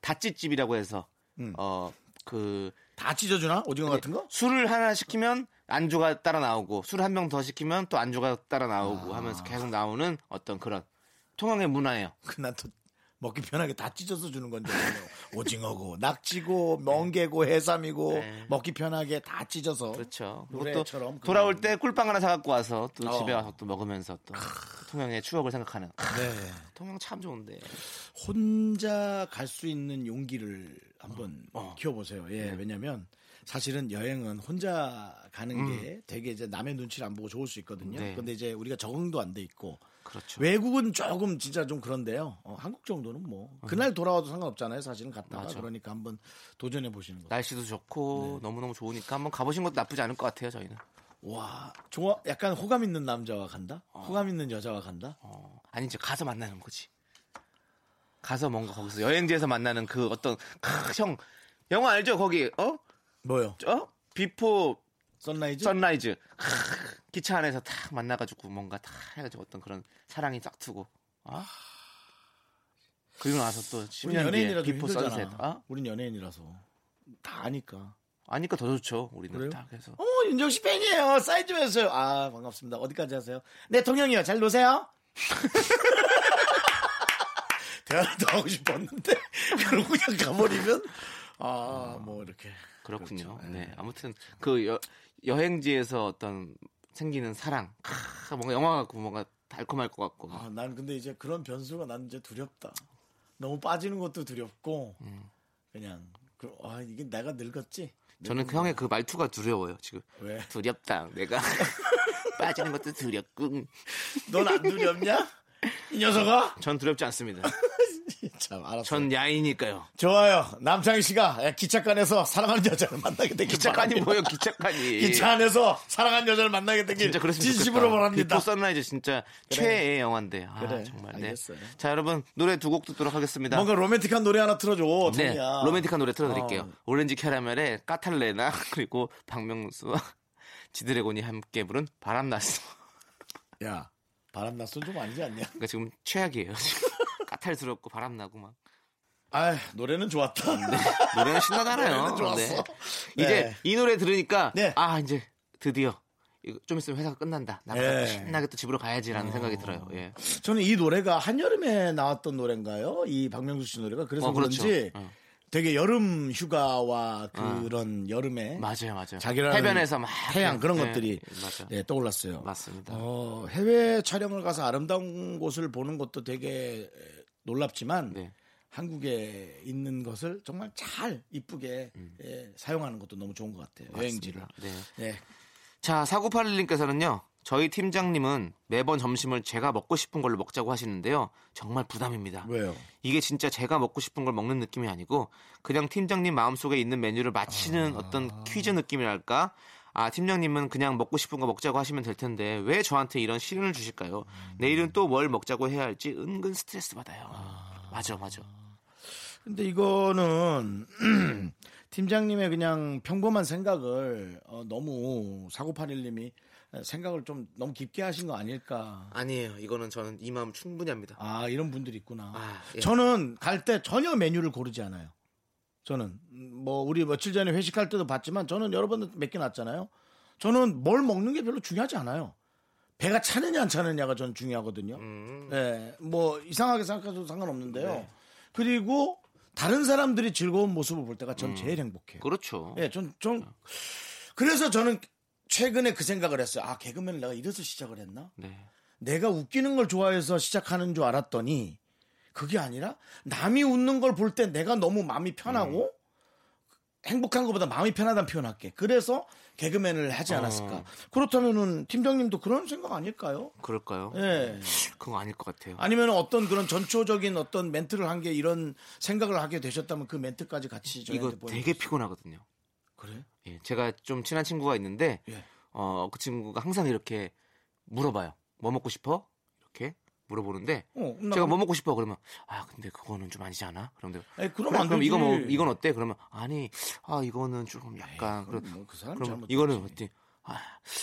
[SPEAKER 2] 다찌집이라고 해서
[SPEAKER 1] 음.
[SPEAKER 2] 어 그
[SPEAKER 1] 다 찢어주나? 오징어
[SPEAKER 2] 네.
[SPEAKER 1] 같은 거?
[SPEAKER 2] 술을 하나 시키면 안주가 따라 나오고 술 한 병 더 시키면 또 안주가 따라 나오고 하면서 계속 나오는 어떤 그런 통영의 문화예요.
[SPEAKER 1] 그난또 먹기 편하게 다 찢어서 주는 건데 오징어고 낙지고 멍게고 해삼이고
[SPEAKER 2] 네.
[SPEAKER 1] 먹기 편하게 다 찢어서
[SPEAKER 2] 그렇죠. 그리고
[SPEAKER 1] 노래처럼
[SPEAKER 2] 또 돌아올 때 꿀빵 하나 사갖고 와서 또
[SPEAKER 1] 어.
[SPEAKER 2] 집에 와서 또 먹으면서 또 통영의 추억을 생각하는.
[SPEAKER 1] 네.
[SPEAKER 2] 통영 참 좋은데.
[SPEAKER 1] 혼자 갈 수 있는 용기를 한번
[SPEAKER 2] 어.
[SPEAKER 1] 키워보세요.
[SPEAKER 2] 네.
[SPEAKER 1] 예, 왜냐하면 사실은 여행은 혼자 가는 게 되게 이제 남의 눈치를 안 보고 좋을 수 있거든요.
[SPEAKER 2] 음. 네.
[SPEAKER 1] 근데 이제 우리가 적응도 안 돼 있고
[SPEAKER 2] 그렇죠.
[SPEAKER 1] 외국은 조금 진짜 좀 그런데요. 어, 한국 정도는 뭐 그날 돌아와도 상관없잖아요. 사실은 갔다가
[SPEAKER 2] 음. 맞아.
[SPEAKER 1] 그러니까 한번 도전해 보시는 거.
[SPEAKER 2] 날씨도 좋고 너무너무 좋으니까 한번 가보신 것도 나쁘지 않을 것 같아요 저희는.
[SPEAKER 1] 와, 좋아. 약간 호감 있는 남자와 간다. 호감 있는 여자와 간다.
[SPEAKER 2] 어, 아니 이제 가서 만나는 거지. 가서 뭔가 거기서 여행지에서 만나는 그 어떤 크, 형 영화 알죠 거기 어
[SPEAKER 1] 뭐요?
[SPEAKER 2] 어? 비포
[SPEAKER 1] 선라이즈?
[SPEAKER 2] 그 선라이즈. 크, 기차 안에서 탁 만나가지고 뭔가 다 해가지고 어떤 그런 사랑이 싹 트고. 아. 그리고 나서 또
[SPEAKER 1] 우리
[SPEAKER 2] 10년 뒤에
[SPEAKER 1] 연예인이라서
[SPEAKER 2] 비포
[SPEAKER 1] 힘들잖아.
[SPEAKER 2] 선셋. 아?
[SPEAKER 1] 우린 연예인이라서 어? 다 아니까.
[SPEAKER 2] 아니까 더 좋죠. 우리는
[SPEAKER 1] 그래요?
[SPEAKER 2] 다 그래서.
[SPEAKER 1] 어, 윤정 씨 팬이에요. 사인 좀 해주세요. 아, 반갑습니다. 어디까지 하세요? 네, 통영이요. 잘 노세요. 대화를 더 하고 싶었는데, 그러고 그냥 가버리면, 아, 뭐, 이렇게.
[SPEAKER 2] 그렇군요.
[SPEAKER 1] 그렇죠.
[SPEAKER 2] 네. 아무튼 그 여, 여행지에서 어떤 생기는 사랑. 크, 뭔가 영화 같고 뭔가 달콤할 것 같고.
[SPEAKER 1] 아, 난 근데 이제 그런 변수가 난 이제 두렵다. 너무 빠지는 것도 두렵고, 그냥, 그, 아, 이게 내가 늙었지?
[SPEAKER 2] 저는 그 형의 그 말투가 두려워요. 지금
[SPEAKER 1] 네. 왜?
[SPEAKER 2] 두렵다. 내가 빠지는 것도 두렵군.
[SPEAKER 1] 넌 안 두렵냐? 이 녀석아?
[SPEAKER 2] 전 두렵지 않습니다.
[SPEAKER 1] 참, 알았어.
[SPEAKER 2] 전 야이니까요.
[SPEAKER 1] 좋아요. 남창희 씨가 기차간에서 사랑하는 여자를 만나게 되길
[SPEAKER 2] 기차칸이
[SPEAKER 1] 바랍니다.
[SPEAKER 2] 뭐예요? 기차칸이.
[SPEAKER 1] 기차 안에서 사랑한 여자를 만나게 되길
[SPEAKER 2] 진짜 그랬으면
[SPEAKER 1] 진심으로
[SPEAKER 2] 좋겠다.
[SPEAKER 1] 바랍니다.
[SPEAKER 2] 비포 선라이즈 진짜 최애 영화인데. 아,
[SPEAKER 1] 그래,
[SPEAKER 2] 정말. 네.
[SPEAKER 1] 알겠어요.
[SPEAKER 2] 자, 여러분 노래 두 곡 듣도록 하겠습니다.
[SPEAKER 1] 뭔가 로맨틱한 노래 하나 틀어줘.
[SPEAKER 2] 네,
[SPEAKER 1] 정이야.
[SPEAKER 2] 로맨틱한 노래 틀어드릴게요.
[SPEAKER 1] 어.
[SPEAKER 2] 오렌지 캐러멜의 까탈레나 그리고 박명수와 지드래곤이 함께 부른 바람났어.
[SPEAKER 1] 야, 바람 났어 좀 아니지 않냐?
[SPEAKER 2] 그러니까 지금 최악이에요. 지금. 까탈스럽고 바람나고 막.
[SPEAKER 1] 아, 노래는 좋았다.
[SPEAKER 2] 네. 노래는 신나잖아요.
[SPEAKER 1] 노래는 좋았어. 네.
[SPEAKER 2] 이제 이 노래 들으니까
[SPEAKER 1] 네.
[SPEAKER 2] 아 이제 드디어 이거 좀 있으면 회사가 끝난다. 나가
[SPEAKER 1] 예.
[SPEAKER 2] 신나게 또 집으로 가야지라는 생각이 들어요. 예.
[SPEAKER 1] 저는 이 노래가 한여름에 나왔던 노래인가요? 이 박명수 씨 노래가 그래서
[SPEAKER 2] 어, 그렇죠.
[SPEAKER 1] 그런지
[SPEAKER 2] 어.
[SPEAKER 1] 되게 여름 휴가와 그런 여름에
[SPEAKER 2] 맞아요, 맞아요.
[SPEAKER 1] 자기라는
[SPEAKER 2] 해변에서 막
[SPEAKER 1] 태양 그런
[SPEAKER 2] 예,
[SPEAKER 1] 것들이
[SPEAKER 2] 예, 맞아요.
[SPEAKER 1] 네, 떠올랐어요.
[SPEAKER 2] 맞습니다.
[SPEAKER 1] 어, 해외 촬영을 가서 아름다운 곳을 보는 것도 되게 놀랍지만
[SPEAKER 2] 네.
[SPEAKER 1] 한국에 있는 것을 정말 잘 이쁘게 예, 사용하는 것도 너무 좋은 것 같아요. 여행지를.
[SPEAKER 2] 음. 네.
[SPEAKER 1] 네.
[SPEAKER 2] 자, 4981님께서는요. 저희 팀장님은 매번 점심을 제가 먹고 싶은 걸로 먹자고 하시는데요. 정말 부담입니다.
[SPEAKER 1] 왜요?
[SPEAKER 2] 이게 진짜 제가 먹고 싶은 걸 먹는 느낌이 아니고 그냥 팀장님 마음속에 있는 메뉴를 맞히는 어떤 퀴즈 느낌이랄까? 아, 팀장님은 그냥 먹고 싶은 거 먹자고 하시면 될 텐데 왜 저한테 이런 시련을 주실까요? 내일은 또 뭘 먹자고 해야 할지 은근 스트레스 받아요. 맞아, 맞아.
[SPEAKER 1] 근데 이거는 팀장님의 그냥 평범한 생각을 어, 너무 사고팔일님이 생각을 좀 너무 깊게 하신 거 아닐까.
[SPEAKER 2] 아니에요. 이거는 저는 이 마음 충분히 합니다.
[SPEAKER 1] 아 이런 분들이 있구나.
[SPEAKER 2] 아, 예.
[SPEAKER 1] 저는 갈 때 전혀 메뉴를 고르지 않아요. 저는 음, 뭐 우리 며칠 전에 회식할 때도 봤지만 저는 여러 번 몇 개 났잖아요. 저는 뭘 먹는 게 별로 중요하지 않아요. 배가 차느냐 안 차느냐가 저는 중요하거든요.
[SPEAKER 2] 음.
[SPEAKER 1] 예, 뭐 이상하게 생각해도 상관없는데요.
[SPEAKER 2] 네.
[SPEAKER 1] 그리고 다른 사람들이 즐거운 모습을 볼 때가 전 제일 행복해요.
[SPEAKER 2] 음. 그렇죠.
[SPEAKER 1] 예, 전, 전, 그래서 저는 최근에 그 생각을 했어요. 아, 개그맨을 내가 이래서 시작을 했나?
[SPEAKER 2] 네.
[SPEAKER 1] 내가 웃기는 걸 좋아해서 시작하는 줄 알았더니 그게 아니라 남이 웃는 걸 볼 때 내가 너무 마음이 편하고 행복한 것보다 마음이 편하다는 표현할게. 그래서 개그맨을
[SPEAKER 2] 어.
[SPEAKER 1] 하지 않았을까. 그렇다면은 팀장님도 그런 생각 아닐까요?
[SPEAKER 2] 그럴까요?
[SPEAKER 1] 예.
[SPEAKER 2] 그건 아닐 것 같아요.
[SPEAKER 1] 아니면 어떤 그런 전초적인 어떤 멘트를 한 게 이런 생각을 하게 되셨다면 그 멘트까지 같이 저희한테
[SPEAKER 2] 이거
[SPEAKER 1] 보내주세요.
[SPEAKER 2] 되게 피곤하거든요.
[SPEAKER 1] 그래?
[SPEAKER 2] 예, 제가 좀 친한 친구가 있는데
[SPEAKER 1] 예.
[SPEAKER 2] 어, 그 친구가 항상 이렇게 물어봐요. 뭐 먹고 싶어? 이렇게 물어보는데
[SPEAKER 1] 어, 나
[SPEAKER 2] 제가 뭐 먹고 싶어 그러면 아 근데 그거는 좀 아니지 않아? 그런데
[SPEAKER 1] 아니, 그럼
[SPEAKER 2] 그래,
[SPEAKER 1] 안
[SPEAKER 2] 그럼
[SPEAKER 1] 되지.
[SPEAKER 2] 이거 뭐 이건 어때? 그러면 아니 아 이거는 좀 약간
[SPEAKER 1] 그럼
[SPEAKER 2] 그런
[SPEAKER 1] 뭐그 사람
[SPEAKER 2] 그럼
[SPEAKER 1] 잘못했지.
[SPEAKER 2] 이거는 어때? 아,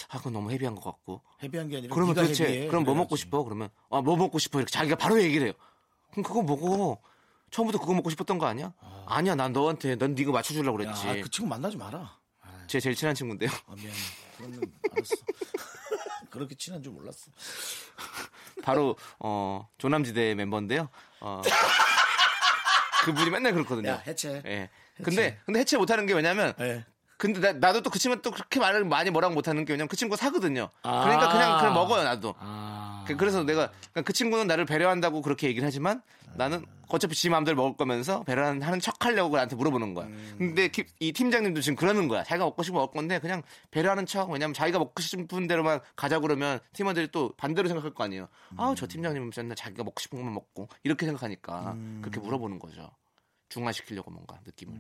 [SPEAKER 2] 아 그건 너무 헤비한 것 같고
[SPEAKER 1] 해비한 게 아니라
[SPEAKER 2] 그러면
[SPEAKER 1] 네가
[SPEAKER 2] 도대체
[SPEAKER 1] 해비해.
[SPEAKER 2] 그럼 뭐 먹고
[SPEAKER 1] 그래야지.
[SPEAKER 2] 싶어? 그러면 아 뭐 먹고 싶어 이렇게 자기가 바로 얘기를 해요. 그럼 그거 뭐고 처음부터 그거 먹고 싶었던 거 아니야? 아... 니야난 너한테 난 네가 맞춰주려고
[SPEAKER 1] 야,
[SPEAKER 2] 그랬지.
[SPEAKER 1] 그 친구 만나지 마라.
[SPEAKER 2] 제 제일 친한 친구인데요.
[SPEAKER 1] 아, 미안해. 그러면 알았어. 그렇게 친한 줄 몰랐어.
[SPEAKER 2] 바로 어 조남지대 멤버인데요. 어, 그분이 맨날 그렇거든요.
[SPEAKER 1] 야, 해체.
[SPEAKER 2] 예. 근데 근데 해체 못하는 게 왜냐면
[SPEAKER 1] 예.
[SPEAKER 2] 근데 나, 나도 또 그치만 또 그렇게 말을 많이 뭐라고 못하는 게 왜냐면 그 친구 사거든요. 그러니까 그냥 그냥 먹어요 나도. 그- 그래서 내가 그러니까 그 친구는 나를 배려한다고 그렇게 얘기를 하지만 나는 어차피 지 마음대로 먹을 거면서 배려하는 척하려고 나한테 물어보는 거야. 근데 기- 이 팀장님도 지금 그러는 거야. 자기가 먹고 싶으면 먹을 건데 그냥 배려하는 척. 왜냐면 자기가 먹고 싶은 대로만 가자 그러면 팀원들이 또 반대로 생각할 거 아니에요. 아우 저 팀장님은 맨날 자기가 먹고 싶은 것만 먹고 이렇게 생각하니까 그렇게 물어보는 거죠. 중화시키려고 뭔가 느낌을.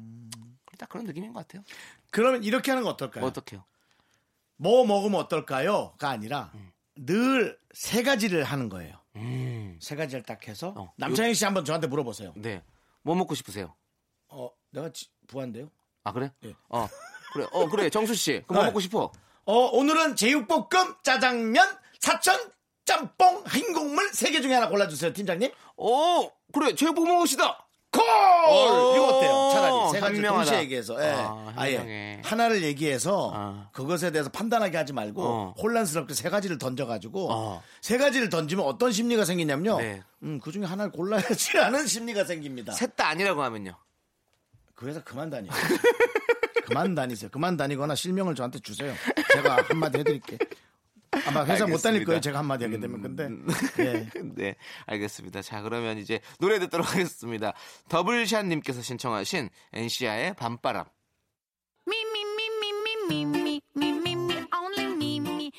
[SPEAKER 2] 딱 그런 느낌인 것 같아요.
[SPEAKER 1] 음. 그러면 이렇게 하는 거 어떨까요?
[SPEAKER 2] 뭐 어떡해요?
[SPEAKER 1] 뭐 먹으면 어떨까요?가 아니라 늘 세 가지를 하는 거예요. 세 가지를 딱 해서
[SPEAKER 2] 어. 음.
[SPEAKER 1] 남창희 씨 한번 저한테 물어보세요.
[SPEAKER 2] 네. 뭐 먹고 싶으세요?
[SPEAKER 1] 어, 내가 지- 부한데요?
[SPEAKER 2] 아 그래?
[SPEAKER 1] 예.
[SPEAKER 2] 어.
[SPEAKER 9] 그래. 어, 그래. 정수 씨. 그뭐
[SPEAKER 1] 네.
[SPEAKER 9] 먹고 싶어?
[SPEAKER 1] 어, 오늘은 제육볶음, 짜장면, 사천 짬뽕, 흰국물 세 개 중에 하나 골라주세요, 팀장님.
[SPEAKER 9] 어, 그래. 제육볶음 먹읍시다.
[SPEAKER 1] 콜! 어, 이거 어때요? 차라리 세 가지
[SPEAKER 9] 현명하다.
[SPEAKER 1] 동시에 얘기해서 예.
[SPEAKER 9] 아,
[SPEAKER 1] 아, 예.
[SPEAKER 9] 현명해.
[SPEAKER 1] 하나를 얘기해서
[SPEAKER 9] 아.
[SPEAKER 1] 그것에 대해서 판단하게 하지 말고
[SPEAKER 9] 어.
[SPEAKER 1] 혼란스럽게 세 가지를 던져가지고
[SPEAKER 9] 어.
[SPEAKER 1] 세 가지를 던지면 어떤 심리가 생기냐면요.
[SPEAKER 9] 네.
[SPEAKER 1] 음, 그 중에 하나를 골라야지 하는 심리가 생깁니다.
[SPEAKER 9] 셋 다 아니라고 하면요.
[SPEAKER 1] 그 회사 그만 다니세요. 그만 다니세요. 그만 다니거나 실명을 저한테 주세요. 제가 한마디 해드릴게. 아마 회사 못 다닐
[SPEAKER 9] 알겠습니다.
[SPEAKER 1] 거예요. 제가 한마디 하게 되면. 근데 예.
[SPEAKER 9] 네, 알겠습니다. 자, 그러면 이제 노래 듣도록 하겠습니다. 더블샷님께서 신청하신 NCI의 밤바람.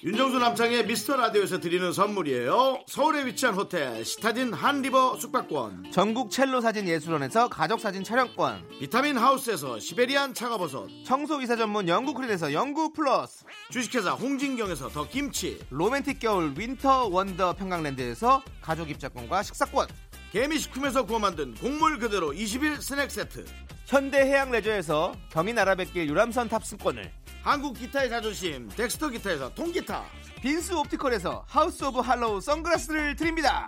[SPEAKER 1] 윤정수 남창의 미스터 라디오에서 드리는 선물이에요. 서울에 위치한 호텔 시타딘 한리버 숙박권,
[SPEAKER 2] 전국 첼로 사진 예술원에서 가족 사진 촬영권,
[SPEAKER 1] 비타민 하우스에서 시베리안 차가버섯,
[SPEAKER 2] 청소 이사 전문 영국 클린에서 영국 플러스,
[SPEAKER 1] 주식회사 홍진경에서 더 김치,
[SPEAKER 2] 로맨틱 겨울 윈터 원더 평강랜드에서 가족 입장권과 식사권,
[SPEAKER 1] 개미식품에서 구워 만든 곡물 그대로 20일 스낵 세트,
[SPEAKER 2] 현대 해양 레저에서 경인 아라뱃길 유람선 탑승권을,
[SPEAKER 1] 한국 기타의 자존심 덱스터 기타에서 통기타,
[SPEAKER 2] 빈스 옵티컬에서 하우스 오브 할로우 선글라스를 드립니다.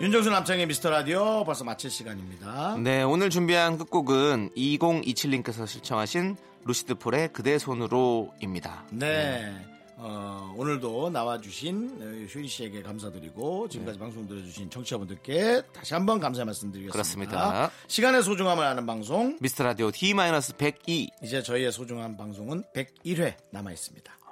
[SPEAKER 1] 윤정수 남창의 미스터 라디오 벌써 마칠 시간입니다.
[SPEAKER 9] 네, 오늘 준비한 끝곡은 2027님께서 신청하신 루시드 폴의 그대 손으로입니다.
[SPEAKER 1] 네. 어, 오늘도 나와주신 어, 효리 씨에게 감사드리고
[SPEAKER 9] 네.
[SPEAKER 1] 지금까지 방송 들어주신 청취자분들께 다시 한번 감사 말씀드리겠습니다.
[SPEAKER 9] 그렇습니다.
[SPEAKER 1] 시간의 소중함을 아는 방송
[SPEAKER 9] 미스터 라디오 D-102.
[SPEAKER 1] 이제 저희의 소중한 방송은 101회 남아 있습니다.